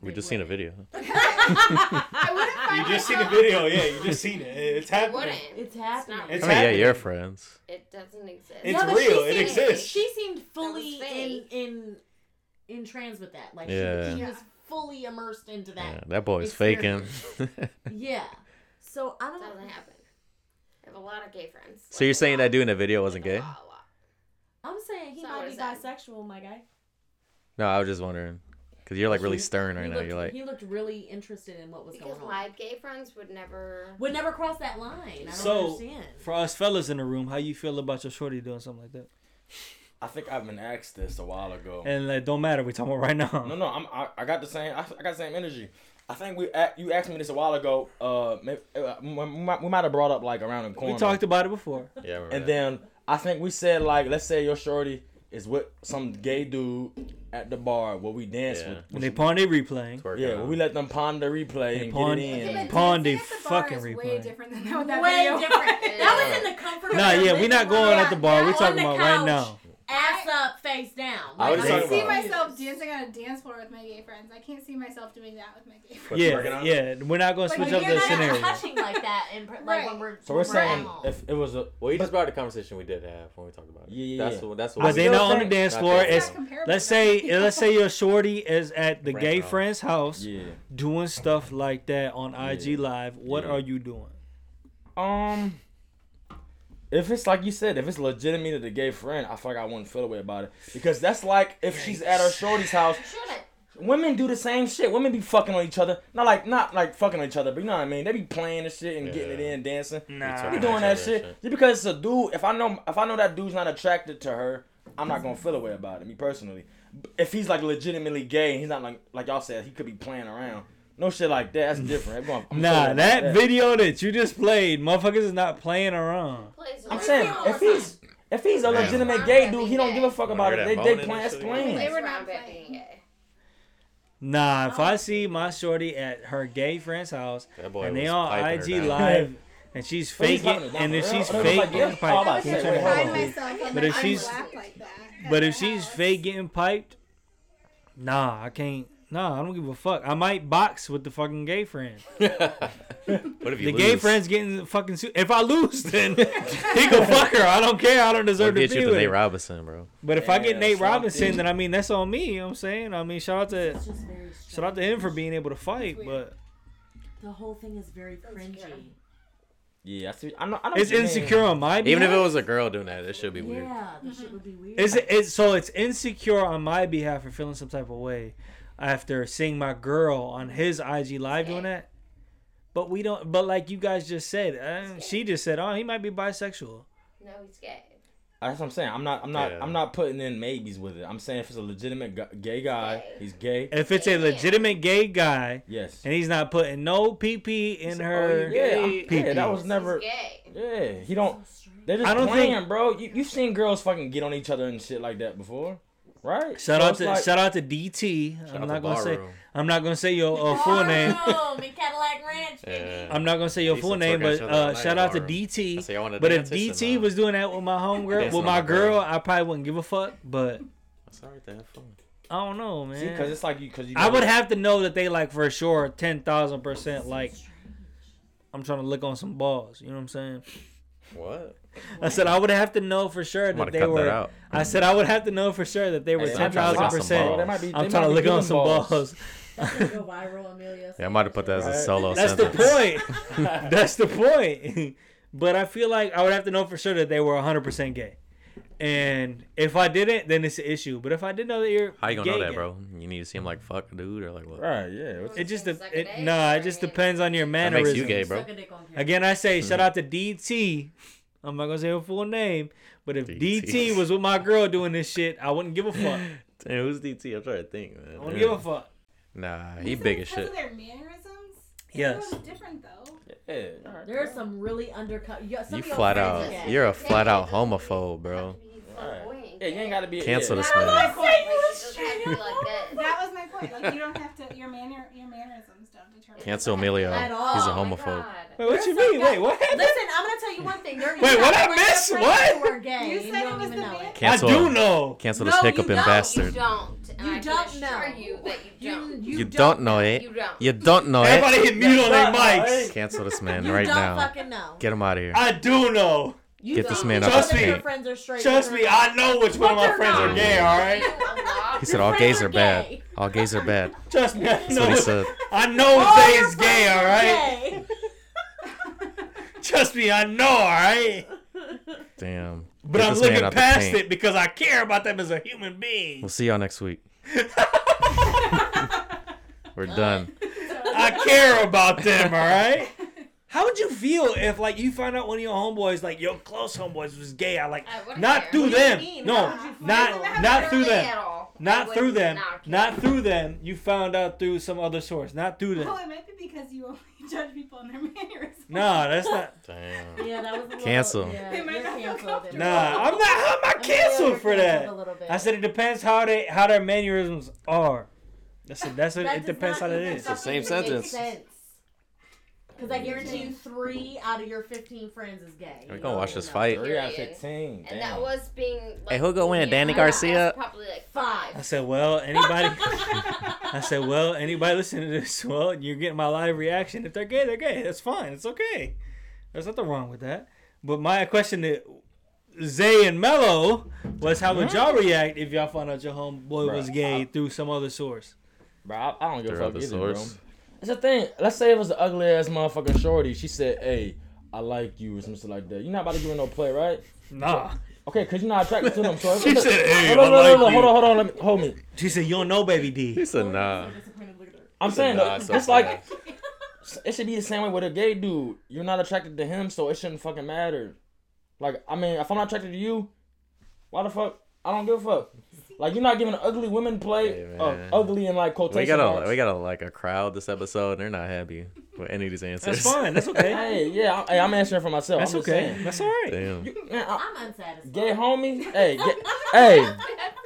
Speaker 4: We
Speaker 6: They
Speaker 4: just seen a
Speaker 6: wouldn't.
Speaker 4: video.
Speaker 7: I wouldn't find myself-
Speaker 3: video, yeah. You just seen it. It's
Speaker 7: I wouldn't.
Speaker 6: It's
Speaker 7: not
Speaker 6: happening.
Speaker 4: I mean,
Speaker 7: real.
Speaker 4: yeah,
Speaker 3: happening.
Speaker 4: you're friends.
Speaker 7: It doesn't exist.
Speaker 3: It's
Speaker 6: but
Speaker 3: real.
Speaker 6: she
Speaker 3: It
Speaker 6: seemed-
Speaker 3: exists.
Speaker 6: She seemed fully in
Speaker 7: fake.
Speaker 6: in in trans with that. Like she-
Speaker 4: Yeah.
Speaker 6: she, was fully immersed into
Speaker 4: Yeah,
Speaker 6: that.
Speaker 4: that boy's faking.
Speaker 6: Experience. Yeah. So I don't.
Speaker 7: doesn't happen. I have a lot of gay friends.
Speaker 4: so you're saying that dude in the video wasn't
Speaker 7: Like,
Speaker 4: gay?
Speaker 7: a lot, a lot.
Speaker 6: I'm saying he
Speaker 7: So what
Speaker 6: might be
Speaker 7: is that?
Speaker 6: bisexual, my guy.
Speaker 4: No, I was just wondering, cause you're like really
Speaker 6: He-
Speaker 4: stern
Speaker 6: he
Speaker 4: right now.
Speaker 6: looked-
Speaker 4: You're like,
Speaker 6: He looked really interested in what was
Speaker 7: Because
Speaker 6: going
Speaker 7: my
Speaker 6: on.
Speaker 7: gay friends would never.
Speaker 6: Would never cross that line. I don't
Speaker 3: So
Speaker 6: understand.
Speaker 3: for us fellas in the room, how you feel about your shorty doing something like that?
Speaker 2: I think I've been asked this a while ago.
Speaker 3: And like, don't matter. We talking about right now.
Speaker 2: No, no, I'm, I, I got the same. I, I got the same energy. I think we a- you asked me this a while ago. Uh, maybe, uh we, might- we might have brought up like around the corner.
Speaker 3: We talked about it before.
Speaker 4: yeah. I remember
Speaker 2: and
Speaker 4: that.
Speaker 2: then I think we said like, let's say your shorty is with some gay dude at the bar where we dance
Speaker 4: Yeah.
Speaker 2: with.
Speaker 3: When they pawn, they replaying.
Speaker 4: Twerking
Speaker 2: yeah,
Speaker 4: on
Speaker 2: well,
Speaker 4: him.
Speaker 2: we let them ponder replay
Speaker 3: They
Speaker 2: and
Speaker 3: pawn-
Speaker 2: get it in.
Speaker 8: Okay, but
Speaker 3: Pawn
Speaker 8: dancing
Speaker 3: they
Speaker 8: at the bar
Speaker 3: fucking
Speaker 8: is
Speaker 3: replay.
Speaker 8: Way different than what that
Speaker 6: Way
Speaker 8: video.
Speaker 6: different.
Speaker 7: Yeah.
Speaker 6: That was in the comfort of
Speaker 3: Nah,
Speaker 6: our
Speaker 3: yeah, we
Speaker 6: living
Speaker 3: not going
Speaker 6: room.
Speaker 3: at the bar. We
Speaker 6: On
Speaker 3: talking
Speaker 6: the
Speaker 3: about right
Speaker 6: couch.
Speaker 3: now.
Speaker 6: Ass up, face down.
Speaker 4: I
Speaker 6: Like,
Speaker 4: was
Speaker 8: I
Speaker 4: talking
Speaker 8: can see
Speaker 4: about-
Speaker 8: myself dancing on a dance floor with my gay friends. I can't see myself doing that with my gay friends.
Speaker 4: But twerking
Speaker 3: Yeah,
Speaker 4: on him?
Speaker 3: yeah. We're not gonna
Speaker 8: Like,
Speaker 3: switch
Speaker 6: But
Speaker 8: you're
Speaker 3: up the
Speaker 8: not-
Speaker 6: You're not
Speaker 3: scenario.
Speaker 6: touching like that, in, pr- like
Speaker 8: Right.
Speaker 6: when we're
Speaker 2: So we're
Speaker 6: when at
Speaker 2: saying
Speaker 6: home.
Speaker 2: if it was a
Speaker 4: Well, you just brought a conversation we did have when we talked about it.
Speaker 2: Yeah, yeah,
Speaker 4: That's
Speaker 2: yeah.
Speaker 4: what. That's what.
Speaker 3: But
Speaker 4: we-
Speaker 3: they not on the
Speaker 4: Not
Speaker 3: dance
Speaker 4: that
Speaker 3: floor.
Speaker 4: one.
Speaker 3: It's
Speaker 8: Not comparable
Speaker 3: let's
Speaker 8: to
Speaker 3: say
Speaker 8: that.
Speaker 3: let's say your shorty is at the
Speaker 4: Right
Speaker 3: gay
Speaker 4: now.
Speaker 3: friend's house
Speaker 2: yeah.
Speaker 3: doing stuff like that on IG Live. What
Speaker 2: Yeah.
Speaker 3: are you doing?
Speaker 2: Um, if it's like you said, if it's legitimate to the gay friend, I feel like I wouldn't feel away about it because that's like if she's at her shorty's house.
Speaker 7: You shouldn't.
Speaker 2: women do the same shit. Women be fucking on each other. Not like not like fucking on each other, but you know what I mean. They be playing and shit and getting it
Speaker 4: Yeah.
Speaker 2: in, dancing.
Speaker 3: Nah.
Speaker 2: They be
Speaker 4: Nah,
Speaker 2: doing
Speaker 4: I
Speaker 2: that
Speaker 4: see that
Speaker 2: shit.
Speaker 4: shit.
Speaker 2: just because it's a dude. If I know if I know that dude's not attracted to her, I'm not gonna feel a way about it. Me personally, B- if he's like legitimately gay and he's not like like y'all said, he could be playing around. No shit like that. That's different. I'm gonna- I'm feeling
Speaker 3: Nah,
Speaker 2: like
Speaker 3: that video that you just played, motherfuckers is not playing around.
Speaker 7: Please,
Speaker 2: I'm
Speaker 7: Lord.
Speaker 2: saying if he's if he's a
Speaker 4: Damn.
Speaker 2: legitimate gay dude, he don't give a fuck about it.
Speaker 4: Wanna
Speaker 2: They
Speaker 4: hear that
Speaker 2: they
Speaker 4: moaning
Speaker 2: playing.
Speaker 4: and
Speaker 2: That's
Speaker 4: shit?
Speaker 7: Please
Speaker 8: They
Speaker 2: playing.
Speaker 8: were
Speaker 7: round
Speaker 8: not
Speaker 7: back
Speaker 8: playing.
Speaker 7: being gay.
Speaker 3: Nah,
Speaker 2: Oh,
Speaker 3: if I see my shorty at her gay friend's house
Speaker 4: That boy
Speaker 3: and they
Speaker 4: was
Speaker 3: all
Speaker 4: piping her
Speaker 3: IG
Speaker 4: down.
Speaker 3: live and she's
Speaker 2: But Oh, he's
Speaker 3: faking
Speaker 2: having it down
Speaker 3: and if
Speaker 2: for
Speaker 3: she's
Speaker 2: real. They was like,
Speaker 3: fake
Speaker 2: yeah,
Speaker 3: getting
Speaker 2: all
Speaker 8: I
Speaker 2: about
Speaker 3: piped,
Speaker 8: was
Speaker 2: Wait,
Speaker 3: Can't
Speaker 8: trying
Speaker 2: wait,
Speaker 3: turn it
Speaker 8: to
Speaker 2: hold
Speaker 8: hide
Speaker 2: on.
Speaker 3: off.
Speaker 8: myself. and
Speaker 3: But if
Speaker 8: I
Speaker 3: she's-
Speaker 8: laugh like that at
Speaker 3: but
Speaker 8: their
Speaker 3: if she's
Speaker 8: house.
Speaker 3: fake getting piped, nah, I can't. Nah, I don't give a fuck. I might box with the fucking gay friend.
Speaker 4: What if you
Speaker 3: The gay
Speaker 4: lose?
Speaker 3: friend's getting the fucking suit. If I lose, then he can fuck her. I don't care. I don't
Speaker 4: We'll
Speaker 3: deserve
Speaker 4: get
Speaker 3: to be
Speaker 4: you to
Speaker 3: with
Speaker 4: Nate
Speaker 3: her.
Speaker 4: Robinson, bro.
Speaker 3: But if I get
Speaker 2: Yeah,
Speaker 3: Nate
Speaker 2: fuck
Speaker 3: Robinson,
Speaker 2: it.
Speaker 3: then I mean that's on me. You know what I'm saying? I mean shout out to
Speaker 6: It's just very strange.
Speaker 3: shout out to him for being able to fight,
Speaker 8: That's weird.
Speaker 3: but
Speaker 6: The whole thing is very
Speaker 7: scary.
Speaker 6: cringy.
Speaker 2: Yeah, I see. I know. I know
Speaker 3: it's
Speaker 2: what you mean.
Speaker 3: insecure on my
Speaker 4: Even
Speaker 3: behalf.
Speaker 4: if it was a girl doing that, it should be weird.
Speaker 6: Yeah, that shit would be weird.
Speaker 3: Is it, it's so it's insecure on my behalf for feeling some type of way after seeing my girl on his IG live doing that. But we don't. But like you guys just said, uh, she just said, "Oh, he might be bisexual."
Speaker 7: No, he's gay.
Speaker 2: That's what I'm saying. I'm not. I'm not.
Speaker 4: Yeah.
Speaker 2: I'm not putting in maybes with it. I'm saying if it's a legitimate gu- gay guy, he's gay.
Speaker 3: If it's a legitimate gay guy
Speaker 2: Yes.
Speaker 3: and he's not putting no PP in her,
Speaker 2: oh, yeah, I'm- yeah.
Speaker 3: PP.
Speaker 2: That was
Speaker 7: He's
Speaker 2: never.
Speaker 7: gay.
Speaker 2: Yeah, he don't. They're just
Speaker 3: I don't
Speaker 2: playing,
Speaker 3: think-
Speaker 2: bro. You you've seen girls fucking get on each other and shit like that before, right?
Speaker 3: shout
Speaker 2: So
Speaker 3: out
Speaker 2: it's
Speaker 3: to
Speaker 2: like-
Speaker 3: shout out to DT.
Speaker 4: out
Speaker 3: I'm not
Speaker 4: to
Speaker 3: gonna say
Speaker 4: Barroom.
Speaker 3: I'm not gonna say your uh, full name.
Speaker 6: Barroom in Oh, Cadillac Ranch, baby.
Speaker 4: Yeah.
Speaker 3: I'm not gonna say your
Speaker 4: They
Speaker 3: full
Speaker 4: used to
Speaker 3: name,
Speaker 4: twerk at
Speaker 3: but
Speaker 4: each other
Speaker 3: uh,
Speaker 4: at
Speaker 3: shout
Speaker 4: night
Speaker 3: out to
Speaker 4: in the I
Speaker 3: DT.
Speaker 4: say, I wanna
Speaker 3: But if
Speaker 4: dance, it's
Speaker 3: DT
Speaker 4: a-
Speaker 3: was doing that with my homegirl,
Speaker 4: Dance
Speaker 3: with
Speaker 4: on
Speaker 3: my
Speaker 4: my
Speaker 3: girl,
Speaker 4: girl.
Speaker 3: I probably wouldn't give a fuck. But
Speaker 4: It's alright to have fun.
Speaker 3: I don't know,
Speaker 2: See, because
Speaker 3: man.
Speaker 2: it's like you. Because you.
Speaker 3: I would
Speaker 2: know-
Speaker 3: have to know that they like for sure ten thousand percent. Like I'm trying to lick on some balls. You know what I'm saying?
Speaker 4: What?
Speaker 3: I said I would have to know for sure
Speaker 4: I'm gonna
Speaker 3: that they
Speaker 4: cut that
Speaker 3: were.
Speaker 4: out.
Speaker 3: I said I would have to know for sure that they were
Speaker 2: Hey,
Speaker 3: ten
Speaker 2: I'm trying to
Speaker 3: thousand
Speaker 2: lick on some
Speaker 4: balls.
Speaker 3: percent.
Speaker 2: They might be-
Speaker 3: I'm
Speaker 2: they
Speaker 3: trying
Speaker 2: might
Speaker 3: to
Speaker 2: be
Speaker 3: lick on
Speaker 2: doing
Speaker 3: some balls.
Speaker 6: That's gonna go viral, Amelia.
Speaker 4: Yeah, I might have put that as a
Speaker 2: Right.
Speaker 4: solo
Speaker 3: That's the
Speaker 4: sentence.
Speaker 3: point. That's the point. but I feel like I would have to know for sure that they were 100% gay. And if I didn't, then it's an issue. But if I did know that you're
Speaker 4: How you gonna
Speaker 3: gay,
Speaker 4: know that,
Speaker 3: gay-
Speaker 4: bro? You need to see him like fuck a dude or like what?
Speaker 2: Right. Yeah. what's-
Speaker 3: It just de-
Speaker 7: Suck a
Speaker 3: it,
Speaker 7: dick,
Speaker 3: nah.
Speaker 7: I
Speaker 3: It just
Speaker 7: mean.
Speaker 3: depends on your
Speaker 4: That makes
Speaker 3: mannerisms.
Speaker 4: you gay, bro. Mm-hmm.
Speaker 6: Suck a dick on camera.
Speaker 3: Again, I say shout out to DT. I'm not gonna say her full name, but if DT,
Speaker 4: DT.
Speaker 3: was with my girl doing this shit, I wouldn't give a fuck.
Speaker 4: Damn, who's DT? I'm trying to think, man.
Speaker 3: I wouldn't
Speaker 4: Yeah.
Speaker 3: give a fuck.
Speaker 4: Nah,
Speaker 8: You
Speaker 4: he
Speaker 8: said
Speaker 4: big as
Speaker 8: because
Speaker 4: shit.
Speaker 8: Of their mannerisms.
Speaker 3: Yes.
Speaker 8: Everyone's different though.
Speaker 2: yeah. all right,
Speaker 6: There are
Speaker 2: bro.
Speaker 6: some really undercut. Yeah, some
Speaker 4: You
Speaker 6: of your
Speaker 4: flat
Speaker 6: friends are
Speaker 4: out.
Speaker 6: gay.
Speaker 4: You're a flat out homophobe, bro.
Speaker 2: Yeah, you ain't gotta be.
Speaker 4: Cancel
Speaker 2: yeah.
Speaker 4: this
Speaker 8: That was my
Speaker 4: man.
Speaker 8: point.
Speaker 7: Like that.
Speaker 8: That was my point. Like you don't have to. Your manner, your mannerisms don't determine.
Speaker 4: Cancel Emilio.
Speaker 6: At all.
Speaker 4: He's a
Speaker 6: Oh my
Speaker 4: homophobe.
Speaker 3: Wait, what you
Speaker 6: There's some
Speaker 3: mean?
Speaker 6: guy-
Speaker 3: Wait, what?
Speaker 6: Listen, I'm gonna tell you one thing. There-
Speaker 3: Wait,
Speaker 6: you
Speaker 3: what
Speaker 6: have
Speaker 3: I
Speaker 6: plenty of
Speaker 3: missed?
Speaker 6: friends
Speaker 3: What?
Speaker 6: who are gay,
Speaker 8: You
Speaker 6: and
Speaker 8: said it
Speaker 6: don't
Speaker 8: was
Speaker 6: even
Speaker 8: the
Speaker 6: know
Speaker 8: man-
Speaker 6: it.
Speaker 4: Cancel.
Speaker 3: I do know.
Speaker 4: Cancel
Speaker 7: no,
Speaker 4: this
Speaker 7: you
Speaker 4: hiccup
Speaker 7: don't.
Speaker 4: and
Speaker 7: You
Speaker 4: bastard.
Speaker 7: don't. And
Speaker 6: You
Speaker 7: I
Speaker 6: don't
Speaker 7: can
Speaker 6: know.
Speaker 7: assure you that you don't.
Speaker 4: You don't know it.
Speaker 7: You don't.
Speaker 4: You don't know it.
Speaker 3: Everybody hit mute on their
Speaker 2: Nah, nah,
Speaker 3: mics.
Speaker 2: hey.
Speaker 4: Cancel this man
Speaker 6: You
Speaker 4: right
Speaker 6: don't
Speaker 4: now.
Speaker 6: fucking know.
Speaker 4: Get him out of here.
Speaker 3: I do know.
Speaker 6: You
Speaker 4: Get this
Speaker 6: don't
Speaker 4: man
Speaker 6: know
Speaker 4: out
Speaker 6: that
Speaker 4: the
Speaker 6: Your
Speaker 4: street.
Speaker 6: friends are straight.
Speaker 3: Trust
Speaker 6: You're
Speaker 3: me,
Speaker 6: not.
Speaker 3: I know which one of my
Speaker 6: But
Speaker 3: friends
Speaker 6: you're
Speaker 3: are
Speaker 6: not.
Speaker 3: gay, alright?
Speaker 4: He said
Speaker 6: Your
Speaker 4: all
Speaker 6: friends
Speaker 4: gays
Speaker 6: are
Speaker 4: are bad.
Speaker 6: gay.
Speaker 4: All gays are bad.
Speaker 3: Trust me, I know,
Speaker 4: what he said.
Speaker 3: I know
Speaker 6: All
Speaker 3: Zay
Speaker 6: your
Speaker 3: is gay,
Speaker 6: friends are
Speaker 3: alright?
Speaker 6: gay.
Speaker 3: Trust me, I know, alright?
Speaker 4: Damn.
Speaker 3: But
Speaker 4: Get
Speaker 3: I'm
Speaker 4: this man
Speaker 3: looking
Speaker 4: out the
Speaker 3: past
Speaker 4: paint.
Speaker 3: it because I care about them as a human being.
Speaker 4: We'll see y'all next week. We're done.
Speaker 3: I care about them, alright? How would you feel if like you find out one of your homeboys, like your close homeboys was gay? I like
Speaker 7: I wouldn't
Speaker 3: not
Speaker 7: care.
Speaker 3: through
Speaker 7: What do
Speaker 3: them.
Speaker 6: mean?
Speaker 3: No,
Speaker 6: How would you feel?
Speaker 3: not not through
Speaker 7: Really
Speaker 3: them.
Speaker 7: at all. I
Speaker 3: Not
Speaker 7: would
Speaker 3: through them.
Speaker 7: not care.
Speaker 3: Not through them. You found out through some other source. Not through them.
Speaker 8: Oh, it might be because you only judge people on their mannerisms.
Speaker 3: Nah, that's not.
Speaker 4: Damn.
Speaker 6: Yeah, that was a little,
Speaker 4: Cancel.
Speaker 6: Yeah,
Speaker 8: They
Speaker 6: you're
Speaker 8: might not feel
Speaker 6: canceled. It
Speaker 8: comfortable.
Speaker 6: was-
Speaker 3: Nah, I'm not. How am I
Speaker 6: Amelia, you're
Speaker 3: canceled for
Speaker 6: canceled
Speaker 3: that?
Speaker 6: a little bit.
Speaker 3: I said it depends how they how their mannerisms are. That's it. That's it.
Speaker 6: That
Speaker 3: It
Speaker 6: does
Speaker 3: depends
Speaker 6: not
Speaker 3: how it
Speaker 6: even
Speaker 3: is.
Speaker 4: the same
Speaker 6: fucking make
Speaker 4: sentence.
Speaker 6: sense. Cause I guarantee you, three out of your fifteen friends is gay.
Speaker 4: We're
Speaker 6: You
Speaker 4: gonna
Speaker 6: know,
Speaker 4: watch
Speaker 6: you
Speaker 4: this
Speaker 6: know.
Speaker 4: fight.
Speaker 2: Three out of
Speaker 7: Period.
Speaker 2: fifteen.
Speaker 7: And
Speaker 2: damn.
Speaker 7: that was being. Like,
Speaker 4: who go in,
Speaker 7: yeah,
Speaker 4: Danny
Speaker 7: I-
Speaker 4: Garcia?
Speaker 7: I was Probably like
Speaker 6: Five.
Speaker 3: I
Speaker 7: five.
Speaker 3: said, well, anybody. I said, well, anybody listening to this, well, you're getting my live reaction. If they're gay, they're gay. That's fine. It's okay. There's nothing wrong with that. But my question to Zay and Mello was, how would y'all react if y'all found out your homeboy was
Speaker 2: Bruh,
Speaker 3: gay
Speaker 2: I-
Speaker 3: through some other source?
Speaker 2: Bro, I, I don't give a
Speaker 4: Throughout
Speaker 2: fuck
Speaker 4: the
Speaker 2: either,
Speaker 4: source.
Speaker 2: bro. It's a thing. Let's say it was an ugly ass motherfucking shorty. She said, "Hey, I like you" or some shit like that. You're not about to give her no play, right?
Speaker 3: Nah.
Speaker 2: Okay, cause you're not attracted to them. So
Speaker 4: She
Speaker 2: look,
Speaker 4: said, "Hey,
Speaker 2: hold on,
Speaker 4: I
Speaker 2: no, no,
Speaker 4: like
Speaker 2: no, hold
Speaker 4: you."
Speaker 2: on, hold on, let me, hold me.
Speaker 3: She said, "You don't know, baby D."
Speaker 4: He said, nah.
Speaker 6: So disappointed. Look at her.
Speaker 2: I'm saying
Speaker 4: nah,
Speaker 2: it's
Speaker 4: so
Speaker 2: like it should be the same way with a gay dude. You're not attracted to him, so it shouldn't fucking matter. Like, I mean, if I'm not attracted to you, why the fuck? I don't give a fuck. Like, you're not giving ugly women play
Speaker 4: Hey,
Speaker 2: uh,
Speaker 4: man.
Speaker 2: ugly and like quotation
Speaker 4: We got
Speaker 2: marks.
Speaker 4: a we got a like a crowd this episode. and They're not happy with any of these
Speaker 3: That's
Speaker 4: answers.
Speaker 3: fine. That's okay.
Speaker 2: Hey, yeah, I, hey, I'm answering for myself.
Speaker 3: That's
Speaker 2: I'm just
Speaker 3: okay.
Speaker 2: saying.
Speaker 3: That's all right.
Speaker 4: Damn.
Speaker 2: You- man, I-
Speaker 6: I'm unsatisfied.
Speaker 2: gay homie, hey, ga- hey,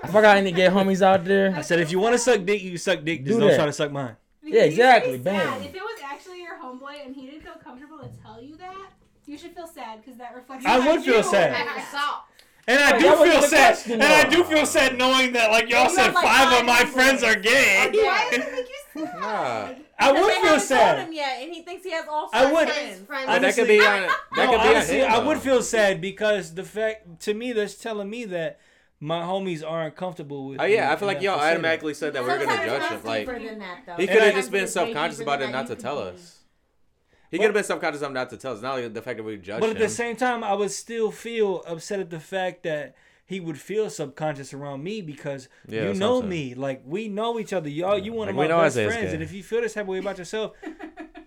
Speaker 2: if I got any gay homies out
Speaker 3: I
Speaker 2: there,
Speaker 3: said, if you want to suck dick, you suck dick. Just
Speaker 2: Do
Speaker 3: don't
Speaker 2: that.
Speaker 3: try to suck mine.
Speaker 2: Yeah, exactly,
Speaker 8: You should be
Speaker 2: bam.
Speaker 8: sad. If it was actually your homeboy and he didn't feel comfortable to tell you that, you should feel sad because that reflects.
Speaker 3: I
Speaker 8: on
Speaker 3: would
Speaker 8: you
Speaker 3: feel sad.
Speaker 8: and
Speaker 7: And I
Speaker 8: yourself.
Speaker 7: saw.
Speaker 3: And I
Speaker 2: Wait,
Speaker 3: do
Speaker 2: that wasn't
Speaker 3: feel
Speaker 2: the
Speaker 3: sad.
Speaker 2: question,
Speaker 3: And I do
Speaker 2: though.
Speaker 3: feel sad knowing that, like y'all
Speaker 6: You
Speaker 3: said,
Speaker 6: have, like,
Speaker 3: five of
Speaker 6: five
Speaker 3: my
Speaker 6: boys.
Speaker 3: friends are gay.
Speaker 8: Why does it make you sad?
Speaker 4: Nah.
Speaker 3: I
Speaker 6: Because
Speaker 3: would
Speaker 6: they
Speaker 3: feel
Speaker 6: haven't
Speaker 3: sad.
Speaker 6: told him yet, and he thinks he has all
Speaker 3: I
Speaker 6: five
Speaker 3: would-
Speaker 6: friends.
Speaker 7: Friends.
Speaker 3: I
Speaker 4: That could be on. That
Speaker 3: No,
Speaker 4: could be
Speaker 3: honestly,
Speaker 4: on him,
Speaker 3: I would
Speaker 4: though.
Speaker 3: feel sad because the fact to me that's telling me that my homies aren't comfortable with.
Speaker 4: Oh
Speaker 3: me
Speaker 4: yeah, I
Speaker 3: in
Speaker 4: feel like
Speaker 3: that
Speaker 4: y'all
Speaker 3: vicinity.
Speaker 4: automatically said that we are gonna
Speaker 6: Sometimes
Speaker 4: judge
Speaker 6: it's
Speaker 4: him.
Speaker 6: deeper
Speaker 4: Like
Speaker 6: than that, though.
Speaker 4: he could have
Speaker 3: And I-
Speaker 4: just been
Speaker 6: Sometimes it's way
Speaker 4: subconscious
Speaker 6: deeper
Speaker 4: about
Speaker 6: than
Speaker 4: it
Speaker 6: that
Speaker 4: not to
Speaker 6: you can
Speaker 4: tell
Speaker 6: be.
Speaker 4: us. He could have been subconscious about it not to tell us. Not only the fact that we judge
Speaker 3: But at the
Speaker 4: him.
Speaker 3: same time, I would still feel upset at the fact that he would feel subconscious around me because
Speaker 4: Yeah,
Speaker 3: you
Speaker 4: that's what
Speaker 3: know
Speaker 4: I'm saying.
Speaker 3: me. Like we know each other. Y'all, you one
Speaker 4: Like,
Speaker 3: of
Speaker 4: we
Speaker 3: my
Speaker 4: know
Speaker 3: best
Speaker 4: Isaiah's
Speaker 3: friends.
Speaker 4: gay.
Speaker 3: And if you feel this type of way about yourself,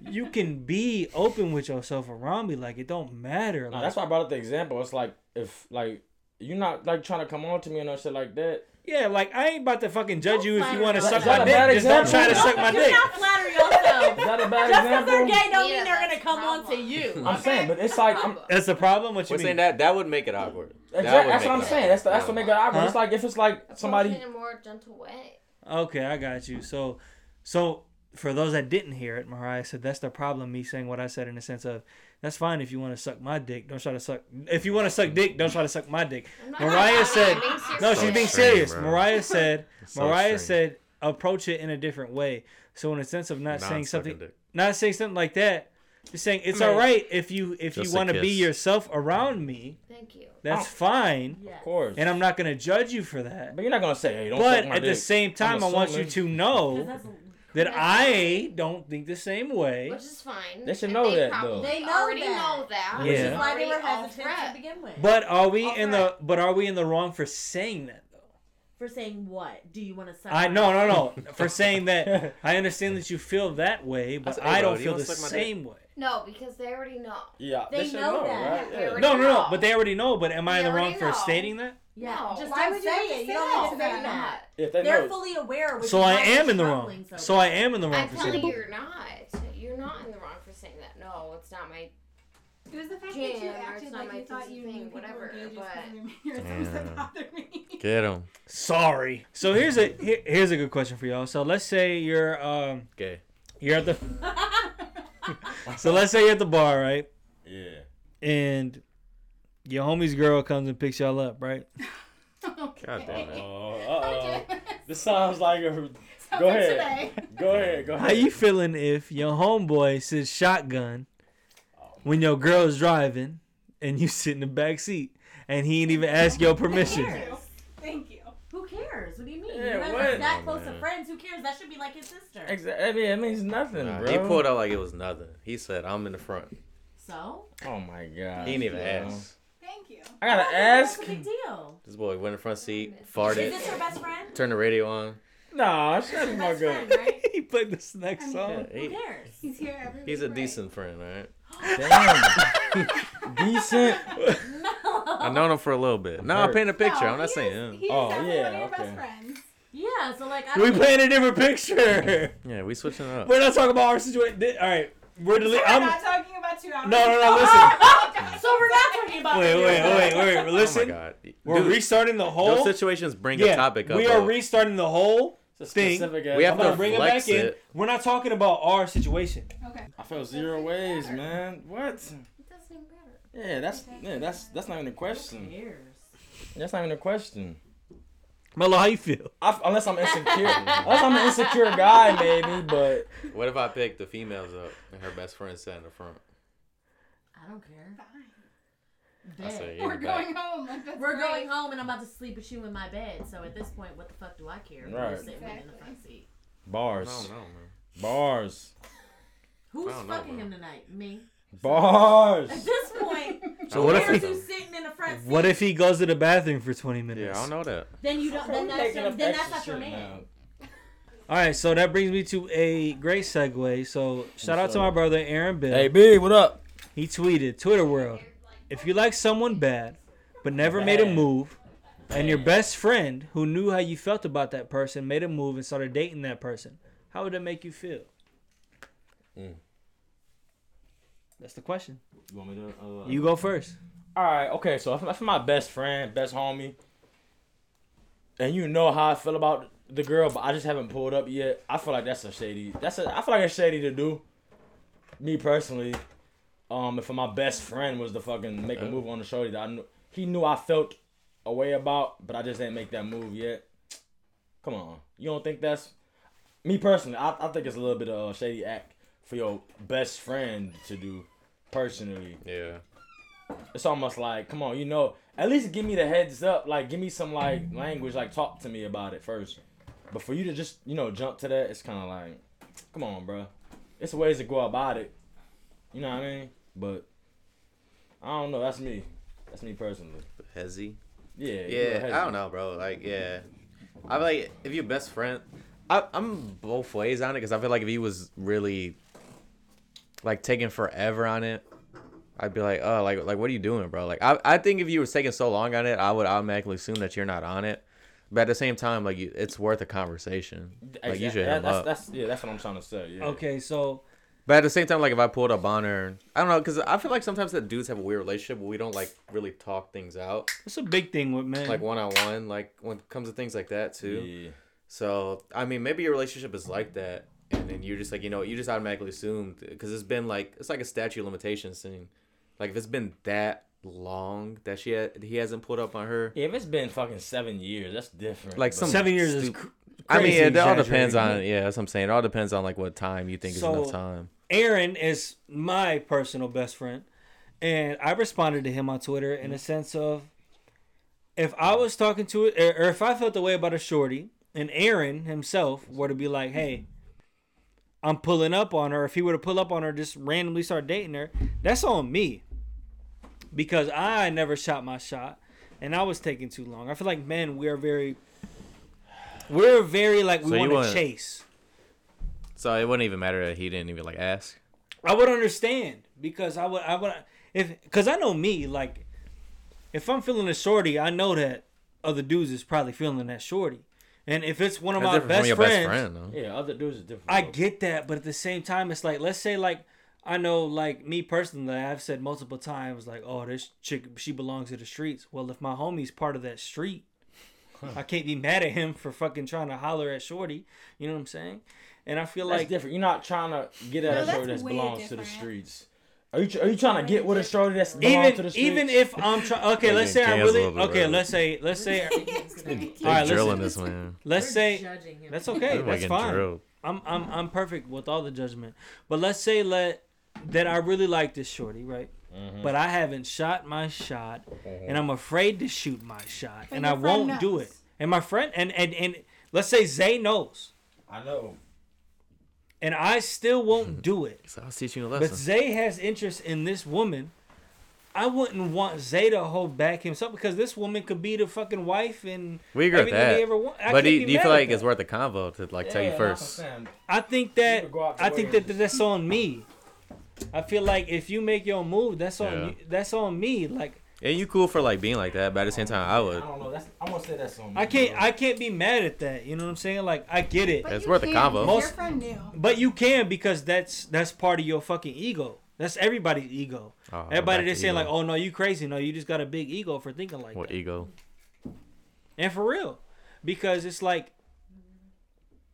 Speaker 3: you can be open with yourself around me. Like it don't matter.
Speaker 2: Nah,
Speaker 3: Like,
Speaker 2: that's why I brought up the example. It's like if like you're not like trying to come on to me and no shit like that.
Speaker 3: yeah, like I ain't about to fucking judge
Speaker 6: Don't
Speaker 3: you if you
Speaker 6: flatter
Speaker 3: want to suck
Speaker 6: yourself.
Speaker 2: Is that
Speaker 3: my
Speaker 2: a
Speaker 3: dick.
Speaker 2: bad
Speaker 3: Just don't
Speaker 2: example?
Speaker 3: try to
Speaker 6: Don't-
Speaker 3: suck my
Speaker 6: do
Speaker 3: dick.
Speaker 6: not flatter yourself.
Speaker 2: Is that a bad
Speaker 6: Just because
Speaker 2: example?
Speaker 6: they're gay, don't
Speaker 7: Yeah,
Speaker 6: mean they're gonna
Speaker 7: that's
Speaker 6: come
Speaker 7: the
Speaker 6: on to
Speaker 7: problem.
Speaker 6: you.
Speaker 2: I'm saying, but it's like I'm,
Speaker 3: That's the problem. What you
Speaker 4: We're
Speaker 3: mean?
Speaker 4: saying that that would make it awkward. That
Speaker 2: Exact-
Speaker 4: would
Speaker 2: that's
Speaker 4: make
Speaker 2: what I'm
Speaker 4: it
Speaker 2: saying.
Speaker 4: awkward.
Speaker 2: That's the, that's what make it awkward.
Speaker 3: Huh?
Speaker 2: It's like if it's like
Speaker 7: Somebody.
Speaker 2: somebody.
Speaker 7: In a more gentle way.
Speaker 3: Okay, I got you. So, so for those that didn't hear it, Mariah said that's the problem. Me saying what I said in the sense of that's fine if you want to suck my dick. Don't try to suck. If you want to suck dick, don't try to suck my dick.
Speaker 7: I'm not-
Speaker 3: Mariah
Speaker 7: I'm
Speaker 3: said.
Speaker 7: being serious.
Speaker 3: No,
Speaker 4: So
Speaker 3: she's being
Speaker 4: extreme,
Speaker 3: serious.
Speaker 4: bro.
Speaker 3: Mariah said.
Speaker 4: So
Speaker 3: Mariah
Speaker 4: extreme.
Speaker 3: said approach it in a different way. So in the sense of not
Speaker 4: Not
Speaker 3: saying
Speaker 4: sucking
Speaker 3: something,
Speaker 4: dick.
Speaker 3: not saying something like that. Just saying it's
Speaker 2: Man.
Speaker 3: all right if you if you
Speaker 4: Just a
Speaker 3: want to be
Speaker 4: kiss.
Speaker 3: yourself around me.
Speaker 7: Thank you.
Speaker 3: That's
Speaker 2: Oh.
Speaker 3: fine,
Speaker 6: Yes.
Speaker 2: Of course.
Speaker 3: and I'm not gonna judge you for that.
Speaker 2: but you're not gonna say, hey, don't
Speaker 3: But
Speaker 2: suck my
Speaker 3: at the
Speaker 2: dick.
Speaker 3: same time, I want you
Speaker 2: assuming.
Speaker 3: to
Speaker 6: 'Cause
Speaker 3: know
Speaker 6: that's a-
Speaker 3: that I don't think the same way.
Speaker 7: Which is fine.
Speaker 2: They should
Speaker 7: And
Speaker 2: know that,
Speaker 7: probably
Speaker 2: though.
Speaker 6: They know
Speaker 7: already
Speaker 6: that.
Speaker 7: know that.
Speaker 3: Which is
Speaker 6: That's why they were
Speaker 7: Already off
Speaker 6: hesitant to
Speaker 7: rep.
Speaker 6: begin with.
Speaker 3: But are we in the
Speaker 7: Alright.
Speaker 3: but are we in the wrong for saying that though?
Speaker 6: for saying what? Do you want to suck?
Speaker 3: I
Speaker 6: my
Speaker 3: no no
Speaker 6: dick?
Speaker 3: no for saying that I understand that you feel that way, but
Speaker 4: said, hey,
Speaker 3: I
Speaker 4: bro,
Speaker 3: don't
Speaker 4: do you
Speaker 3: feel the
Speaker 4: wanna suck my dick?
Speaker 3: same way.
Speaker 7: No, because they already know.
Speaker 2: Yeah,
Speaker 6: They
Speaker 2: should
Speaker 6: know that.
Speaker 2: right?
Speaker 7: They
Speaker 2: Yeah.
Speaker 7: already
Speaker 3: No no no,
Speaker 7: know.
Speaker 3: but they already know. But am I in
Speaker 7: They
Speaker 3: the wrong
Speaker 7: already
Speaker 3: for
Speaker 7: know.
Speaker 3: stating that?
Speaker 6: Yeah,
Speaker 7: No.
Speaker 6: just
Speaker 8: Why
Speaker 6: don't
Speaker 8: would you
Speaker 6: say
Speaker 8: have to
Speaker 6: it.
Speaker 8: say
Speaker 6: You don't
Speaker 7: No,
Speaker 6: need to
Speaker 8: that?
Speaker 6: say
Speaker 7: they're
Speaker 6: that.
Speaker 7: not.
Speaker 2: If they
Speaker 6: They're
Speaker 2: know,
Speaker 6: fully aware. which
Speaker 3: So
Speaker 6: is
Speaker 3: I
Speaker 6: why they're
Speaker 3: am in the
Speaker 6: struggling
Speaker 3: wrong.
Speaker 6: so
Speaker 3: So
Speaker 6: much.
Speaker 3: I am in the wrong
Speaker 7: I'm
Speaker 3: for
Speaker 7: telling
Speaker 3: saying
Speaker 7: you,
Speaker 3: that.
Speaker 7: you're not. You're not in the wrong for saying that. No, it's not my.
Speaker 8: It was the fact that you
Speaker 7: Jam or
Speaker 8: acted
Speaker 7: something
Speaker 8: like you
Speaker 7: like
Speaker 8: thought
Speaker 7: this
Speaker 8: you
Speaker 7: thing,
Speaker 8: knew people were
Speaker 7: whatever,
Speaker 8: gay just
Speaker 7: but-
Speaker 8: because you're married. That's what
Speaker 4: Yeah.
Speaker 8: bothered me.
Speaker 4: Get him.
Speaker 3: Sorry. So here's a here, here's a good question for y'all. So let's say you're um
Speaker 4: Gay.
Speaker 3: you're at the so let's say you're at the bar right.
Speaker 2: yeah.
Speaker 3: and your homie's girl comes and picks y'all up, right?
Speaker 4: God damn it.
Speaker 2: Oh,
Speaker 8: Okay.
Speaker 2: uh oh. This sounds like a. Go ahead. Go ahead. Go
Speaker 3: How
Speaker 2: ahead.
Speaker 3: you feeling if your homeboy sits shotgun when your girl's driving and you sit in the back seat and he ain't even ask your permission?
Speaker 6: Who cares?
Speaker 8: Thank you.
Speaker 6: Who cares? What do you mean?
Speaker 2: Yeah,
Speaker 6: you guys
Speaker 2: what? Oh,
Speaker 6: are that
Speaker 4: No,
Speaker 6: close to
Speaker 4: man.
Speaker 6: friends. Who cares? That should be like his sister.
Speaker 2: Exactly. I mean, it means nothing,
Speaker 4: Nah,
Speaker 2: bro.
Speaker 4: he pulled out like it was nothing. He said, "I'm in the front."
Speaker 6: So
Speaker 2: Oh my god.
Speaker 4: He didn't even
Speaker 2: bro.
Speaker 4: ask.
Speaker 8: Thank you.
Speaker 2: I gotta
Speaker 6: Oh, That's
Speaker 2: ask.
Speaker 6: a big deal.
Speaker 4: This boy went in front seat,
Speaker 6: Is
Speaker 4: farted,
Speaker 6: this her best friend?
Speaker 4: turned the radio on.
Speaker 2: Nah, shut my
Speaker 6: Best friend,
Speaker 2: good.
Speaker 6: right?
Speaker 3: he played this next
Speaker 4: Yeah,
Speaker 3: song.
Speaker 6: Who
Speaker 4: he,
Speaker 6: cares?
Speaker 8: He's here every
Speaker 4: he's
Speaker 8: week,
Speaker 4: a
Speaker 8: right?
Speaker 4: decent friend, all right?
Speaker 2: Damn. Decent.
Speaker 4: I've
Speaker 6: No.
Speaker 4: known him for a little bit. No, I'm
Speaker 2: hurt.
Speaker 4: painting a picture.
Speaker 8: Oh. No,
Speaker 4: I'm not
Speaker 8: he
Speaker 4: saying
Speaker 8: is-
Speaker 4: him.
Speaker 8: He is
Speaker 2: Oh,
Speaker 8: definitely
Speaker 2: yeah,
Speaker 8: one of your
Speaker 2: okay.
Speaker 8: best friends.
Speaker 6: Yeah. So like I
Speaker 3: We
Speaker 6: don't-
Speaker 3: playing a different picture.
Speaker 4: Yeah, we switching it up.
Speaker 3: We're not talking about our situation. All right, we're deleting.
Speaker 8: We're
Speaker 3: I'm
Speaker 8: not talking about you.
Speaker 3: no no no. Listen.
Speaker 8: listen.
Speaker 6: So we're not talking about.
Speaker 3: Wait
Speaker 6: it.
Speaker 3: wait wait wait.
Speaker 4: Oh my
Speaker 3: Listen.
Speaker 4: god.
Speaker 3: We're
Speaker 4: Dude,
Speaker 3: restarting the
Speaker 4: those
Speaker 3: whole.
Speaker 4: situations bring a topic up.
Speaker 3: We are
Speaker 4: though.
Speaker 3: restarting the whole
Speaker 2: It's a
Speaker 3: Thing.
Speaker 2: specific
Speaker 4: We
Speaker 2: ass-
Speaker 4: have
Speaker 3: I'm gonna
Speaker 4: to
Speaker 3: bring it
Speaker 4: flex
Speaker 3: back in.
Speaker 4: it.
Speaker 3: We're not talking about our situation.
Speaker 8: Okay.
Speaker 2: I felt zero ways, man. What?
Speaker 7: It doesn't even matter.
Speaker 2: Yeah, that's yeah, that's that's not even a
Speaker 6: Who
Speaker 2: question.
Speaker 6: cares?
Speaker 2: That's not even a question.
Speaker 3: Melo, how you feel?
Speaker 2: I, unless I'm insecure, unless I'm an insecure guy, maybe. But
Speaker 4: What if I pick the females up and her best friend sat in the front?
Speaker 6: I don't care.
Speaker 4: I
Speaker 6: Dead.
Speaker 4: say, yeah,
Speaker 8: We're
Speaker 4: back.
Speaker 8: going home. Like, that's
Speaker 6: We're
Speaker 8: great.
Speaker 6: going home and I'm about to sleep with you in my bed. So at this point, what the fuck do I care? Who
Speaker 2: Right.
Speaker 6: you're sitting with in the front seat.
Speaker 4: I
Speaker 2: bars,
Speaker 4: don't know, man.
Speaker 2: bars,
Speaker 6: Who's
Speaker 4: I don't know,
Speaker 6: fucking
Speaker 4: bro.
Speaker 6: him tonight? Me.
Speaker 2: bars.
Speaker 6: At this point,
Speaker 4: So what if
Speaker 6: Compared
Speaker 4: he-
Speaker 6: to sitting in the front seat,
Speaker 3: What if he goes to the bathroom for 20 minutes?
Speaker 4: Yeah, I don't know that.
Speaker 6: Then you don't. Then
Speaker 2: We're
Speaker 6: that's
Speaker 2: making
Speaker 6: your,
Speaker 2: up
Speaker 6: then that's
Speaker 2: extra
Speaker 6: not your
Speaker 2: shit
Speaker 6: man.
Speaker 2: now.
Speaker 3: All right, so that brings me to a great segue. So shout out
Speaker 2: What's
Speaker 3: to my
Speaker 2: up?
Speaker 3: brother Aaron Bill.
Speaker 2: Hey, B, what up?
Speaker 3: He tweeted, Twitter world, if you like someone bad, but never made a
Speaker 2: Bad.
Speaker 3: move, and your best friend who knew how you felt about that person made a move and started dating that person, how would that make you feel?
Speaker 4: Mm.
Speaker 3: That's the question.
Speaker 2: You want me to? uh,
Speaker 3: You go first.
Speaker 2: All right, okay. So if, if my best friend, best homie, and you know how I feel about the girl, but I just haven't pulled up yet. I feel like that's a shady. That's a. I feel like it's shady to do. Me personally, um, if my best friend was to fucking make a move on the shorty that I knew, he knew I felt a way about, but I just ain't make that move yet. Come on, you don't think that's me personally? I, I think it's a little bit of a shady act for your best friend to do. Personally,
Speaker 4: Yeah.
Speaker 2: it's almost like, come on, you know, at least give me the heads up, like give me some like language, like talk to me about it first. But for you to just, you know, jump to that, it's kind of like, come on, bro. It's ways to go about it. You know what I mean? But I don't know. That's me. That's me personally.
Speaker 4: Hezzy.
Speaker 2: Yeah. you're a
Speaker 4: Yeah,
Speaker 2: hezzy.
Speaker 4: I don't know, bro. Like, yeah, I feel like if your best friend, I, I'm both ways on it because I feel like if he was really like taking forever on it, I'd be like, oh, like, like, what are you doing, bro? Like, I, I think if you were taking so long on it, I would automatically assume that you're not on it. But at the same time, like, you, it's worth a conversation. Like, you
Speaker 2: Exact-
Speaker 4: should hit
Speaker 2: that-
Speaker 4: him
Speaker 2: that's,
Speaker 4: up.
Speaker 2: that's yeah. That's what I'm trying to say. Yeah.
Speaker 3: Okay, so
Speaker 4: But at the same time, like, if I pulled up on her, I don't know, because I feel like sometimes that dudes have a weird relationship where we don't like really talk things out,
Speaker 3: it's a big thing with men.
Speaker 4: like one on one, like when it comes to things like that too.
Speaker 2: Yeah.
Speaker 4: So I mean, maybe your relationship is like that, and then you're just like, you know, you just automatically assumed because it's been like it's like a statute of limitations thing. Like if it's been that long that she ha- he hasn't pulled up on her,
Speaker 2: Yeah, If it's been fucking seven years, that's different.
Speaker 4: like
Speaker 2: but-
Speaker 4: some
Speaker 3: Seven years is
Speaker 4: stu-
Speaker 3: cr-
Speaker 4: I mean,
Speaker 3: crazy
Speaker 4: it all depends on
Speaker 3: exaggerating.
Speaker 4: yeah. That's what I'm saying. It all depends on like what time you think
Speaker 3: So-
Speaker 4: is enough time.
Speaker 3: Aaron is my personal best friend, and I responded to him on Twitter in a sense of if I was talking to it, or or if I felt the way about a shorty, and Aaron himself were to be like, "Hey, I'm pulling up on her," if he were to pull up on her, just randomly start dating her, that's on me because I never shot my shot, and I was taking too long. I feel like men, we are very, we're very like we
Speaker 4: So you
Speaker 3: want
Speaker 4: want-
Speaker 3: to chase.
Speaker 4: So it wouldn't even matter that he didn't even like ask.
Speaker 3: I would understand because I would I would if because I know me like if I'm feeling a shorty, I know that other dudes is probably feeling that shorty, and if it's one of
Speaker 4: That's
Speaker 3: my
Speaker 4: different
Speaker 3: best
Speaker 4: from your
Speaker 3: friends,
Speaker 4: best friend, though.
Speaker 2: yeah, other dudes are different.
Speaker 3: I
Speaker 2: though.
Speaker 3: get that, but at the same time, it's like let's say like I know like me personally, I've said multiple times like, oh, this chick she belongs to the streets. Well, if my homie's part of that street, I can't be mad at him for fucking trying to holler at shorty. You know what I'm saying? And I feel
Speaker 2: That's
Speaker 3: like
Speaker 2: different. You're not trying to get at
Speaker 8: No,
Speaker 2: a
Speaker 8: that's
Speaker 2: shorty that
Speaker 8: way
Speaker 2: belongs to the
Speaker 8: different.
Speaker 2: streets. Are you tr- are you trying to get with a shorty that's belongs to
Speaker 3: even
Speaker 2: the streets?
Speaker 3: even if I'm trying. Okay,
Speaker 4: You're
Speaker 3: let's say
Speaker 4: getting
Speaker 3: I
Speaker 4: canceled
Speaker 3: really.
Speaker 4: a little bit
Speaker 3: Okay,
Speaker 4: early.
Speaker 3: let's say let's say
Speaker 4: They're
Speaker 3: All right, listen.
Speaker 4: drilling this man.
Speaker 3: let's
Speaker 6: We're
Speaker 3: say
Speaker 6: judging him.
Speaker 3: that's okay.
Speaker 4: They're
Speaker 3: That's
Speaker 4: getting
Speaker 3: fine.
Speaker 4: drilled.
Speaker 3: I'm I'm I'm perfect with all the judgment. But let's say let that I really like this shorty, right? But I haven't shot my shot, and I'm afraid to shoot my shot,
Speaker 8: But
Speaker 3: and
Speaker 8: your
Speaker 3: I
Speaker 8: friend
Speaker 3: won't do
Speaker 8: knows.
Speaker 3: it. And my friend and and and let's say Zay knows,
Speaker 2: I know.
Speaker 3: and I still won't do it.
Speaker 4: So I was teaching you a
Speaker 3: But
Speaker 4: lesson.
Speaker 3: Zay has interest in this woman. I wouldn't want Zay to hold back himself because this woman could be the fucking wife and
Speaker 4: We agree with
Speaker 3: everything
Speaker 4: that.
Speaker 3: he ever want.
Speaker 4: But
Speaker 3: I can't
Speaker 4: do you,
Speaker 3: be
Speaker 4: do you
Speaker 3: mad
Speaker 4: feel
Speaker 3: at
Speaker 4: like
Speaker 3: that.
Speaker 4: it's worth a convo to like tell you first?
Speaker 3: I think that
Speaker 2: could go out your
Speaker 3: I think
Speaker 2: way.
Speaker 3: that that that's on me. I feel like if you make your move, that's on
Speaker 4: Yeah.
Speaker 3: you, that's on me. Like
Speaker 4: And you cool for like being like that, but at the same time, Uh, I would.
Speaker 2: I don't know. That's I'm gonna say that's on.
Speaker 3: I can't I can't be mad at that. You know what I'm saying? Like I get it,
Speaker 8: But
Speaker 4: It's
Speaker 8: you
Speaker 4: worth a
Speaker 8: can,
Speaker 4: combo.
Speaker 8: because
Speaker 3: Most-
Speaker 8: Your friend knew.
Speaker 3: but you can because that's that's part of your fucking ego. That's everybody's ego.
Speaker 4: Oh,
Speaker 3: Everybody
Speaker 4: back to
Speaker 3: that's saying
Speaker 4: ego.
Speaker 3: like, "Oh no, you crazy? No, you just got a big ego for thinking like
Speaker 4: What
Speaker 3: that."
Speaker 4: ego?
Speaker 3: And for real, because it's like,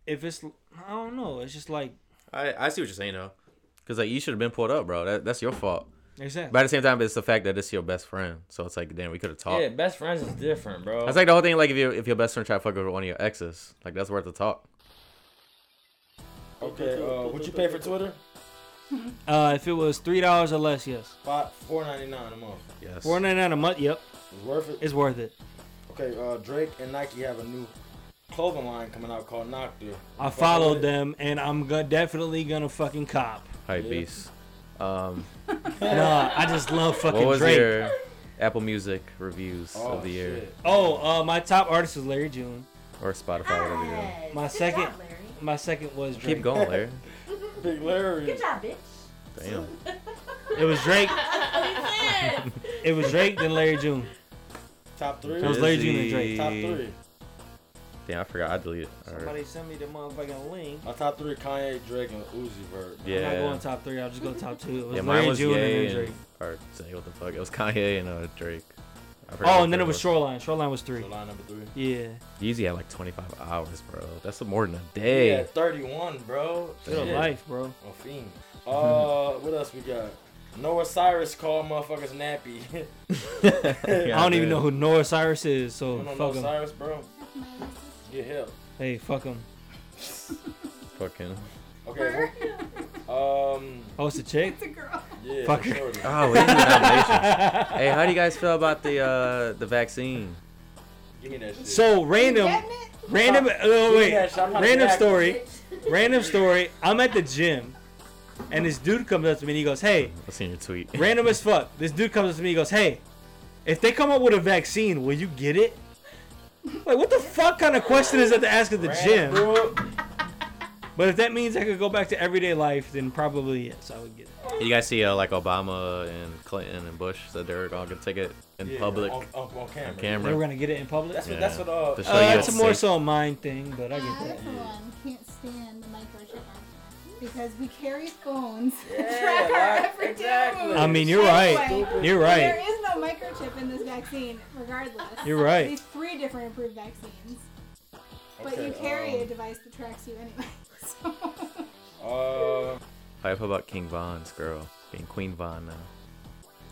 Speaker 3: if it's I don't know, it's just like
Speaker 4: I, I see what you're saying though, because like you should have been pulled up, bro. That, that's your fault. But
Speaker 3: exactly.
Speaker 4: at the same time, it's the fact that it's your best friend, so it's like, damn, we could have talked.
Speaker 2: Yeah, best friends is different, bro.
Speaker 4: That's like the whole thing. Like if you if your best friend try to fuck with one of your exes, like that's worth a talk.
Speaker 2: okay, uh, would you pay for Twitter?
Speaker 3: Uh, if it was three dollars or less, yes.
Speaker 2: Five, four ninety nine a month.
Speaker 4: Yes.
Speaker 3: Four ninety nine a month. Yep,
Speaker 2: It's worth it.
Speaker 3: it's worth it.
Speaker 2: Okay, uh, Drake and Nike have a new clothing line coming out called Noctua.
Speaker 3: I followed them, and I'm go- definitely gonna fucking cop.
Speaker 4: Hype
Speaker 2: Yeah.
Speaker 4: beast. Um,
Speaker 3: Nah, I just love
Speaker 4: what
Speaker 3: fucking
Speaker 4: was
Speaker 3: Drake.
Speaker 4: your Apple Music reviews
Speaker 2: Oh,
Speaker 4: of the year
Speaker 2: shit.
Speaker 3: Oh, uh, my top artist was Larry June.
Speaker 4: or Spotify, whatever you do?
Speaker 6: Yes.
Speaker 3: My
Speaker 6: Good
Speaker 3: second-
Speaker 6: Job, Larry.
Speaker 3: My second was Drake.
Speaker 4: Keep going, Larry.
Speaker 2: Big
Speaker 6: Good
Speaker 2: Larry.
Speaker 6: job, bitch.
Speaker 4: Damn.
Speaker 3: It was Drake.
Speaker 6: Yes.
Speaker 3: It was Drake then Larry June.
Speaker 2: Top three.
Speaker 3: It was Larry June and
Speaker 4: Busy.
Speaker 3: Drake.
Speaker 2: Top three.
Speaker 4: Damn, I forgot. I deleted. Or,
Speaker 3: send me the motherfucking link.
Speaker 2: My top three: Kanye, Drake, and Uzi Vert.
Speaker 4: yeah.
Speaker 3: I'm not going top three. I'll just go top two. It was
Speaker 4: yeah,
Speaker 3: Larry
Speaker 4: mine was
Speaker 3: June and
Speaker 4: Ye and,
Speaker 3: then Drake.
Speaker 4: or say what the fuck. It was Kanye and uh, Drake. I forgot
Speaker 3: Oh,
Speaker 4: what
Speaker 3: and then it
Speaker 4: third
Speaker 3: was Shoreline. Shoreline was three.
Speaker 2: So line number three.
Speaker 3: Yeah.
Speaker 4: Yeezy had like 25 hours, bro. That's more than a day.
Speaker 2: Yeah, 31, bro.
Speaker 3: Good
Speaker 4: Shit.
Speaker 3: life, bro.
Speaker 2: Oh, fiend. Uh, what else we got? Noah Cyrus called motherfuckers nappy.
Speaker 3: I don't even know who Noah Cyrus is, so
Speaker 2: you don't know
Speaker 3: fuck
Speaker 2: Noah
Speaker 3: him.
Speaker 2: Cyrus, bro? Get help.
Speaker 3: Hey, fuck him.
Speaker 4: Fucking.
Speaker 2: Okay. Um.
Speaker 3: Oh, it's a chick.
Speaker 8: It's a girl.
Speaker 2: Yeah.
Speaker 3: Fuck.
Speaker 2: shorty.
Speaker 4: Oh, we didn't do nominations. hey, how do you guys feel about the uh, the vaccine?
Speaker 2: Give me that shit.
Speaker 3: So random,
Speaker 8: Getting it?
Speaker 3: random.
Speaker 2: Give
Speaker 3: Oh
Speaker 2: me
Speaker 3: wait,
Speaker 2: that shit. I'm trying to
Speaker 3: random
Speaker 2: react.
Speaker 3: story. Random story. I'm at the gym, and this dude comes up to me and he goes, "Hey,
Speaker 4: I seen your tweet.
Speaker 3: random as fuck." This dude comes up to me and he goes, "Hey, if they come up with a vaccine, will you get it?" Like, what the fuck kind of question is that to ask at the
Speaker 2: Random,
Speaker 3: gym?
Speaker 2: bro.
Speaker 3: But if that means I could go back to everyday life, then probably yes, I would get it.
Speaker 4: You guys see uh, like Obama and Clinton and Bush said they're all gonna take it in
Speaker 2: Yeah,
Speaker 4: public
Speaker 2: On, on, on camera.
Speaker 4: on
Speaker 3: They were
Speaker 4: camera.
Speaker 3: gonna get it in public.
Speaker 2: That's what. That's
Speaker 4: Yeah.
Speaker 2: what. Uh.
Speaker 4: To show
Speaker 3: Uh,
Speaker 4: you
Speaker 3: that's
Speaker 4: it's
Speaker 3: more
Speaker 4: safe.
Speaker 3: so a mind thing, but I get
Speaker 8: I,
Speaker 3: that.
Speaker 8: for one, can't stand the microchip because we carry phones that
Speaker 2: Yeah,
Speaker 8: track our
Speaker 2: like,
Speaker 8: every
Speaker 2: exactly.
Speaker 8: damn move.
Speaker 3: I mean, you're right.
Speaker 8: Anyway,
Speaker 3: You're
Speaker 8: There
Speaker 3: right.
Speaker 8: is no microchip in this vaccine, regardless.
Speaker 3: You're right.
Speaker 8: These three different approved vaccines, but
Speaker 2: okay,
Speaker 8: you carry a
Speaker 2: um,
Speaker 8: device that tracks you anyway. So
Speaker 2: Uh. Oh,
Speaker 4: How you feel about King Von's girl being Queen Von now?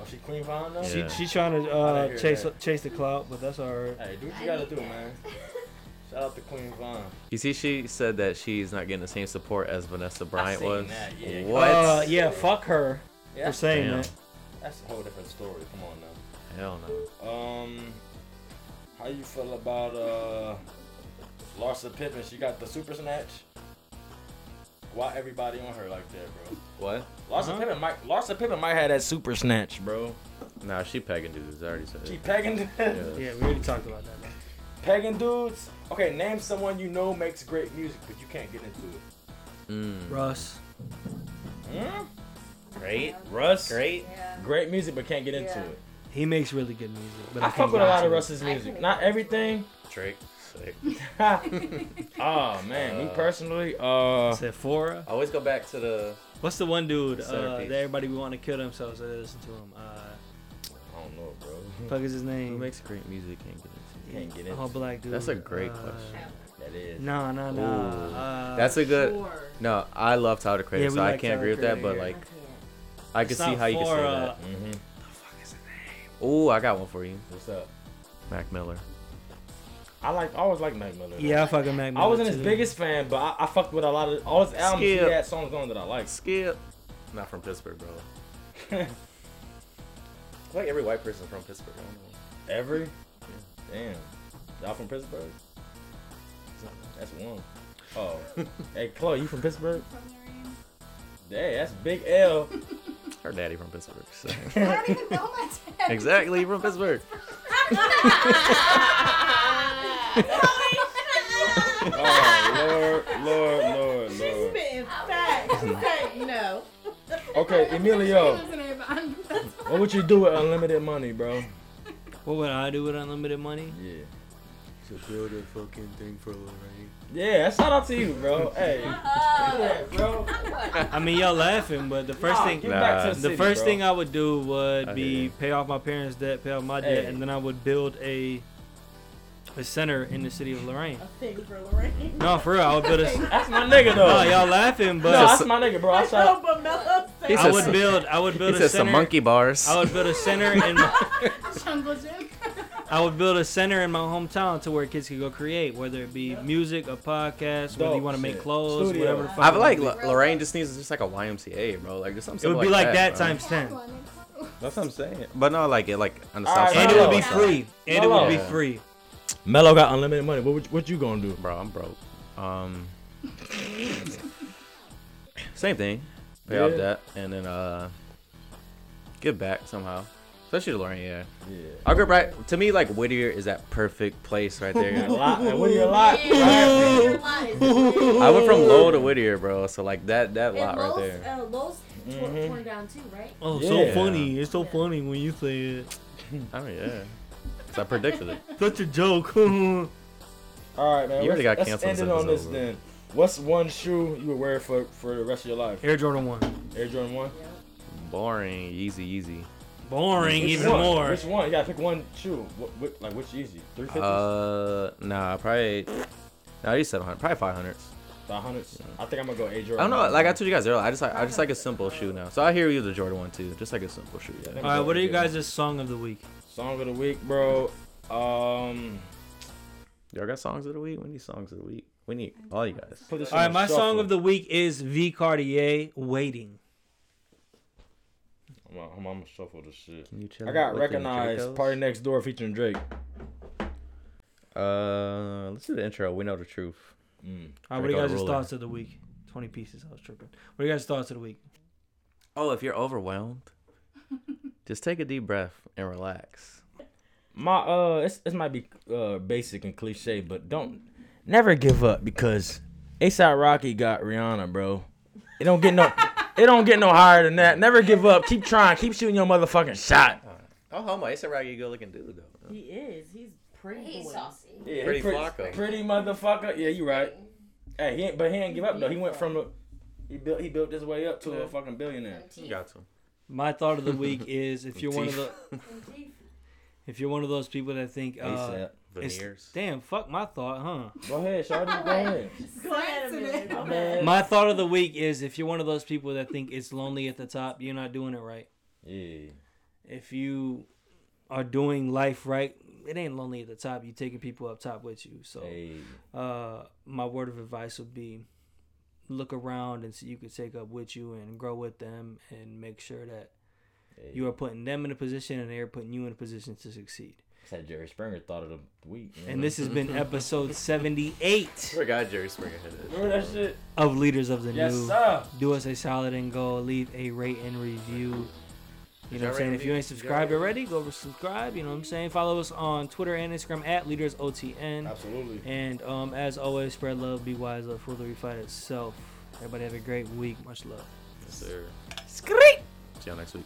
Speaker 2: she Queen Von now.
Speaker 4: Yeah.
Speaker 3: She, she trying to
Speaker 2: I
Speaker 3: uh,
Speaker 2: didn't hear
Speaker 3: chase
Speaker 2: that.
Speaker 3: chase the clout, but that's all right.
Speaker 2: Hey, do what you gotta do, man. Shout out to Queen Von.
Speaker 4: You see, she said that she's not getting the same support as Vanessa Bryant
Speaker 2: seen
Speaker 4: was.
Speaker 2: that, yeah.
Speaker 4: What?
Speaker 3: Uh, yeah, fuck her
Speaker 2: Yeah,
Speaker 3: for saying
Speaker 4: Damn.
Speaker 3: that.
Speaker 2: that's a whole different story. Come on now.
Speaker 4: Hell no.
Speaker 2: Um, how you feel about uh Larsa Pippen? She got the super snatch. Why everybody on her like that, bro?
Speaker 4: What?
Speaker 2: Larsa Pippen might Larsa Pippen might have that super snatch, bro.
Speaker 4: Nah, she pegging dudes. I already said.
Speaker 2: She
Speaker 4: it.
Speaker 2: pegging
Speaker 4: Yeah.
Speaker 3: Yeah, we already talked about that.
Speaker 2: pegging dudes. Okay, name someone you know makes great music, but you can't get into it.
Speaker 4: Mm.
Speaker 3: Russ.
Speaker 2: Hmm?
Speaker 4: Great.
Speaker 2: Russ,
Speaker 4: Great.
Speaker 7: Yeah.
Speaker 2: great music, but can't get into
Speaker 7: Yeah.
Speaker 2: it.
Speaker 3: He makes really good music, but I,
Speaker 2: I fuck with a lot of Russ's
Speaker 7: I
Speaker 2: music,
Speaker 7: can
Speaker 2: not
Speaker 7: agree.
Speaker 2: everything.
Speaker 4: Drake. Sick.
Speaker 2: oh man, me
Speaker 4: Uh,
Speaker 2: personally, uh,
Speaker 3: Sephora.
Speaker 4: I always go back to the.
Speaker 3: What's the one dude uh,
Speaker 4: Centerpiece.
Speaker 3: that everybody want to kill themselves? I listen to him. Uh,
Speaker 2: I don't know, bro.
Speaker 3: fuck is his
Speaker 4: Who
Speaker 3: name?
Speaker 4: makes great music and get into
Speaker 2: Can't
Speaker 4: it?
Speaker 2: get
Speaker 3: A whole
Speaker 2: into it.
Speaker 3: black dude.
Speaker 4: That's a great
Speaker 3: Uh,
Speaker 4: question.
Speaker 2: That is.
Speaker 3: No, no, no.
Speaker 4: Ooh.
Speaker 3: Uh,
Speaker 4: That's a good.
Speaker 6: Sure.
Speaker 4: No, I love Tyler the Creator,
Speaker 3: Yeah, we
Speaker 4: so I
Speaker 3: like
Speaker 4: can't
Speaker 3: Tyler,
Speaker 4: agree with that.
Speaker 3: Creator
Speaker 4: But
Speaker 3: here.
Speaker 4: like,
Speaker 6: I can't.
Speaker 4: I can
Speaker 3: It's
Speaker 4: see
Speaker 3: not
Speaker 4: how you can
Speaker 3: for,
Speaker 4: say
Speaker 3: uh,
Speaker 4: that.
Speaker 2: Mm-hmm.
Speaker 4: Oh, I got one for you,
Speaker 2: What's up?
Speaker 4: Mac Miller.
Speaker 2: I like. I always like Mac Miller. though.
Speaker 3: Yeah, I fucking Mac
Speaker 2: I
Speaker 3: Miller
Speaker 2: wasn't his
Speaker 3: too.
Speaker 2: biggest fan, but I, I fucked with a lot of all his albums.
Speaker 4: Skip.
Speaker 2: He had songs on that I liked.
Speaker 4: Skip. Not from Pittsburgh, bro. I Like every white person from Pittsburgh. I don't know.
Speaker 2: Every. Damn. Y'all from Pittsburgh? That's one. Oh. hey, Chloe, you from Pittsburgh? Hey, that's Big L.
Speaker 4: Her daddy from Pittsburgh. So.
Speaker 8: I don't
Speaker 2: Oh,
Speaker 8: even know my dad.
Speaker 4: exactly, he from Pittsburgh.
Speaker 2: Oh Lord, Lord,
Speaker 6: She's
Speaker 2: Lord, Lord.
Speaker 6: spitting facts. She said no.
Speaker 2: Okay, Emilio,
Speaker 8: Listener, but I'm- that's
Speaker 2: what would you do with unlimited money, bro?
Speaker 3: What would I do with unlimited money?
Speaker 2: Yeah.
Speaker 9: To build a fucking thing for Lorraine.
Speaker 2: Yeah, shout out to you, bro. Hey. Yeah, bro.
Speaker 3: I mean, y'all laughing, but the first
Speaker 2: Nah,
Speaker 3: thing
Speaker 2: get back to
Speaker 4: Nah.
Speaker 2: the,
Speaker 3: The
Speaker 2: city,
Speaker 3: first
Speaker 2: bro.
Speaker 3: thing I would do would
Speaker 4: I hear
Speaker 3: be
Speaker 4: you.
Speaker 3: pay off my parents' debt, pay off my debt,
Speaker 2: Hey.
Speaker 3: and then I would build a a center in the city of Lorraine.
Speaker 6: A thing for Lorraine.
Speaker 3: No, for real, I would build a.
Speaker 2: That's my nigga though.
Speaker 3: No, y'all laughing,
Speaker 2: No,
Speaker 3: but
Speaker 2: that's my nigga, bro. I
Speaker 6: I know,
Speaker 2: shot.
Speaker 6: but Mel
Speaker 4: He
Speaker 3: I
Speaker 4: said
Speaker 3: would
Speaker 4: some-
Speaker 3: build. I would build
Speaker 4: he
Speaker 3: a
Speaker 4: said
Speaker 3: center.
Speaker 4: some monkey bars.
Speaker 3: I would build a center in. My,
Speaker 8: Jungle Gym.
Speaker 3: I would build a center in my hometown to where kids could go create, whether it be music, a podcast, whether you
Speaker 2: Dope
Speaker 3: want to make
Speaker 2: shit.
Speaker 3: clothes,
Speaker 2: Studio.
Speaker 3: whatever. the fuck
Speaker 4: I
Speaker 3: you
Speaker 4: feel like
Speaker 3: wanna
Speaker 4: Lo- Lorraine just needs just like a YMCA, bro. Like just
Speaker 3: do.
Speaker 4: something.
Speaker 3: it would be like that,
Speaker 4: bro.
Speaker 3: times ten,
Speaker 4: That's what I'm saying. But no, like it, like on the
Speaker 2: All right,
Speaker 4: south side.
Speaker 3: and it
Speaker 2: Mello.
Speaker 3: would be
Speaker 4: South side.
Speaker 3: free. And it would be
Speaker 4: Mello.
Speaker 3: free.
Speaker 2: Mello got unlimited money. What would, what you gonna do?
Speaker 4: Bro, I'm broke. Um, same thing. pay off
Speaker 2: Yeah.
Speaker 4: debt, and then uh, give back somehow. Especially to Lauren, yeah.
Speaker 2: Yeah.
Speaker 4: I'll go right to me. Like Whittier is that perfect place right there.
Speaker 2: Lot- Whittier lot.
Speaker 6: Yeah, Whittier lot is-
Speaker 4: I went from Lowell to Whittier, bro. So like that that lot
Speaker 6: And Lowe's,
Speaker 4: right there.
Speaker 6: Uh, Lowe's t-
Speaker 3: Mm-hmm.
Speaker 4: Mhm.
Speaker 6: torn down too, right?
Speaker 3: Oh, so
Speaker 4: Yeah.
Speaker 3: funny. It's so funny when you say it.
Speaker 4: I mean, yeah. 'Cause I predicted it.
Speaker 3: Such a joke.
Speaker 2: right,
Speaker 3: All
Speaker 2: man.
Speaker 4: You already
Speaker 2: let's-
Speaker 4: got
Speaker 2: let's
Speaker 4: canceled
Speaker 2: end
Speaker 4: this
Speaker 2: it on this
Speaker 4: episode, bro.
Speaker 2: then. What's one shoe you would wear for for the rest of your life?
Speaker 3: Air Jordan One.
Speaker 2: Air Jordan One.
Speaker 4: Boring, easy, easy.
Speaker 3: Boring,
Speaker 2: Which
Speaker 3: even
Speaker 2: one?
Speaker 3: more.
Speaker 2: Which one? You gotta pick one shoe. What, what, like which easy? Three fifties,
Speaker 4: Uh, nah, probably. Nah, these seven hundred, probably five hundreds.
Speaker 2: five hundreds. I think I'm gonna go Air
Speaker 4: I
Speaker 2: Jordan.
Speaker 4: don't know.
Speaker 2: one.
Speaker 4: Like I told you guys earlier, I just like I just like a simple shoe now. So I hear you the Jordan one too, just like a simple shoe. Yeah.
Speaker 3: right, what are you guys' song of the week?
Speaker 2: Song of the week, bro. Um,
Speaker 4: Y'all got songs of the week? We need songs of the week. We need all you guys.
Speaker 2: Put this
Speaker 3: All right, my song of the week is V Cartier "Waiting."
Speaker 2: I'm gonna, I'm gonna shuffle this shit.
Speaker 4: Can you chill
Speaker 2: I
Speaker 4: out
Speaker 2: got
Speaker 4: with them
Speaker 2: recognized.
Speaker 4: Dracos?
Speaker 2: Party next door featuring Drake.
Speaker 4: Uh, let's do the intro. We know the truth.
Speaker 3: All right, what are you
Speaker 4: Draco
Speaker 3: guys'
Speaker 4: Ruler.
Speaker 3: thoughts of the week? Twenty pieces. I was tripping. What are you guys' thoughts of the week?
Speaker 4: Oh, if you're overwhelmed, just take a deep breath and relax.
Speaker 2: My uh, it's, it might be uh basic and cliche, but don't never give up because ASAP Rocky got Rihanna, bro. It don't get no, it don't get no higher than that. Never give up. Keep trying. Keep shooting your motherfucking shot.
Speaker 4: Oh, homo. It's a raggy good looking dude though.
Speaker 6: He is. He's pretty.
Speaker 7: He's
Speaker 6: boy.
Speaker 7: saucy.
Speaker 2: Yeah,
Speaker 4: Pretty
Speaker 2: pretty,
Speaker 4: Flocka.
Speaker 2: pretty motherfucker. Yeah, you right. Hey, he ain't, but he ain't give up though. He went from a, he built he built his way up to a fucking billionaire.
Speaker 4: You got some.
Speaker 3: My thought of the week is if you're one of the
Speaker 4: Teeth.
Speaker 3: if you're one of those people that think uh,
Speaker 2: ASAP.
Speaker 3: it's-
Speaker 4: Veneers.
Speaker 3: damn fuck my thought, huh?
Speaker 2: Go ahead, Shardy. Go ahead.
Speaker 6: Go ahead, Amelia. Go ahead.
Speaker 3: My thought of the week is if you're one of those people that think it's lonely at the top, you're not doing it right.
Speaker 2: Yeah.
Speaker 3: If you are doing life right, it ain't lonely at the top. You're taking people up top with you. So
Speaker 2: Hey.
Speaker 3: uh, my word of advice would be look around and see you can take up with you and grow with them and make sure that you are putting them in a position and they're putting you in a position to succeed.
Speaker 2: It's that Jerry Springer thought of the week. you
Speaker 3: And
Speaker 2: know?
Speaker 3: this has been episode 78
Speaker 4: forgot Jerry Springer had it.
Speaker 2: remember that shit.
Speaker 3: of Leaders of the
Speaker 2: Yes,
Speaker 3: New.
Speaker 2: sir.
Speaker 3: Do us a solid and go leave a rate and review. You know what I'm
Speaker 4: Y'all
Speaker 3: saying?
Speaker 4: rate
Speaker 3: If you ain't
Speaker 4: and review.
Speaker 3: subscribed already, go subscribe. You know what I'm saying? Follow us on Twitter and Instagram at LeadersOTN.
Speaker 2: Absolutely.
Speaker 3: And um, as always, spread love, be wise, love, foolery, fight itself. Everybody have a great week. Much love.
Speaker 4: Yes, sir. See y'all next week.